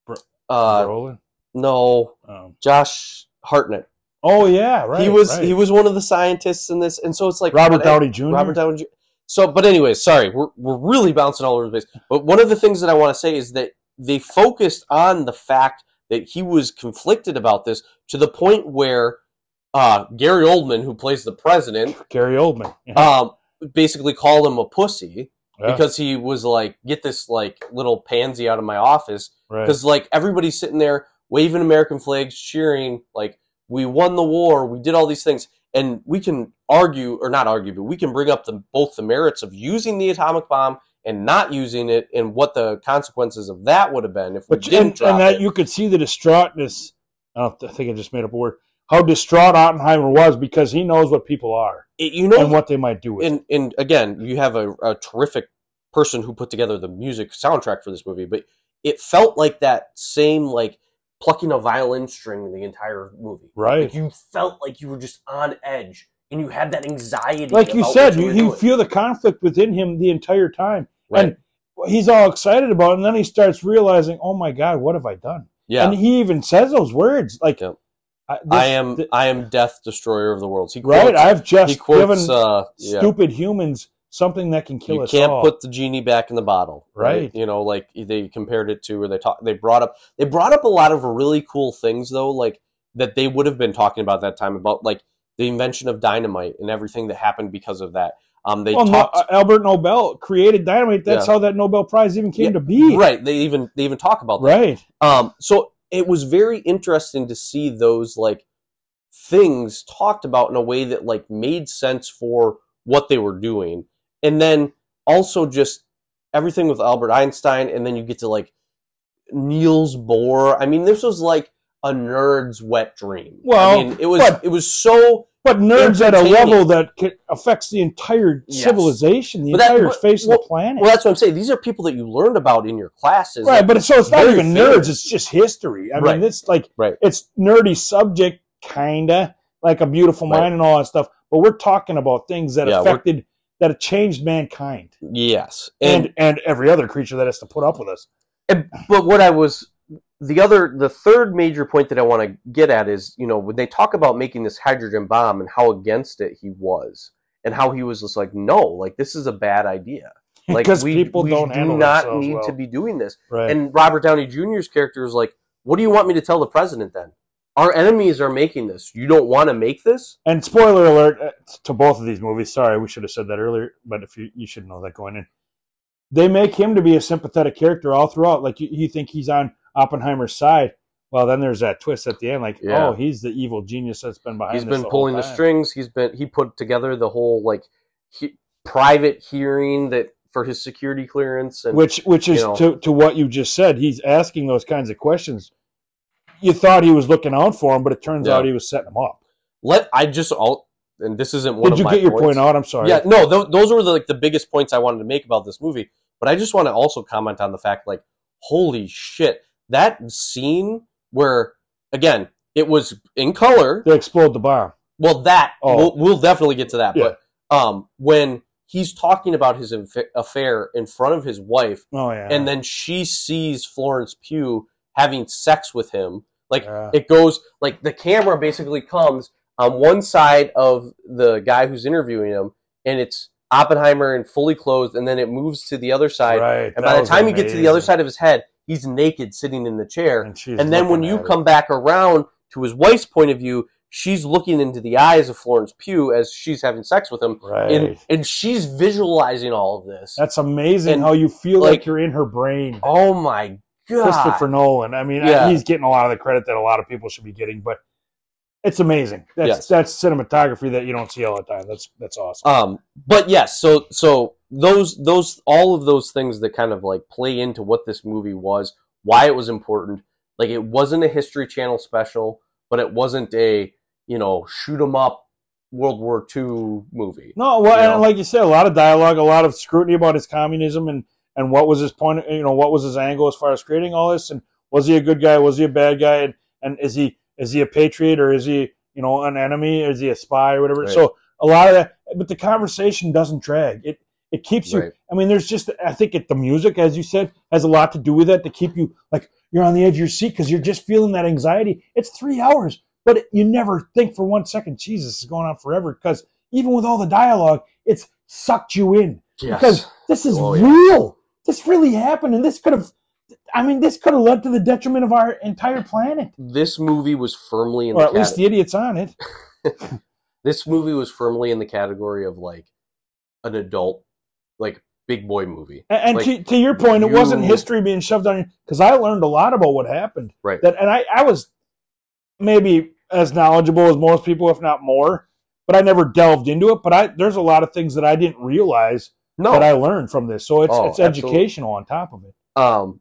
[SPEAKER 2] Bro-
[SPEAKER 1] uh,
[SPEAKER 2] Roland?
[SPEAKER 1] no,
[SPEAKER 2] Um,
[SPEAKER 1] Josh Hartnett.
[SPEAKER 2] oh yeah, right.
[SPEAKER 1] he was
[SPEAKER 2] right.
[SPEAKER 1] he was one of the scientists in this, and so it's like
[SPEAKER 2] Robert
[SPEAKER 1] but-
[SPEAKER 2] Downey Jr.
[SPEAKER 1] Robert Downey. Jr. So, but anyway, sorry, we're we're really bouncing all over the place. But one of the things that I want to say is that they focused on the fact that he was conflicted about this to the point where uh, Gary Oldman, who plays the president,
[SPEAKER 2] Gary Oldman. Yeah.
[SPEAKER 1] um, basically called him a pussy
[SPEAKER 2] Yeah,
[SPEAKER 1] because he was like, "Get this like little pansy out of my office,"
[SPEAKER 2] right.
[SPEAKER 1] because like everybody's sitting there waving American flags, cheering like, "We won the war, we did all these things," and we can argue or not argue, but we can bring up the, both the merits of using the atomic bomb and not using it, and what the consequences of that would have been if we
[SPEAKER 2] But you-
[SPEAKER 1] didn't
[SPEAKER 2] and,
[SPEAKER 1] drop
[SPEAKER 2] and that
[SPEAKER 1] it.
[SPEAKER 2] you could see the distraughtness. I, don't, I think I just made up a word. How distraught Oppenheimer was because he knows what people are
[SPEAKER 1] It- you know,
[SPEAKER 2] and what they might do with. it.
[SPEAKER 1] and and again, you have a, a terrific person who put together the music soundtrack for this movie, but it felt like that same like plucking a violin string the entire movie. Like
[SPEAKER 2] right?
[SPEAKER 1] you felt like you were just on edge, and you had that anxiety.
[SPEAKER 2] Like you
[SPEAKER 1] about
[SPEAKER 2] said,
[SPEAKER 1] what
[SPEAKER 2] you,
[SPEAKER 1] were
[SPEAKER 2] you
[SPEAKER 1] doing.
[SPEAKER 2] feel the conflict within him the entire time.
[SPEAKER 1] right?
[SPEAKER 2] and- He's all excited about it, and then he starts realizing, "Oh my God, what have I done?"
[SPEAKER 1] yeah,
[SPEAKER 2] And he even says those words, like,
[SPEAKER 1] Yep.
[SPEAKER 2] I, this-
[SPEAKER 1] I am
[SPEAKER 2] th-
[SPEAKER 1] I am death destroyer of the worlds. He
[SPEAKER 2] right."
[SPEAKER 1] quotes,
[SPEAKER 2] I've
[SPEAKER 1] he
[SPEAKER 2] just given
[SPEAKER 1] quotes uh, yeah.
[SPEAKER 2] stupid humans something that can kill
[SPEAKER 1] you
[SPEAKER 2] us
[SPEAKER 1] can't
[SPEAKER 2] all.
[SPEAKER 1] put the genie back in the bottle
[SPEAKER 2] Right.
[SPEAKER 1] you know like they compared it to or they talk they brought up they brought up a lot of really cool things though like that they would have been talking about that time about like the invention of dynamite and everything that happened because of that um they
[SPEAKER 2] Well, no-
[SPEAKER 1] talked
[SPEAKER 2] uh, Albert Nobel created dynamite. That's how that Nobel Prize even came
[SPEAKER 1] Yeah,
[SPEAKER 2] to be.
[SPEAKER 1] right they even they even talk about that
[SPEAKER 2] Right.
[SPEAKER 1] um so it was very interesting to see those like things talked about in a way that like made sense for what they were doing and then also just everything with albert einstein and then you get to like niels bohr i mean this was like a nerd's wet dream
[SPEAKER 2] Well,
[SPEAKER 1] i mean it was
[SPEAKER 2] but-
[SPEAKER 1] it was so
[SPEAKER 2] But nerds at a
[SPEAKER 1] Entertaining.
[SPEAKER 2] level that ca- affects the entire
[SPEAKER 1] Yes.
[SPEAKER 2] civilization, the
[SPEAKER 1] But that-
[SPEAKER 2] entire
[SPEAKER 1] but-
[SPEAKER 2] face
[SPEAKER 1] well-
[SPEAKER 2] of the planet.
[SPEAKER 1] well that's what i'm saying these are people that you learned about in your classes
[SPEAKER 2] right, but it's, so it's not
[SPEAKER 1] very
[SPEAKER 2] even
[SPEAKER 1] fair.
[SPEAKER 2] nerds. It's just history. I
[SPEAKER 1] Right.
[SPEAKER 2] mean, it's like
[SPEAKER 1] Right.
[SPEAKER 2] it's nerdy subject, kinda like a beautiful
[SPEAKER 1] Right.
[SPEAKER 2] mind and all that stuff. But we're talking about things that
[SPEAKER 1] Yeah, we're-
[SPEAKER 2] affected, that have changed mankind
[SPEAKER 1] yes
[SPEAKER 2] and, and every other creature that has to put up with us.
[SPEAKER 1] And, but what I was the other the third major point that I want to get at is you know when they talk about making this hydrogen bomb and how against it he was and how he was just like no like this is a bad idea like
[SPEAKER 2] Because
[SPEAKER 1] we,
[SPEAKER 2] people
[SPEAKER 1] we
[SPEAKER 2] don't
[SPEAKER 1] do
[SPEAKER 2] handle
[SPEAKER 1] not
[SPEAKER 2] themselves
[SPEAKER 1] need
[SPEAKER 2] well.
[SPEAKER 1] to be doing this
[SPEAKER 2] Right.
[SPEAKER 1] and Robert Downey Jr.'s character is like what do you want me to tell the president then our enemies are making this you don't want to make this
[SPEAKER 2] And spoiler alert uh, to both of these movies. Sorry, we should have said that earlier, but if you you should know that going in, they make him to be a sympathetic character all throughout. Like you, you think he's on Oppenheimer's side. Well, then there's that twist at the end, like
[SPEAKER 1] Yeah.
[SPEAKER 2] oh, he's the evil genius that's been behind.
[SPEAKER 1] he's
[SPEAKER 2] this
[SPEAKER 1] been
[SPEAKER 2] whole
[SPEAKER 1] pulling the
[SPEAKER 2] time.
[SPEAKER 1] strings he's been he put together the whole like he, private hearing that for his security clearance and
[SPEAKER 2] which which
[SPEAKER 1] you
[SPEAKER 2] is
[SPEAKER 1] know.
[SPEAKER 2] to to what you just said. He's asking those kinds of questions. You thought he was looking out for him, but it turns
[SPEAKER 1] Yeah.
[SPEAKER 2] out he was setting him up.
[SPEAKER 1] let I just all and this isn't one
[SPEAKER 2] Did
[SPEAKER 1] of
[SPEAKER 2] you
[SPEAKER 1] my
[SPEAKER 2] get your
[SPEAKER 1] points.
[SPEAKER 2] point out? I'm sorry.
[SPEAKER 1] Yeah, no, th- those were the, like the biggest points I wanted to make about this movie. But I just want to also comment on the fact, like, holy shit, that scene where again it was in color.
[SPEAKER 2] They explode the bomb.
[SPEAKER 1] Well, that
[SPEAKER 2] Oh.
[SPEAKER 1] we'll, we'll definitely get to that.
[SPEAKER 2] Yeah.
[SPEAKER 1] But um, when he's talking about his inf- affair in front of his wife,
[SPEAKER 2] Oh yeah.
[SPEAKER 1] and then she sees Florence Pugh having sex with him, like
[SPEAKER 2] Yeah.
[SPEAKER 1] it goes like the camera basically comes on one side of the guy who's interviewing him and it's oppenheimer and fully clothed and then it moves to the other side
[SPEAKER 2] right.
[SPEAKER 1] and
[SPEAKER 2] that
[SPEAKER 1] by the
[SPEAKER 2] was
[SPEAKER 1] time you get to the other
[SPEAKER 2] amazing.
[SPEAKER 1] side of his head he's naked sitting in the chair
[SPEAKER 2] and, she's
[SPEAKER 1] and then when
[SPEAKER 2] looking
[SPEAKER 1] you
[SPEAKER 2] at it.
[SPEAKER 1] come back around to his wife's point of view she's looking into the eyes of florence pugh as she's having sex with him
[SPEAKER 2] right
[SPEAKER 1] and, and she's visualizing all of this
[SPEAKER 2] that's amazing
[SPEAKER 1] and,
[SPEAKER 2] how you feel like,
[SPEAKER 1] like,
[SPEAKER 2] you're in her brain
[SPEAKER 1] oh my god
[SPEAKER 2] christopher nolan i mean I-
[SPEAKER 1] Yeah.
[SPEAKER 2] he's getting a lot of the credit that a lot of people should be getting but it's amazing that's
[SPEAKER 1] Yes.
[SPEAKER 2] that's cinematography that you don't see all the time that's that's awesome
[SPEAKER 1] Um, but yes, so so those those all of those things that kind of like play into what this movie was, why it was important. Like it wasn't a History Channel special, but it wasn't a you know shoot 'em up World War II movie.
[SPEAKER 2] no well
[SPEAKER 1] you know.
[SPEAKER 2] and like you said a lot of dialogue a lot of scrutiny about his communism and and what was his point you know what was his angle as far as creating all this and was he a good guy was he a bad guy and, and is he is he a patriot or is he you know an enemy is he a spy or whatever
[SPEAKER 1] Right.
[SPEAKER 2] so a lot of that but the conversation doesn't drag it it keeps you
[SPEAKER 1] Right.
[SPEAKER 2] I mean, there's just I think it, the music, as you said, has a lot to do with that to keep you like you're on the edge of your seat because you're just feeling that anxiety. It's three hours, but it, you never think for one second, Jesus, is going on forever because even with all the dialogue, it's sucked you in
[SPEAKER 1] Yes.
[SPEAKER 2] because this is
[SPEAKER 1] Oh, yeah.
[SPEAKER 2] real. This really happened, and this could have. I mean, this could have led to the detriment of our entire planet,
[SPEAKER 1] this movie was firmly in
[SPEAKER 2] or
[SPEAKER 1] the
[SPEAKER 2] at least
[SPEAKER 1] cate-
[SPEAKER 2] the idiots on it.
[SPEAKER 1] this movie was firmly in the category of like an adult like big boy movie.
[SPEAKER 2] And, and
[SPEAKER 1] Like,
[SPEAKER 2] to, to your point, it wasn't
[SPEAKER 1] you-
[SPEAKER 2] history being shoved on you because I learned a lot about what happened.
[SPEAKER 1] Right.
[SPEAKER 2] That, and I, I was maybe as knowledgeable as most people, if not more. but I never delved into it. But I there's a lot of things that I didn't realize
[SPEAKER 1] No,
[SPEAKER 2] that I learned from this. So it's
[SPEAKER 1] Oh,
[SPEAKER 2] it's
[SPEAKER 1] absolutely.
[SPEAKER 2] educational on top of it.
[SPEAKER 1] um,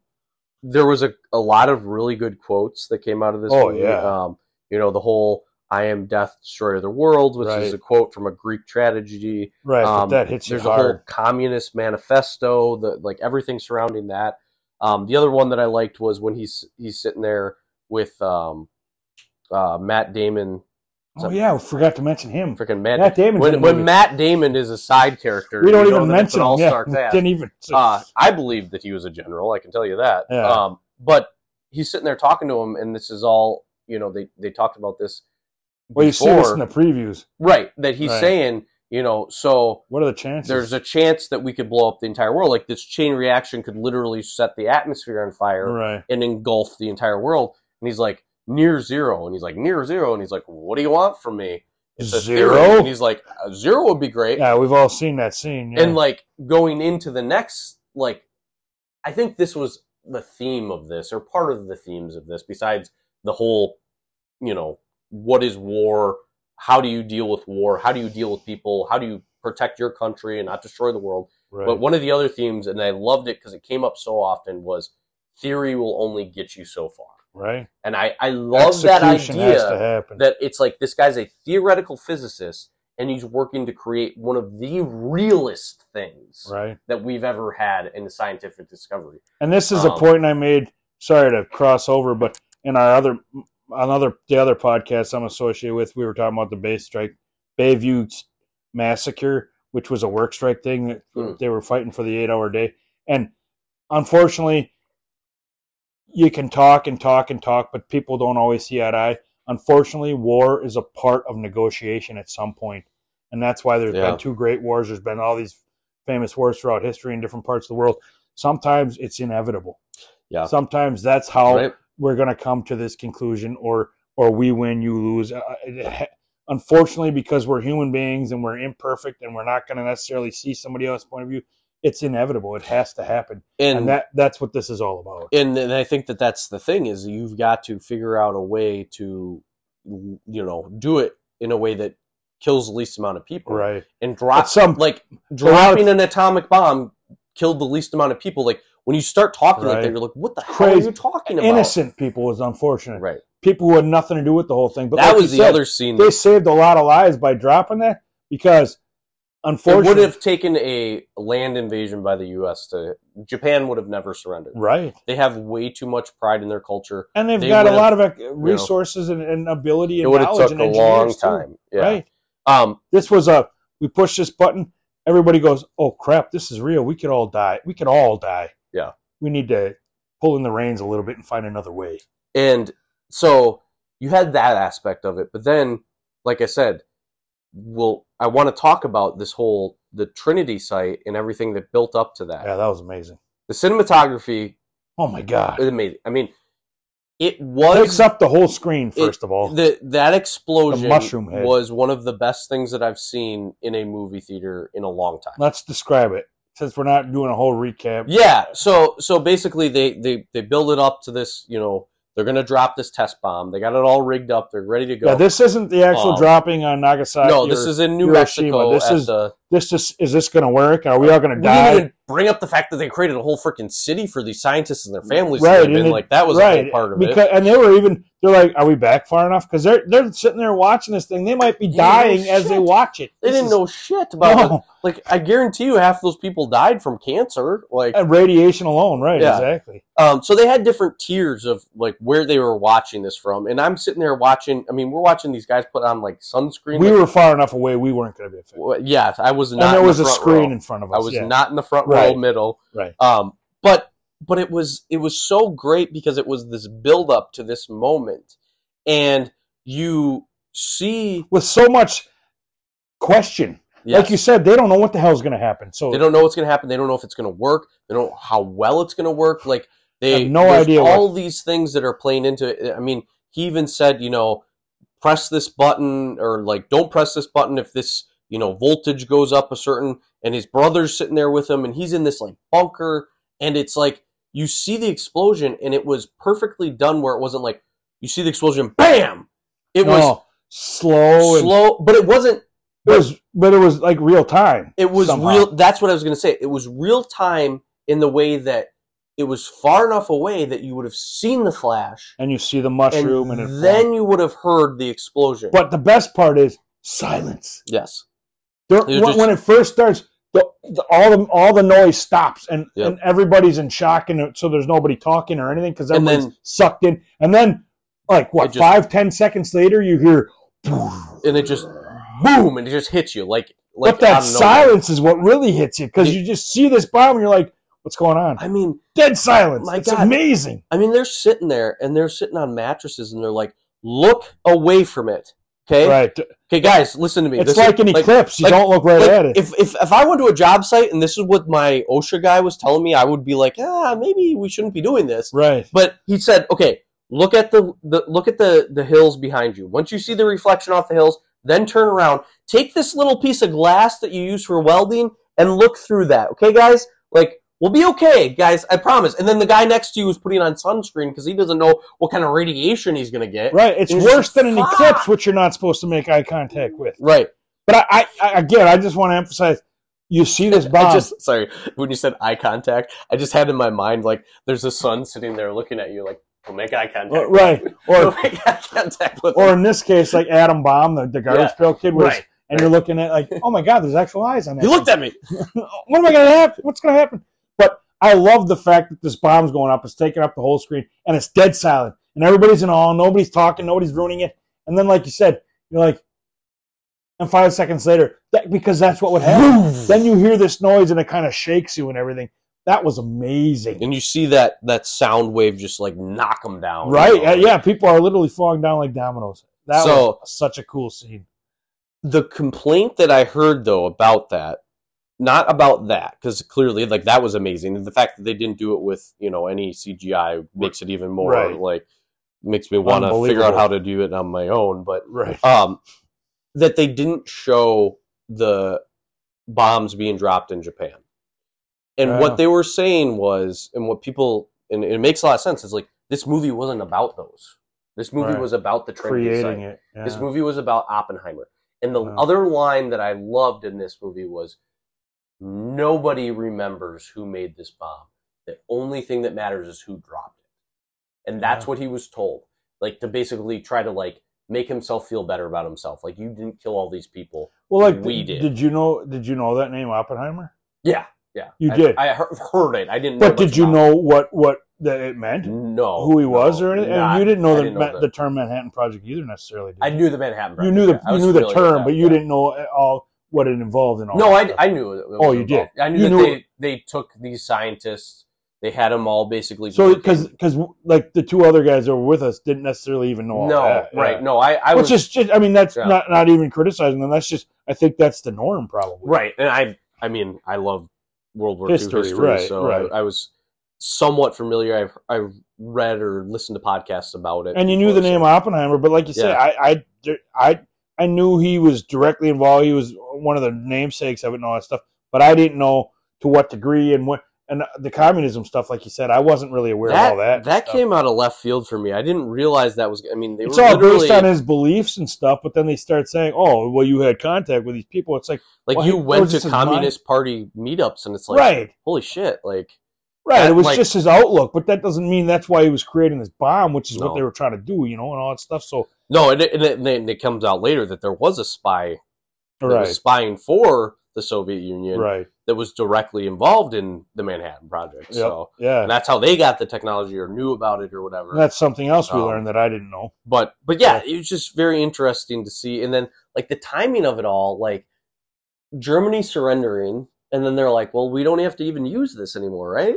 [SPEAKER 1] there was a, a lot of really good quotes that came out of this
[SPEAKER 2] Oh,
[SPEAKER 1] movie.
[SPEAKER 2] yeah.
[SPEAKER 1] Um, you know, the whole I am death, destroyer of the world, which is
[SPEAKER 2] Right.
[SPEAKER 1] a quote from a Greek tragedy.
[SPEAKER 2] Right,
[SPEAKER 1] Um,
[SPEAKER 2] but that hits you
[SPEAKER 1] there's a whole
[SPEAKER 2] hard.
[SPEAKER 1] communist manifesto, the like everything surrounding that. Um, the other one that I liked was when he's he's sitting there with um, uh, Matt Damon,
[SPEAKER 2] oh yeah, I forgot to mention him.
[SPEAKER 1] freaking Matt.
[SPEAKER 2] Matt Damon's in
[SPEAKER 1] when
[SPEAKER 2] the
[SPEAKER 1] when
[SPEAKER 2] movie.
[SPEAKER 1] Matt Damon is a side character,
[SPEAKER 2] we don't
[SPEAKER 1] you know
[SPEAKER 2] even
[SPEAKER 1] that it's
[SPEAKER 2] mention
[SPEAKER 1] an
[SPEAKER 2] him.
[SPEAKER 1] all-star
[SPEAKER 2] Yeah,
[SPEAKER 1] cast
[SPEAKER 2] didn't even.
[SPEAKER 1] uh, I believe that he was a general. I can tell you that.
[SPEAKER 2] Yeah.
[SPEAKER 1] Um, but he's sitting there talking to him, and this is all you know. They they talked about this.
[SPEAKER 2] well, you see this
[SPEAKER 1] before-
[SPEAKER 2] in the previews.
[SPEAKER 1] right? That he's
[SPEAKER 2] Right.
[SPEAKER 1] saying, you know, so
[SPEAKER 2] What are the chances?
[SPEAKER 1] there's a chance that we could blow up the entire world. Like this chain reaction could literally set the atmosphere on fire
[SPEAKER 2] right.
[SPEAKER 1] and engulf the entire world. And he's like near zero, and he's like near zero, and he's like, what do you want from me? It's a theory.
[SPEAKER 2] Zero?
[SPEAKER 1] And he's like, "Uh, zero would be great.
[SPEAKER 2] Yeah, we've all seen that scene. yeah.
[SPEAKER 1] and like going into the next like i think this was the theme of this or part of the themes of this besides the whole you know what is war how do you deal with war how do you deal with people how do you protect your country and not destroy the world
[SPEAKER 2] right.
[SPEAKER 1] but one of the other themes and i loved it because it came up so often was theory will only get you so far
[SPEAKER 2] right.
[SPEAKER 1] and i i love that
[SPEAKER 2] Execution
[SPEAKER 1] idea
[SPEAKER 2] has to happen.
[SPEAKER 1] that it's like this guy's a theoretical physicist and he's working to create one of the realest things
[SPEAKER 2] right.
[SPEAKER 1] that we've ever had in scientific discovery.
[SPEAKER 2] And this is a
[SPEAKER 1] Um,
[SPEAKER 2] point I made. Sorry to cross over, but in our other another the other podcast I'm associated with, we were talking about the Bay Strike, Bayview s- massacre, which was a work strike thing that
[SPEAKER 1] Mm.
[SPEAKER 2] they were fighting for the eight hour day. And unfortunately, you can talk and talk and talk, but people don't always see eye to eye. Unfortunately, war is a part of negotiation at some point, and that's why there's
[SPEAKER 1] Yeah.
[SPEAKER 2] been two great wars. There's been all these famous wars throughout history in different parts of the world sometimes it's inevitable.
[SPEAKER 1] Yeah.
[SPEAKER 2] Sometimes that's how
[SPEAKER 1] Right?
[SPEAKER 2] we're going to come to this conclusion, or or we win, you lose. Uh, it ha- Unfortunately, because we're human beings and we're imperfect, and we're not going to necessarily see somebody else's point of view, it's inevitable. It has to happen,
[SPEAKER 1] And
[SPEAKER 2] and, that that's what this is all about.
[SPEAKER 1] and and I think that that's the thing is you've got to figure out a way to you know do it in a way that kills the least amount of people
[SPEAKER 2] Right.
[SPEAKER 1] and drop
[SPEAKER 2] At some-
[SPEAKER 1] like dropping an atomic bomb killed the least amount of people like when you start talking like
[SPEAKER 2] Right.
[SPEAKER 1] that you're like what the hell are
[SPEAKER 2] Crazy.
[SPEAKER 1] you talking about
[SPEAKER 2] Innocent people is unfortunate.
[SPEAKER 1] right
[SPEAKER 2] People who had nothing to do with the whole thing. But
[SPEAKER 1] that
[SPEAKER 2] like you
[SPEAKER 1] was the
[SPEAKER 2] said,
[SPEAKER 1] other scene
[SPEAKER 2] They saved a lot of lives by dropping that because,
[SPEAKER 1] It would
[SPEAKER 2] unfortunately,
[SPEAKER 1] have taken a land invasion by the U.S. to Japan would have never surrendered.
[SPEAKER 2] right.
[SPEAKER 1] They have way too much pride in their culture.
[SPEAKER 2] And they've
[SPEAKER 1] They
[SPEAKER 2] got a
[SPEAKER 1] would've,
[SPEAKER 2] lot of uh, resources and, and ability
[SPEAKER 1] It
[SPEAKER 2] and
[SPEAKER 1] would have
[SPEAKER 2] knowledge
[SPEAKER 1] took
[SPEAKER 2] and
[SPEAKER 1] a long
[SPEAKER 2] engineers too,
[SPEAKER 1] time. Yeah.
[SPEAKER 2] right?
[SPEAKER 1] Um.
[SPEAKER 2] This was a we push this button, everybody goes, "Oh crap, this is real. We could all die. We could all die."
[SPEAKER 1] Yeah.
[SPEAKER 2] we need to pull in the reins a little bit and find another way.
[SPEAKER 1] And so you had that aspect of it, but then, like I said, well, I want to talk about this whole the Trinity site and everything that built up to that.
[SPEAKER 2] Yeah, that was amazing.
[SPEAKER 1] The cinematography
[SPEAKER 2] Oh my god,
[SPEAKER 1] is amazing. I mean, it
[SPEAKER 2] takes
[SPEAKER 1] was
[SPEAKER 2] up the whole screen first of all.
[SPEAKER 1] the that explosion
[SPEAKER 2] Oh. mushroom head.
[SPEAKER 1] was one of the best things that I've seen in a movie theater in a long time.
[SPEAKER 2] Let's describe it since we're not doing a whole recap.
[SPEAKER 1] Yeah. So so basically, they they they build it up to this. You know, they're gonna drop this test bomb. They got it all rigged up. They're ready to go.
[SPEAKER 2] Yeah, this isn't the actual
[SPEAKER 1] Um,
[SPEAKER 2] dropping on Nagasaki.
[SPEAKER 1] no,
[SPEAKER 2] or-
[SPEAKER 1] this is in New
[SPEAKER 2] Hiroshima.
[SPEAKER 1] Mexico.
[SPEAKER 2] This
[SPEAKER 1] at
[SPEAKER 2] is-
[SPEAKER 1] the,
[SPEAKER 2] this just is this going to work? Are we all going to
[SPEAKER 1] Uh, we didn't
[SPEAKER 2] die?
[SPEAKER 1] even bring up the fact that they created a whole freaking city for these scientists and their families.
[SPEAKER 2] Right,
[SPEAKER 1] Right,
[SPEAKER 2] and
[SPEAKER 1] been
[SPEAKER 2] it-
[SPEAKER 1] like that was a whole part of it.
[SPEAKER 2] because, And they were even they're like, "Are we back far enough?" Because they're they're sitting there watching this thing. They might be
[SPEAKER 1] They didn't know
[SPEAKER 2] dying as they
[SPEAKER 1] shit.
[SPEAKER 2] watch it.
[SPEAKER 1] They
[SPEAKER 2] This
[SPEAKER 1] didn't
[SPEAKER 2] is-
[SPEAKER 1] know shit about it.
[SPEAKER 2] no.
[SPEAKER 1] Like I guarantee you, half those people died from cancer. Like
[SPEAKER 2] And radiation alone, right?
[SPEAKER 1] Yeah.
[SPEAKER 2] Exactly.
[SPEAKER 1] Um, so they had different tiers of like where they were watching this from, and I'm sitting there watching. I mean, we're watching these guys put on like sunscreen.
[SPEAKER 2] We
[SPEAKER 1] like,
[SPEAKER 2] were far enough away; we weren't going to be affected.
[SPEAKER 1] w- yes, I was not.
[SPEAKER 2] And there
[SPEAKER 1] in
[SPEAKER 2] was
[SPEAKER 1] the
[SPEAKER 2] a
[SPEAKER 1] front
[SPEAKER 2] screen
[SPEAKER 1] row.
[SPEAKER 2] in front of us.
[SPEAKER 1] I was
[SPEAKER 2] yeah.
[SPEAKER 1] not in the front row,
[SPEAKER 2] Right.
[SPEAKER 1] middle.
[SPEAKER 2] Right.
[SPEAKER 1] Um, but but it was it was so great because it was this build up to this moment, and you see,
[SPEAKER 2] with so much question.
[SPEAKER 1] yes,
[SPEAKER 2] Like you said, they don't know what the hell is going to happen. So
[SPEAKER 1] they don't know what's going to happen. They don't know if it's going to work. They don't know how well it's going to work. Like they
[SPEAKER 2] Have no
[SPEAKER 1] there's
[SPEAKER 2] idea what-
[SPEAKER 1] All these things that are playing into it. I mean, he even said, you know, press this button or like don't press this button if this you know voltage goes up a certain. And his brother's sitting there with him, and he's in this like bunker, and it's like you see the explosion, and it was perfectly done where it wasn't like you see the explosion, bam. It
[SPEAKER 2] No,
[SPEAKER 1] was
[SPEAKER 2] slow. and-
[SPEAKER 1] slow, but it wasn't
[SPEAKER 2] It was, but it was like real time.
[SPEAKER 1] It was
[SPEAKER 2] somehow.
[SPEAKER 1] real. That's what I was going to say. It was real time in the way that it was far enough away that you would have seen the flash,
[SPEAKER 2] and you see the mushroom, and, it
[SPEAKER 1] and then you would have heard the explosion.
[SPEAKER 2] But the best part is silence.
[SPEAKER 1] Yes,
[SPEAKER 2] There,
[SPEAKER 1] You're
[SPEAKER 2] when,
[SPEAKER 1] just-
[SPEAKER 2] when it first starts, the, the, all the all the noise stops, and,
[SPEAKER 1] Yep.
[SPEAKER 2] and everybody's in shock, and so there's nobody talking or anything because
[SPEAKER 1] And
[SPEAKER 2] everybody's
[SPEAKER 1] then-
[SPEAKER 2] sucked in. And then, like what,
[SPEAKER 1] It just-
[SPEAKER 2] five ten seconds later, you hear,
[SPEAKER 1] and it just boom, and it just hits you like like
[SPEAKER 2] but that
[SPEAKER 1] out of nowhere.
[SPEAKER 2] silence is what really hits you because
[SPEAKER 1] It-
[SPEAKER 2] you just see this bomb, and you're like, what's going on?
[SPEAKER 1] I mean,
[SPEAKER 2] Dead silence.
[SPEAKER 1] My
[SPEAKER 2] it's
[SPEAKER 1] God.
[SPEAKER 2] amazing.
[SPEAKER 1] I mean, they're sitting there and they're sitting on mattresses and they're like, "Look away from it." Okay,
[SPEAKER 2] Right.
[SPEAKER 1] okay, guys, listen to me.
[SPEAKER 2] It's
[SPEAKER 1] This
[SPEAKER 2] like
[SPEAKER 1] is,
[SPEAKER 2] an eclipse. you
[SPEAKER 1] like-
[SPEAKER 2] don't look right
[SPEAKER 1] Like,
[SPEAKER 2] at it.
[SPEAKER 1] If, if if I went to a job site and this is what my OSHA guy was telling me, I would be like, ah, maybe we shouldn't be doing this.
[SPEAKER 2] right.
[SPEAKER 1] But he said, okay, look at the, the look at the the hills behind you. Once you see the reflection off the hills, then turn around, take this little piece of glass that you use for welding, and look through that. Okay, guys, like. We'll be okay, guys. I promise. And then the guy next to you is putting on sunscreen because he doesn't know what kind of radiation he's going to get.
[SPEAKER 2] Right. It's
[SPEAKER 1] It's
[SPEAKER 2] worse than an
[SPEAKER 1] fuck.
[SPEAKER 2] eclipse, which you're not supposed to make eye contact with.
[SPEAKER 1] Right.
[SPEAKER 2] But I, I, I again, I just want to emphasize: you see this bomb.
[SPEAKER 1] I just sorry when you said eye contact, I just had in my mind like there's a son sitting there looking at you like, well, make eye contact,
[SPEAKER 2] or- right. Or,
[SPEAKER 1] Don't make eye contact with
[SPEAKER 2] or
[SPEAKER 1] him.
[SPEAKER 2] in this case, like Adam Bomb, the, the garbage
[SPEAKER 1] Yeah.
[SPEAKER 2] pail kid was,
[SPEAKER 1] right.
[SPEAKER 2] and you're looking at like, oh my God, there's actual eyes on that.
[SPEAKER 1] He looked at me.
[SPEAKER 2] what am I gonna happen? What's gonna happen? But I love the fact that this bomb's going up. It's taking up the whole screen, and it's dead silent, and everybody's in awe. Nobody's talking. Nobody's ruining it. And then, like you said, you're like, and five seconds later, that, because that's what would happen. then you hear this noise, and it kind of shakes you and everything. That was amazing.
[SPEAKER 1] and you see that that sound wave just like knock him down.
[SPEAKER 2] Oh, Right?
[SPEAKER 1] you know?
[SPEAKER 2] Yeah, yeah, people are literally falling down like dominoes. That
[SPEAKER 1] So-
[SPEAKER 2] was such a cool scene.
[SPEAKER 1] The complaint that I heard though about that, not about that, because clearly like that was amazing, and the fact that they didn't do it with you know any CGI makes it even more
[SPEAKER 2] Right.
[SPEAKER 1] like makes me want to figure out
[SPEAKER 2] Unbelievable.
[SPEAKER 1] how to do it on my own, but.
[SPEAKER 2] Right.
[SPEAKER 1] um, that they didn't show the bombs being dropped in Japan. And
[SPEAKER 2] Yeah.
[SPEAKER 1] what they were saying was, and what people, and it makes a lot of sense, is like this movie wasn't about those. This movie
[SPEAKER 2] Right.
[SPEAKER 1] was about the Trinity site.
[SPEAKER 2] Creating it. Yeah.
[SPEAKER 1] This movie was about Oppenheimer. And the
[SPEAKER 2] Yeah.
[SPEAKER 1] other line that I loved in this movie was nobody remembers who made this bomb. The only thing that matters is who dropped it. And that's
[SPEAKER 2] Yeah.
[SPEAKER 1] what he was told. Like to basically try to like make himself feel better about himself. Like you didn't kill all these people.
[SPEAKER 2] well, like
[SPEAKER 1] we did.
[SPEAKER 2] Did you know? Did you know that name Oppenheimer?
[SPEAKER 1] Yeah. Yeah.
[SPEAKER 2] You
[SPEAKER 1] I,
[SPEAKER 2] did.
[SPEAKER 1] I he- heard it. I didn't know.
[SPEAKER 2] But did
[SPEAKER 1] much
[SPEAKER 2] you
[SPEAKER 1] about
[SPEAKER 2] know what what that it meant?
[SPEAKER 1] it. No.
[SPEAKER 2] Who he was
[SPEAKER 1] no,
[SPEAKER 2] or anything?
[SPEAKER 1] not-
[SPEAKER 2] and you didn't know
[SPEAKER 1] I
[SPEAKER 2] the,
[SPEAKER 1] didn't
[SPEAKER 2] Ma-
[SPEAKER 1] know
[SPEAKER 2] the
[SPEAKER 1] that.
[SPEAKER 2] term Manhattan Project either necessarily. Did
[SPEAKER 1] I
[SPEAKER 2] you?
[SPEAKER 1] knew the Manhattan
[SPEAKER 2] you
[SPEAKER 1] Project.
[SPEAKER 2] knew the
[SPEAKER 1] I
[SPEAKER 2] you
[SPEAKER 1] was
[SPEAKER 2] knew the
[SPEAKER 1] familiar with
[SPEAKER 2] term,
[SPEAKER 1] that,
[SPEAKER 2] but you
[SPEAKER 1] yeah.
[SPEAKER 2] didn't know at all what it involved and all.
[SPEAKER 1] No,
[SPEAKER 2] that
[SPEAKER 1] I,
[SPEAKER 2] stuff.
[SPEAKER 1] I knew. It, it was
[SPEAKER 2] Oh, you did.
[SPEAKER 1] involved. I knew
[SPEAKER 2] You
[SPEAKER 1] that
[SPEAKER 2] knew
[SPEAKER 1] they they took these scientists. They had them all basically.
[SPEAKER 2] so
[SPEAKER 1] working.
[SPEAKER 2] because because like the two other guys that were with us didn't necessarily even know. all
[SPEAKER 1] no,
[SPEAKER 2] that. Yeah.
[SPEAKER 1] right? No, I, I
[SPEAKER 2] Which
[SPEAKER 1] was
[SPEAKER 2] is just, I mean, that's
[SPEAKER 1] Yeah.
[SPEAKER 2] not not even criticizing them. That's just, I think that's the norm, probably.
[SPEAKER 1] right, and I I mean I love World War
[SPEAKER 2] History,
[SPEAKER 1] II history,
[SPEAKER 2] right,
[SPEAKER 1] so
[SPEAKER 2] right.
[SPEAKER 1] I, I was somewhat familiar. I've I read or listened to podcasts about it,
[SPEAKER 2] And you knew the
[SPEAKER 1] before,
[SPEAKER 2] name
[SPEAKER 1] so-
[SPEAKER 2] Oppenheimer, but like you said,
[SPEAKER 1] Yeah.
[SPEAKER 2] I, I, I, I knew he was directly involved. He was one of the namesakes of it and all that stuff. But I didn't know to what degree and what and the communism stuff. Like you said, I wasn't really aware of all
[SPEAKER 1] that
[SPEAKER 2] that.
[SPEAKER 1] that
[SPEAKER 2] stuff.
[SPEAKER 1] came out of left field for me. I didn't realize that was. I mean, they
[SPEAKER 2] It's
[SPEAKER 1] were
[SPEAKER 2] all
[SPEAKER 1] literally
[SPEAKER 2] based on his beliefs and stuff. But then they start saying, "Oh, well, you had contact with these people." It's like,
[SPEAKER 1] like
[SPEAKER 2] well,
[SPEAKER 1] you
[SPEAKER 2] he-
[SPEAKER 1] went
[SPEAKER 2] was
[SPEAKER 1] to
[SPEAKER 2] this his mind?
[SPEAKER 1] communist party meetups, and it's like
[SPEAKER 2] right,
[SPEAKER 1] holy shit, like
[SPEAKER 2] right.
[SPEAKER 1] that,
[SPEAKER 2] it was
[SPEAKER 1] like-
[SPEAKER 2] just his outlook, but that doesn't mean that's why he was creating this bomb, which is
[SPEAKER 1] No.
[SPEAKER 2] what they were trying to do, you know, and all that stuff. So,
[SPEAKER 1] no, and it, and it, and it- and it comes out later that there was a spy that
[SPEAKER 2] right,
[SPEAKER 1] was spying for the Soviet Union
[SPEAKER 2] right,
[SPEAKER 1] that was directly involved in the Manhattan Project.
[SPEAKER 2] Yep.
[SPEAKER 1] So
[SPEAKER 2] yeah.
[SPEAKER 1] and that's how they got the technology or knew about it or whatever.
[SPEAKER 2] And that's something else we
[SPEAKER 1] Um,
[SPEAKER 2] learned that I didn't know.
[SPEAKER 1] but but yeah, it was just very interesting to see. And then like the timing of it all, like Germany surrendering, and then they're like, well, we don't have to even use this anymore, right?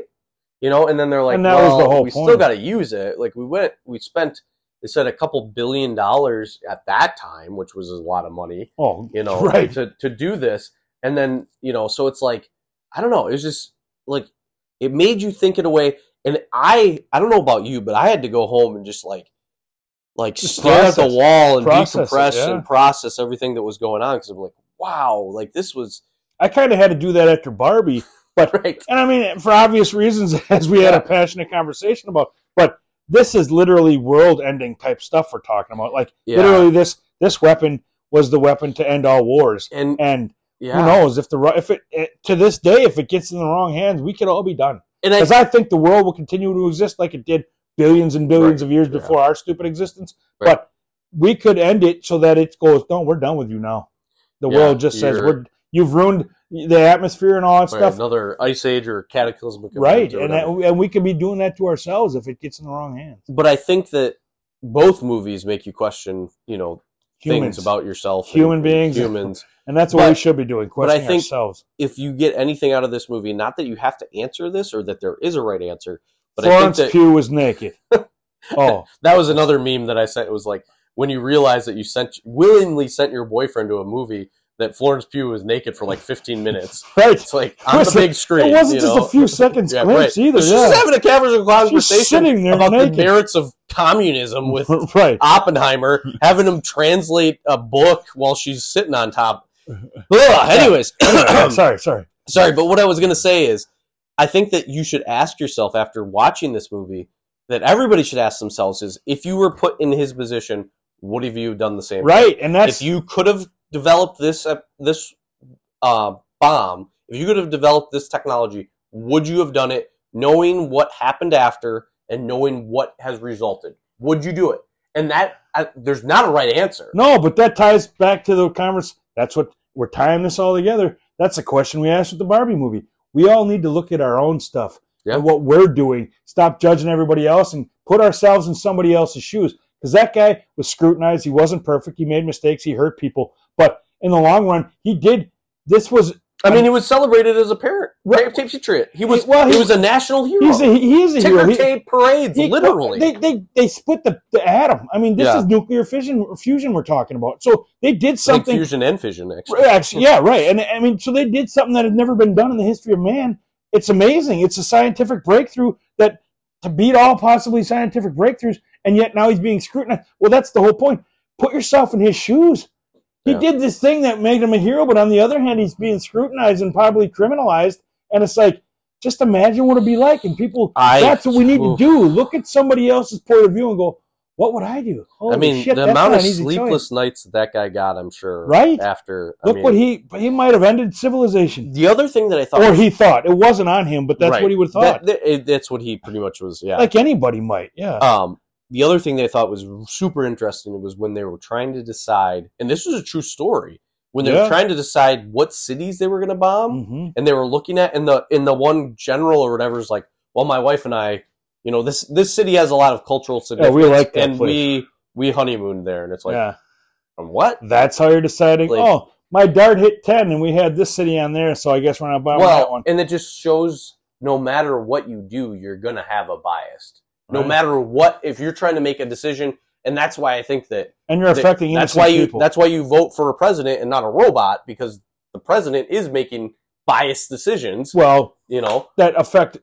[SPEAKER 1] You know, and then they're like,
[SPEAKER 2] And that was
[SPEAKER 1] well,
[SPEAKER 2] the whole
[SPEAKER 1] we still
[SPEAKER 2] point.
[SPEAKER 1] got to use it. Like we went, we spent. They said a couple billion dollars at that time, which was a lot of money
[SPEAKER 2] Oh,
[SPEAKER 1] you know,
[SPEAKER 2] right?
[SPEAKER 1] to to do this. And then, you know, so it's like I don't know, it was just like it made you think in a way and I I don't know about you, but I had to go home and just like like
[SPEAKER 2] Just
[SPEAKER 1] stare at the
[SPEAKER 2] process-
[SPEAKER 1] wall and
[SPEAKER 2] process it,
[SPEAKER 1] decompress
[SPEAKER 2] yeah.
[SPEAKER 1] and process everything that was going on because I'm like, wow, like this was
[SPEAKER 2] I kind of had to do that after Barbie,
[SPEAKER 1] right.
[SPEAKER 2] and I mean for obvious reasons, as we had
[SPEAKER 1] Yeah.
[SPEAKER 2] a passionate conversation about. But this is literally world-ending type stuff we're talking about. Like
[SPEAKER 1] Yeah.
[SPEAKER 2] literally, this this weapon was the weapon to end all wars.
[SPEAKER 1] And
[SPEAKER 2] And
[SPEAKER 1] yeah,
[SPEAKER 2] who knows if the Ru- if it, it to this day if it gets in the wrong hands, we could all be done.
[SPEAKER 1] and I,
[SPEAKER 2] Because I think the world will continue to exist like it did billions and billions
[SPEAKER 1] Right,
[SPEAKER 2] of years
[SPEAKER 1] yeah.
[SPEAKER 2] before our stupid existence.
[SPEAKER 1] Right.
[SPEAKER 2] But we could end it so that it goes, no, we're done with you now. The
[SPEAKER 1] Yeah,
[SPEAKER 2] world just says
[SPEAKER 1] you're-
[SPEAKER 2] we're you've ruined the atmosphere and all that
[SPEAKER 1] right,
[SPEAKER 2] stuff.
[SPEAKER 1] another ice age or cataclysmic event
[SPEAKER 2] Right,
[SPEAKER 1] or
[SPEAKER 2] and that,
[SPEAKER 1] whatever.
[SPEAKER 2] and we could be doing that to ourselves if it gets in the wrong hands.
[SPEAKER 1] but I think that both movies make you question, you know,
[SPEAKER 2] Humans
[SPEAKER 1] things about yourself, and-
[SPEAKER 2] Human
[SPEAKER 1] and
[SPEAKER 2] beings.
[SPEAKER 1] humans.
[SPEAKER 2] and that's what we
[SPEAKER 1] but-
[SPEAKER 2] should be doing.
[SPEAKER 1] but I
[SPEAKER 2] Questioning
[SPEAKER 1] think-
[SPEAKER 2] ourselves.
[SPEAKER 1] If you get anything out of this movie, not that you have to answer this or that there is a right answer, but
[SPEAKER 2] Florence
[SPEAKER 1] I think that
[SPEAKER 2] Pugh was naked. oh,
[SPEAKER 1] that was another meme that I sent. It was like when you realize that you sent willingly sent your boyfriend to a movie that Florence Pugh was naked for like 15 minutes.
[SPEAKER 2] right.
[SPEAKER 1] It's like on the
[SPEAKER 2] Listen,
[SPEAKER 1] big screen.
[SPEAKER 2] It wasn't
[SPEAKER 1] you
[SPEAKER 2] just
[SPEAKER 1] know?
[SPEAKER 2] a few seconds
[SPEAKER 1] Yeah,
[SPEAKER 2] glimpse either.
[SPEAKER 1] She's
[SPEAKER 2] yeah.
[SPEAKER 1] having a casual
[SPEAKER 2] She's
[SPEAKER 1] conversation
[SPEAKER 2] sitting there
[SPEAKER 1] about
[SPEAKER 2] naked.
[SPEAKER 1] the merits of communism with
[SPEAKER 2] right.
[SPEAKER 1] Oppenheimer, having him translate a book while she's sitting on top. Ugh, anyways,
[SPEAKER 2] sorry, sorry.
[SPEAKER 1] sorry, but what I was going to say is I think that you should ask yourself after watching this movie that everybody should ask themselves is if you were put in his position, would have you done the same?
[SPEAKER 2] Right, and that's
[SPEAKER 1] If you could have developed this uh, this uh, bomb, if you could have developed this technology, would you have done it knowing what happened after and knowing what has resulted? Would you do it? And that I, there's not a right answer.
[SPEAKER 2] no, but that ties back to the conference. That's what we're tying this all together. That's a question we asked with the Barbie movie. We all need to look at our own stuff
[SPEAKER 1] Yeah.
[SPEAKER 2] and what we're doing. Stop judging everybody else and put ourselves in somebody else's shoes. Because that guy was scrutinized. He wasn't perfect. He made mistakes. He hurt people. But in the long run, he did. This was
[SPEAKER 1] I mean, he was celebrated as a parent,
[SPEAKER 2] Right.
[SPEAKER 1] right? patriot. He was
[SPEAKER 2] well,
[SPEAKER 1] he,
[SPEAKER 2] he-
[SPEAKER 1] was a national hero.
[SPEAKER 2] he's a, he is a hero.
[SPEAKER 1] ticker
[SPEAKER 2] He-
[SPEAKER 1] tape parades,
[SPEAKER 2] They-
[SPEAKER 1] literally.
[SPEAKER 2] They, they, they split the, the atom. I mean, this
[SPEAKER 1] Yeah.
[SPEAKER 2] is nuclear fission fusion we're talking about. So they did
[SPEAKER 1] I think
[SPEAKER 2] something.
[SPEAKER 1] fusion and fission, actually.
[SPEAKER 2] Right, Actually, yeah, right. And I mean, so they did something that had never been done in the history of man. It's amazing. It's a scientific breakthrough that to beat all possibly scientific breakthroughs, and yet now he's being scrutinized. Well, that's the whole point. Put yourself in his shoes. He
[SPEAKER 1] Yeah.
[SPEAKER 2] did this thing that made him a hero, but on the other hand, he's being scrutinized and probably criminalized. And it's like, just imagine what it'd be like. And people,
[SPEAKER 1] I-
[SPEAKER 2] that's what we need
[SPEAKER 1] oof.
[SPEAKER 2] to do. Look at somebody else's point of view and go, what would I do? Holy
[SPEAKER 1] I mean,
[SPEAKER 2] shit,
[SPEAKER 1] the
[SPEAKER 2] that's
[SPEAKER 1] amount
[SPEAKER 2] not
[SPEAKER 1] of
[SPEAKER 2] an easy choice.
[SPEAKER 1] sleepless nights that that guy got, I'm sure.
[SPEAKER 2] Right?
[SPEAKER 1] After. I
[SPEAKER 2] Look
[SPEAKER 1] mean,
[SPEAKER 2] what he but he might have ended civilization,
[SPEAKER 1] The other thing that I thought.
[SPEAKER 2] or he thought it wasn't on him, but that's
[SPEAKER 1] Right.
[SPEAKER 2] what he would have thought.
[SPEAKER 1] That- that- it- that's what he pretty much was, yeah.
[SPEAKER 2] Like anybody might, yeah.
[SPEAKER 1] um, the other thing they thought was super interesting was when they were trying to decide, and this was a true story, when they
[SPEAKER 2] Yeah.
[SPEAKER 1] were trying to decide what cities they were going to bomb.
[SPEAKER 2] Mhm.
[SPEAKER 1] Um, and they were looking at and the in the one general or whatever is like, well, my wife and I, you know, this this city has a lot of cultural
[SPEAKER 2] Yeah,
[SPEAKER 1] significance,
[SPEAKER 2] we like that
[SPEAKER 1] and
[SPEAKER 2] place.
[SPEAKER 1] we we honeymooned there, and it's like, um,
[SPEAKER 2] yeah,
[SPEAKER 1] what?
[SPEAKER 2] that's how you're deciding.
[SPEAKER 1] Like-
[SPEAKER 2] oh, my dart hit ten, and we had this city on there, so I guess we're not buying that
[SPEAKER 1] well,
[SPEAKER 2] one.
[SPEAKER 1] and it just shows no matter what you do, you're gonna have a bias. No
[SPEAKER 2] Right.
[SPEAKER 1] matter what, if you're trying to make a decision, and that's why I think that
[SPEAKER 2] and you're
[SPEAKER 1] that-
[SPEAKER 2] affecting
[SPEAKER 1] that's
[SPEAKER 2] innocent
[SPEAKER 1] why you
[SPEAKER 2] people.
[SPEAKER 1] that's why you vote for a president and not a robot because the president is making biased decisions.
[SPEAKER 2] well,
[SPEAKER 1] You know,
[SPEAKER 2] that affect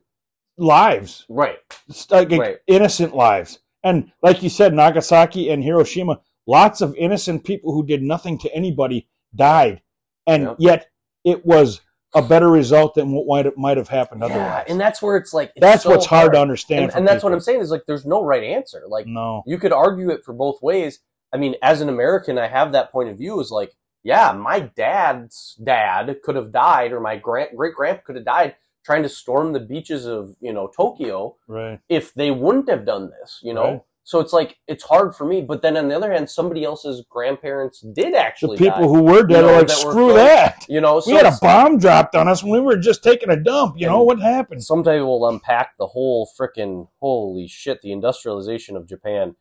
[SPEAKER 2] lives,
[SPEAKER 1] right?
[SPEAKER 2] It's like
[SPEAKER 1] Right.
[SPEAKER 2] innocent lives, and like you said, Nagasaki and Hiroshima, lots of innocent people who did nothing to anybody died, and
[SPEAKER 1] Yeah.
[SPEAKER 2] yet it was. A better result than what might might have happened otherwise.
[SPEAKER 1] Yeah, and that's where it's like it's
[SPEAKER 2] that's
[SPEAKER 1] so
[SPEAKER 2] what's hard, to understand.
[SPEAKER 1] and,
[SPEAKER 2] for
[SPEAKER 1] and that's what
[SPEAKER 2] people.
[SPEAKER 1] I'm saying is like there's no right answer. Like
[SPEAKER 2] No,
[SPEAKER 1] you could argue it for both ways. I mean, as an American, I have that point of view is like, yeah, my dad's dad could have died, or my grand great grandpa could have died trying to storm the beaches of you know Tokyo
[SPEAKER 2] right?
[SPEAKER 1] if they wouldn't have done this, you know.
[SPEAKER 2] Right.
[SPEAKER 1] So it's like it's hard for me, but then on the other hand, somebody else's grandparents did
[SPEAKER 2] The
[SPEAKER 1] actually
[SPEAKER 2] people
[SPEAKER 1] die,
[SPEAKER 2] who were dead
[SPEAKER 1] You know,
[SPEAKER 2] are like,
[SPEAKER 1] that were
[SPEAKER 2] screw
[SPEAKER 1] from-
[SPEAKER 2] that.
[SPEAKER 1] you know. So
[SPEAKER 2] we had a
[SPEAKER 1] it's-
[SPEAKER 2] bomb dropped on us when we were just taking a dump. You know
[SPEAKER 1] And-
[SPEAKER 2] what happened?
[SPEAKER 1] someday we'll unpack the whole frickin' holy shit the industrialization of japan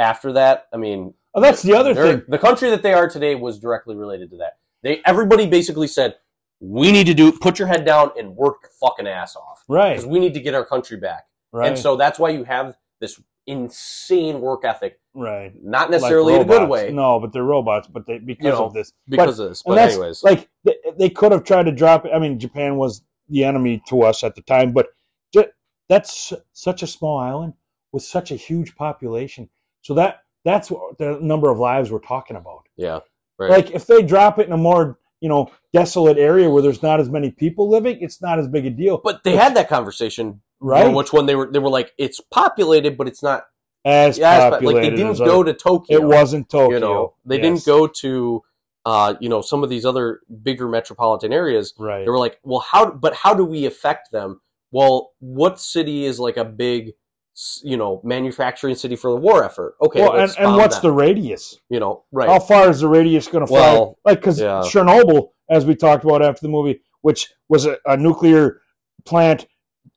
[SPEAKER 1] after that i mean
[SPEAKER 2] Oh, that's the other
[SPEAKER 1] they're-
[SPEAKER 2] thing.
[SPEAKER 1] the country that they are today was directly related to that they everybody basically said we need to do put your head down and work your fucking ass off
[SPEAKER 2] Right,
[SPEAKER 1] because we need to get our country back
[SPEAKER 2] right,
[SPEAKER 1] and so that's why you have this insane work ethic
[SPEAKER 2] right.
[SPEAKER 1] not
[SPEAKER 2] Like
[SPEAKER 1] necessarily in a good
[SPEAKER 2] robots.
[SPEAKER 1] way
[SPEAKER 2] No, but they're robots. But they because
[SPEAKER 1] You know,
[SPEAKER 2] of this,
[SPEAKER 1] because of this
[SPEAKER 2] and
[SPEAKER 1] but
[SPEAKER 2] that's-
[SPEAKER 1] anyways
[SPEAKER 2] like they, they could have tried to drop it. I mean, Japan was the enemy to us at the time, but ju- that's s- such a small island with such a huge population. So that that's what the number of lives we're talking about.
[SPEAKER 1] yeah
[SPEAKER 2] Like if they drop it in a more you know desolate area where there's not as many people living, it's not as big a deal,
[SPEAKER 1] but they had that conversation you know,
[SPEAKER 2] right?
[SPEAKER 1] which one they were they were like it's populated but it's not
[SPEAKER 2] as
[SPEAKER 1] yeah, but
[SPEAKER 2] populated.
[SPEAKER 1] like they didn't
[SPEAKER 2] as other-
[SPEAKER 1] go to Tokyo.
[SPEAKER 2] it wasn't Tokyo.
[SPEAKER 1] you know, they
[SPEAKER 2] Yes.
[SPEAKER 1] didn't go to uh, you know some of these other bigger metropolitan areas.
[SPEAKER 2] right.
[SPEAKER 1] They were like, well, how? But how do we affect them? Well, what city is like a big, s- you know, manufacturing city for the war effort? Okay,
[SPEAKER 2] well, and,
[SPEAKER 1] let's
[SPEAKER 2] and
[SPEAKER 1] bomb
[SPEAKER 2] what's
[SPEAKER 1] them,
[SPEAKER 2] the radius?
[SPEAKER 1] you know right?
[SPEAKER 2] How far is the radius going to fly?
[SPEAKER 1] Well,
[SPEAKER 2] like because
[SPEAKER 1] yeah.
[SPEAKER 2] Chernobyl, as we talked about after the movie, which was a, a nuclear plant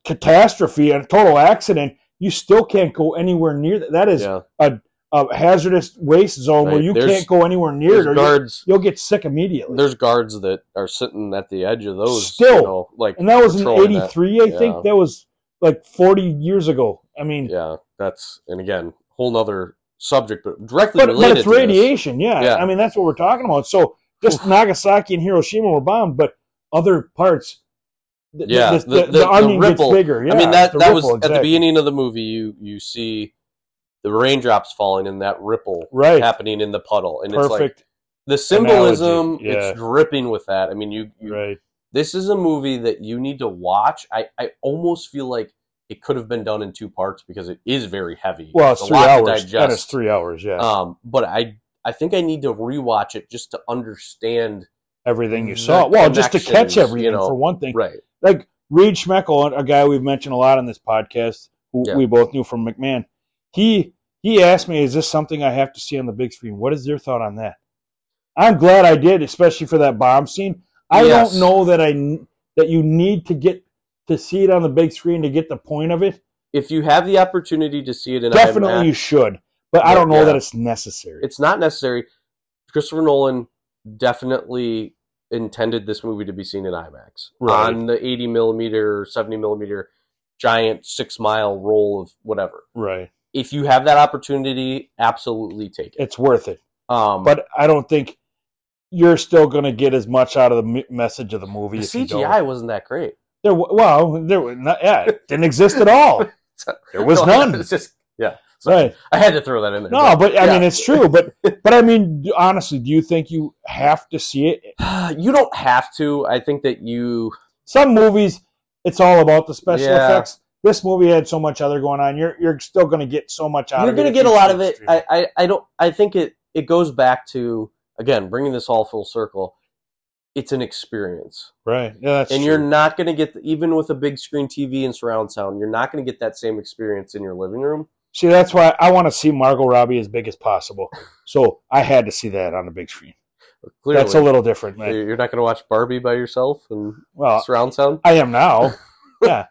[SPEAKER 2] catastrophe and a total accident, you still can't go anywhere near that. That is
[SPEAKER 1] yeah,
[SPEAKER 2] a hazardous waste zone where
[SPEAKER 1] Right.
[SPEAKER 2] you
[SPEAKER 1] There's-
[SPEAKER 2] can't go anywhere near
[SPEAKER 1] there's
[SPEAKER 2] it, or you,
[SPEAKER 1] guards.
[SPEAKER 2] you'll get sick immediately.
[SPEAKER 1] There's guards that are sitting at the edge of those.
[SPEAKER 2] Still.
[SPEAKER 1] you know, like
[SPEAKER 2] and that was in
[SPEAKER 1] patrolling that.
[SPEAKER 2] '83, I think.
[SPEAKER 1] Yeah.
[SPEAKER 2] That was like 40 years ago. I mean,
[SPEAKER 1] yeah, that's and again, whole nother subject, but directly
[SPEAKER 2] but,
[SPEAKER 1] related.
[SPEAKER 2] but it's
[SPEAKER 1] to this.
[SPEAKER 2] radiation, yeah.
[SPEAKER 1] Yeah.
[SPEAKER 2] I mean, that's what we're talking about. So just Nagasaki and Hiroshima were bombed, but other parts, the,
[SPEAKER 1] Yeah,
[SPEAKER 2] the,
[SPEAKER 1] the-
[SPEAKER 2] the, the,
[SPEAKER 1] the
[SPEAKER 2] onion
[SPEAKER 1] ripple.
[SPEAKER 2] gets bigger. Yeah,
[SPEAKER 1] I mean that
[SPEAKER 2] the
[SPEAKER 1] that was
[SPEAKER 2] ripple,
[SPEAKER 1] at the
[SPEAKER 2] exactly.
[SPEAKER 1] beginning of the movie. You you see the raindrops falling and that ripple
[SPEAKER 2] right?
[SPEAKER 1] happening in the puddle, and it's like
[SPEAKER 2] Perfect,
[SPEAKER 1] the symbolism.
[SPEAKER 2] Analogy, yeah.
[SPEAKER 1] It's dripping with that. I mean, you, you
[SPEAKER 2] right?
[SPEAKER 1] this is a movie that you need to watch. I I almost feel like it could have been done in two parts because it is very heavy.
[SPEAKER 2] Well, it's
[SPEAKER 1] a
[SPEAKER 2] three
[SPEAKER 1] lot to
[SPEAKER 2] hours. That
[SPEAKER 1] digest.
[SPEAKER 2] is three hours. Yeah,
[SPEAKER 1] Um, but I I think I need to rewatch it just to understand.
[SPEAKER 2] everything you
[SPEAKER 1] the
[SPEAKER 2] saw. Well, just to
[SPEAKER 1] connections,
[SPEAKER 2] catch
[SPEAKER 1] you
[SPEAKER 2] everything
[SPEAKER 1] know,
[SPEAKER 2] for one thing.
[SPEAKER 1] Right.
[SPEAKER 2] like Reed Schmeckel, a guy we've mentioned a lot on this podcast, who
[SPEAKER 1] Yeah.
[SPEAKER 2] we both knew from McMahon. He he asked me, "Is this something I have to see on the big screen? What is your thought on that?" I'm glad I did, especially for that bomb scene. I
[SPEAKER 1] Yes.
[SPEAKER 2] don't know that I n- that you need to get to see it on the big screen to get the point of it.
[SPEAKER 1] If you have the opportunity to see it, in
[SPEAKER 2] Definitely, you should, but I
[SPEAKER 1] Yeah,
[SPEAKER 2] don't know
[SPEAKER 1] yeah.
[SPEAKER 2] that it's necessary.
[SPEAKER 1] it's not necessary. Christopher Nolan definitely intended this movie to be seen in IMAX
[SPEAKER 2] Right.
[SPEAKER 1] on the 80 millimeter, 70 millimeter giant six mile roll of whatever.
[SPEAKER 2] right,
[SPEAKER 1] If you have that opportunity, absolutely take it.
[SPEAKER 2] it's worth it,
[SPEAKER 1] Um,
[SPEAKER 2] but I don't think you're still going to get as much out of the m- message of the movie.
[SPEAKER 1] the
[SPEAKER 2] if you don't.
[SPEAKER 1] CGI wasn't that great.
[SPEAKER 2] There, wa- well, there were not, yeah, it didn't exist at all. There was none.
[SPEAKER 1] It's just, yeah. So
[SPEAKER 2] Right?
[SPEAKER 1] I had to throw that in there.
[SPEAKER 2] No, but I
[SPEAKER 1] yeah.
[SPEAKER 2] mean it's true. But but I mean do- honestly, do you think you have to see it?
[SPEAKER 1] But you don't have to. I think that you,
[SPEAKER 2] Some movies, it's all about the special
[SPEAKER 1] Yeah.
[SPEAKER 2] effects. This movie had so much other going on. You're you're still going to get so much out
[SPEAKER 1] you're
[SPEAKER 2] of
[SPEAKER 1] going
[SPEAKER 2] it.
[SPEAKER 1] to
[SPEAKER 2] if
[SPEAKER 1] get a
[SPEAKER 2] you
[SPEAKER 1] lot
[SPEAKER 2] see
[SPEAKER 1] of it.
[SPEAKER 2] streaming.
[SPEAKER 1] I, I, I don't. I think it it goes back to again bringing this all full circle. It's an experience,
[SPEAKER 2] right? Yeah, that's
[SPEAKER 1] and you're
[SPEAKER 2] true.
[SPEAKER 1] not going to get even with a big screen TV and surround sound. You're not going to get that same experience in your living room.
[SPEAKER 2] see that's why I want to see Margot Robbie as big as possible. So I had to see that on the big screen.
[SPEAKER 1] Clearly,
[SPEAKER 2] That's a little different, man.
[SPEAKER 1] You're not going to watch Barbie by yourself and
[SPEAKER 2] Well,
[SPEAKER 1] surround sound.
[SPEAKER 2] I am now. Yeah,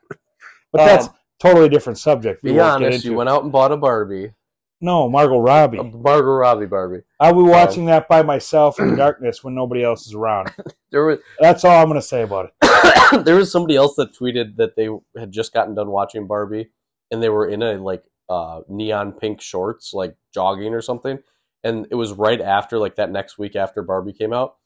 [SPEAKER 2] but that's
[SPEAKER 1] Um,
[SPEAKER 2] totally different subject. We
[SPEAKER 1] Be
[SPEAKER 2] won't get
[SPEAKER 1] honest. You
[SPEAKER 2] into.
[SPEAKER 1] went out and bought a Barbie,
[SPEAKER 2] no, Margot Robbie.
[SPEAKER 1] a Margot Robbie Barbie.
[SPEAKER 2] I'll be watching that by myself in darkness when nobody else is around.
[SPEAKER 1] There was
[SPEAKER 2] That's all I'm going to say about it.
[SPEAKER 1] there was somebody else that tweeted that they had just gotten done watching Barbie and they were in a like uh, neon pink shorts, like jogging or something. And it was right after like that next week after Barbie came out,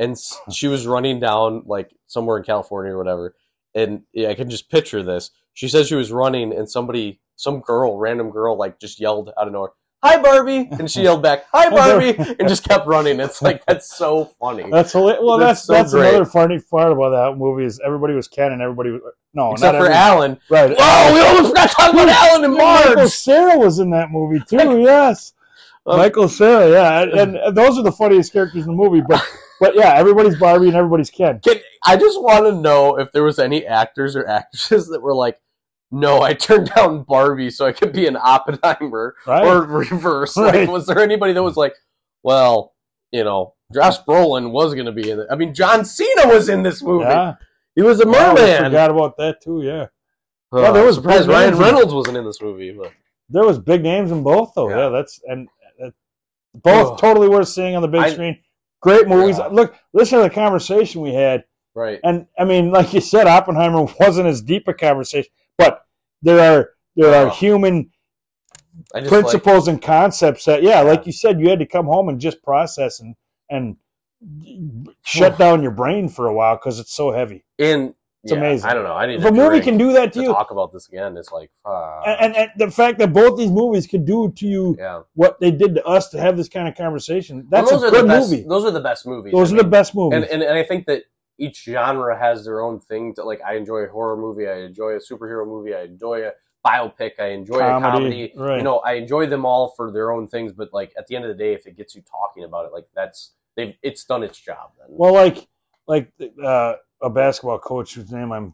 [SPEAKER 1] and s- she was running down like somewhere in California or whatever. And yeah, I can just picture this. She said she was running, and somebody, some girl, random girl, like just yelled out of nowhere, "Hi Barbie!" And she yelled back, "Hi Barbie!" and just kept running. It's like that's so funny.
[SPEAKER 2] That's hilarious. well.
[SPEAKER 1] That's
[SPEAKER 2] That's
[SPEAKER 1] so
[SPEAKER 2] that's,
[SPEAKER 1] great.
[SPEAKER 2] another funny part about that movie is everybody was Ken and everybody was no,
[SPEAKER 1] Except
[SPEAKER 2] Oh, not
[SPEAKER 1] for
[SPEAKER 2] everybody,
[SPEAKER 1] Alan,
[SPEAKER 2] right.
[SPEAKER 1] Whoa, we almost forgot to talk about Alan and
[SPEAKER 2] Michael
[SPEAKER 1] Marge.
[SPEAKER 2] Sarah was in that movie too. Yes,
[SPEAKER 1] Um,
[SPEAKER 2] Michael Sarah. Yeah, and, and, and those are the funniest characters in the movie. But but yeah, everybody's Barbie and everybody's Ken.
[SPEAKER 1] Can, I just want to know if there was any actors or actresses that were like, "No, I turned down Barbie so I could be an Oppenheimer,"
[SPEAKER 2] Right?
[SPEAKER 1] or reverse.
[SPEAKER 2] Right.
[SPEAKER 1] Like, was there anybody that was like, "Well, you know, Josh Brolin was going to be in it." I mean, John Cena was in this movie.
[SPEAKER 2] yeah,
[SPEAKER 1] He was a
[SPEAKER 2] I almost
[SPEAKER 1] merman.
[SPEAKER 2] forgot about that too. Yeah,
[SPEAKER 1] Oh,
[SPEAKER 2] Yeah, there
[SPEAKER 1] I'm
[SPEAKER 2] was
[SPEAKER 1] surprised
[SPEAKER 2] Brett
[SPEAKER 1] Ryan
[SPEAKER 2] Reynolds in-
[SPEAKER 1] Reynolds wasn't in this movie, but
[SPEAKER 2] there was big names in both though. Yeah,
[SPEAKER 1] Yeah.
[SPEAKER 2] that's and uh, both
[SPEAKER 1] Ugh.
[SPEAKER 2] totally worth seeing on the big
[SPEAKER 1] I-
[SPEAKER 2] screen. Great movies.
[SPEAKER 1] Yeah.
[SPEAKER 2] Look, listen to the conversation we had.
[SPEAKER 1] right.
[SPEAKER 2] And I mean, like you said, Oppenheimer wasn't as deep a conversation, but there are there are
[SPEAKER 1] Oh,
[SPEAKER 2] human
[SPEAKER 1] I just like,
[SPEAKER 2] principles and concepts that, yeah, like you said, you had to come home and just process and and shut down your brain for a while because it's so heavy.
[SPEAKER 1] in.
[SPEAKER 2] It's
[SPEAKER 1] yeah,
[SPEAKER 2] amazing.
[SPEAKER 1] I don't know. I need
[SPEAKER 2] If
[SPEAKER 1] to
[SPEAKER 2] a movie
[SPEAKER 1] drink
[SPEAKER 2] can do that to
[SPEAKER 1] to
[SPEAKER 2] you,
[SPEAKER 1] talk about this again. It's like, uh,
[SPEAKER 2] and, and, and the fact that both these movies could do to you
[SPEAKER 1] yeah.
[SPEAKER 2] what they did to us to have this kind of conversation, that's
[SPEAKER 1] Well,
[SPEAKER 2] a
[SPEAKER 1] those are
[SPEAKER 2] good
[SPEAKER 1] the best,
[SPEAKER 2] movie.
[SPEAKER 1] Those are the best movies.
[SPEAKER 2] Those
[SPEAKER 1] I
[SPEAKER 2] are
[SPEAKER 1] mean,
[SPEAKER 2] the best movies.
[SPEAKER 1] And, and and I think that each genre has their own thing. To, like, I enjoy a horror movie. I enjoy a superhero movie. I enjoy a biopic. I enjoy a
[SPEAKER 2] Comedy,
[SPEAKER 1] comedy.
[SPEAKER 2] right.
[SPEAKER 1] You know, I enjoy them all for their own things. But like at the end of the day, if it gets you talking about it, like that's they've it's done its job. Then
[SPEAKER 2] Well, like like uh, a basketball coach whose name I'm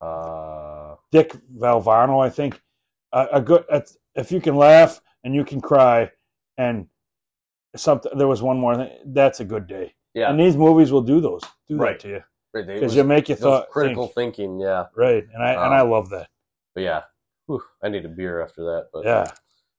[SPEAKER 1] uh,
[SPEAKER 2] Dick Valvano, I think. A, a good that's- if you can laugh and you can cry and something. There was one more thing. That's a good day.
[SPEAKER 1] yeah,
[SPEAKER 2] And these movies will do those. Do
[SPEAKER 1] Right.
[SPEAKER 2] that to you
[SPEAKER 1] Right, they- it
[SPEAKER 2] because
[SPEAKER 1] was-
[SPEAKER 2] they make you
[SPEAKER 1] it was
[SPEAKER 2] thought.
[SPEAKER 1] critical Um,
[SPEAKER 2] think.
[SPEAKER 1] thinking. Yeah,
[SPEAKER 2] Right, and I and I love that.
[SPEAKER 1] but yeah, Whew, I need a beer after that. But
[SPEAKER 2] Yeah,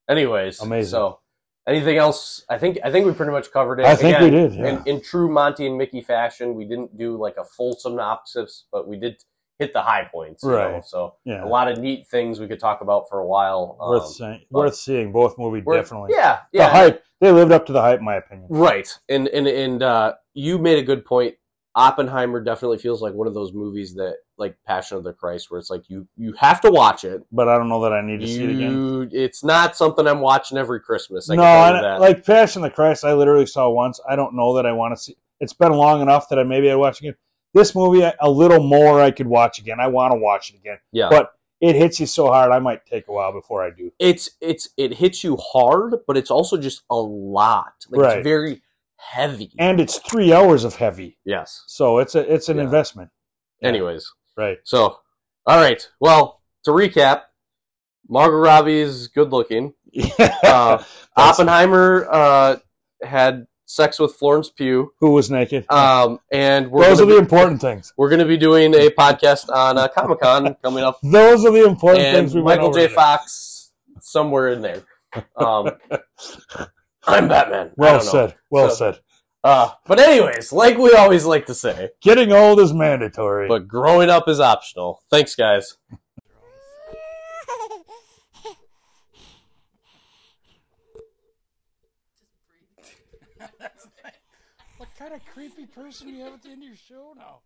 [SPEAKER 1] anyways,
[SPEAKER 2] Amazing.
[SPEAKER 1] So anything else? I think I think we pretty much covered it.
[SPEAKER 2] I think we
[SPEAKER 1] Again,
[SPEAKER 2] did. Yeah.
[SPEAKER 1] in, in true Monty and Mickey fashion, we didn't do like a full synopsis, but we did hit the high points. you know?
[SPEAKER 2] Right.
[SPEAKER 1] So
[SPEAKER 2] yeah.
[SPEAKER 1] a lot of neat things we could talk about for a while. Um,
[SPEAKER 2] worth seeing, worth seeing both movies
[SPEAKER 1] we're-
[SPEAKER 2] definitely.
[SPEAKER 1] Yeah.
[SPEAKER 2] The
[SPEAKER 1] Yeah.
[SPEAKER 2] hype they lived up to the hype in my opinion.
[SPEAKER 1] Right. And and and uh, you made a good point. Oppenheimer definitely feels like one of those movies that like Passion of the Christ, where it's like you you have to watch it.
[SPEAKER 2] But I don't know that I need to see it again.
[SPEAKER 1] You, it's not something I'm watching every Christmas. I
[SPEAKER 2] no,
[SPEAKER 1] can tell you
[SPEAKER 2] I,
[SPEAKER 1] that.
[SPEAKER 2] like Passion of the Christ, I literally saw once. I don't know that I want to see. It's been long enough that I maybe I watch again. This movie, I- a little more, I could watch again. I want to watch it again.
[SPEAKER 1] yeah.
[SPEAKER 2] But it hits you so hard, I might take a while before I do.
[SPEAKER 1] it's it's it hits you hard, but it's also just a lot. Like
[SPEAKER 2] Right.
[SPEAKER 1] it's very heavy.
[SPEAKER 2] And it's three hours of heavy,
[SPEAKER 1] yes.
[SPEAKER 2] so it's a it's an
[SPEAKER 1] Yeah.
[SPEAKER 2] investment. Yeah.
[SPEAKER 1] Anyways,
[SPEAKER 2] Right.
[SPEAKER 1] so all right. Well, to recap, Margot Robbie is good looking. Uh,
[SPEAKER 2] Yeah.
[SPEAKER 1] Oppenheimer uh, had sex with Florence Pugh,
[SPEAKER 2] Who was naked?
[SPEAKER 1] um, and we're
[SPEAKER 2] Those are
[SPEAKER 1] gonna
[SPEAKER 2] the
[SPEAKER 1] be,
[SPEAKER 2] important things.
[SPEAKER 1] we're going to be doing a podcast on uh, Comic Con coming up,
[SPEAKER 2] Those are the important
[SPEAKER 1] and
[SPEAKER 2] things we
[SPEAKER 1] Michael
[SPEAKER 2] went over
[SPEAKER 1] J.
[SPEAKER 2] today.
[SPEAKER 1] Fox somewhere in there. Um, I'm Batman. I
[SPEAKER 2] Well
[SPEAKER 1] don't know.
[SPEAKER 2] said. Well
[SPEAKER 1] So-
[SPEAKER 2] said.
[SPEAKER 1] Uh, but anyways, like we always like to say,
[SPEAKER 2] Getting old is mandatory.
[SPEAKER 1] but growing up is optional. Thanks, guys.
[SPEAKER 3] what kind of creepy person you have at the end of your show now?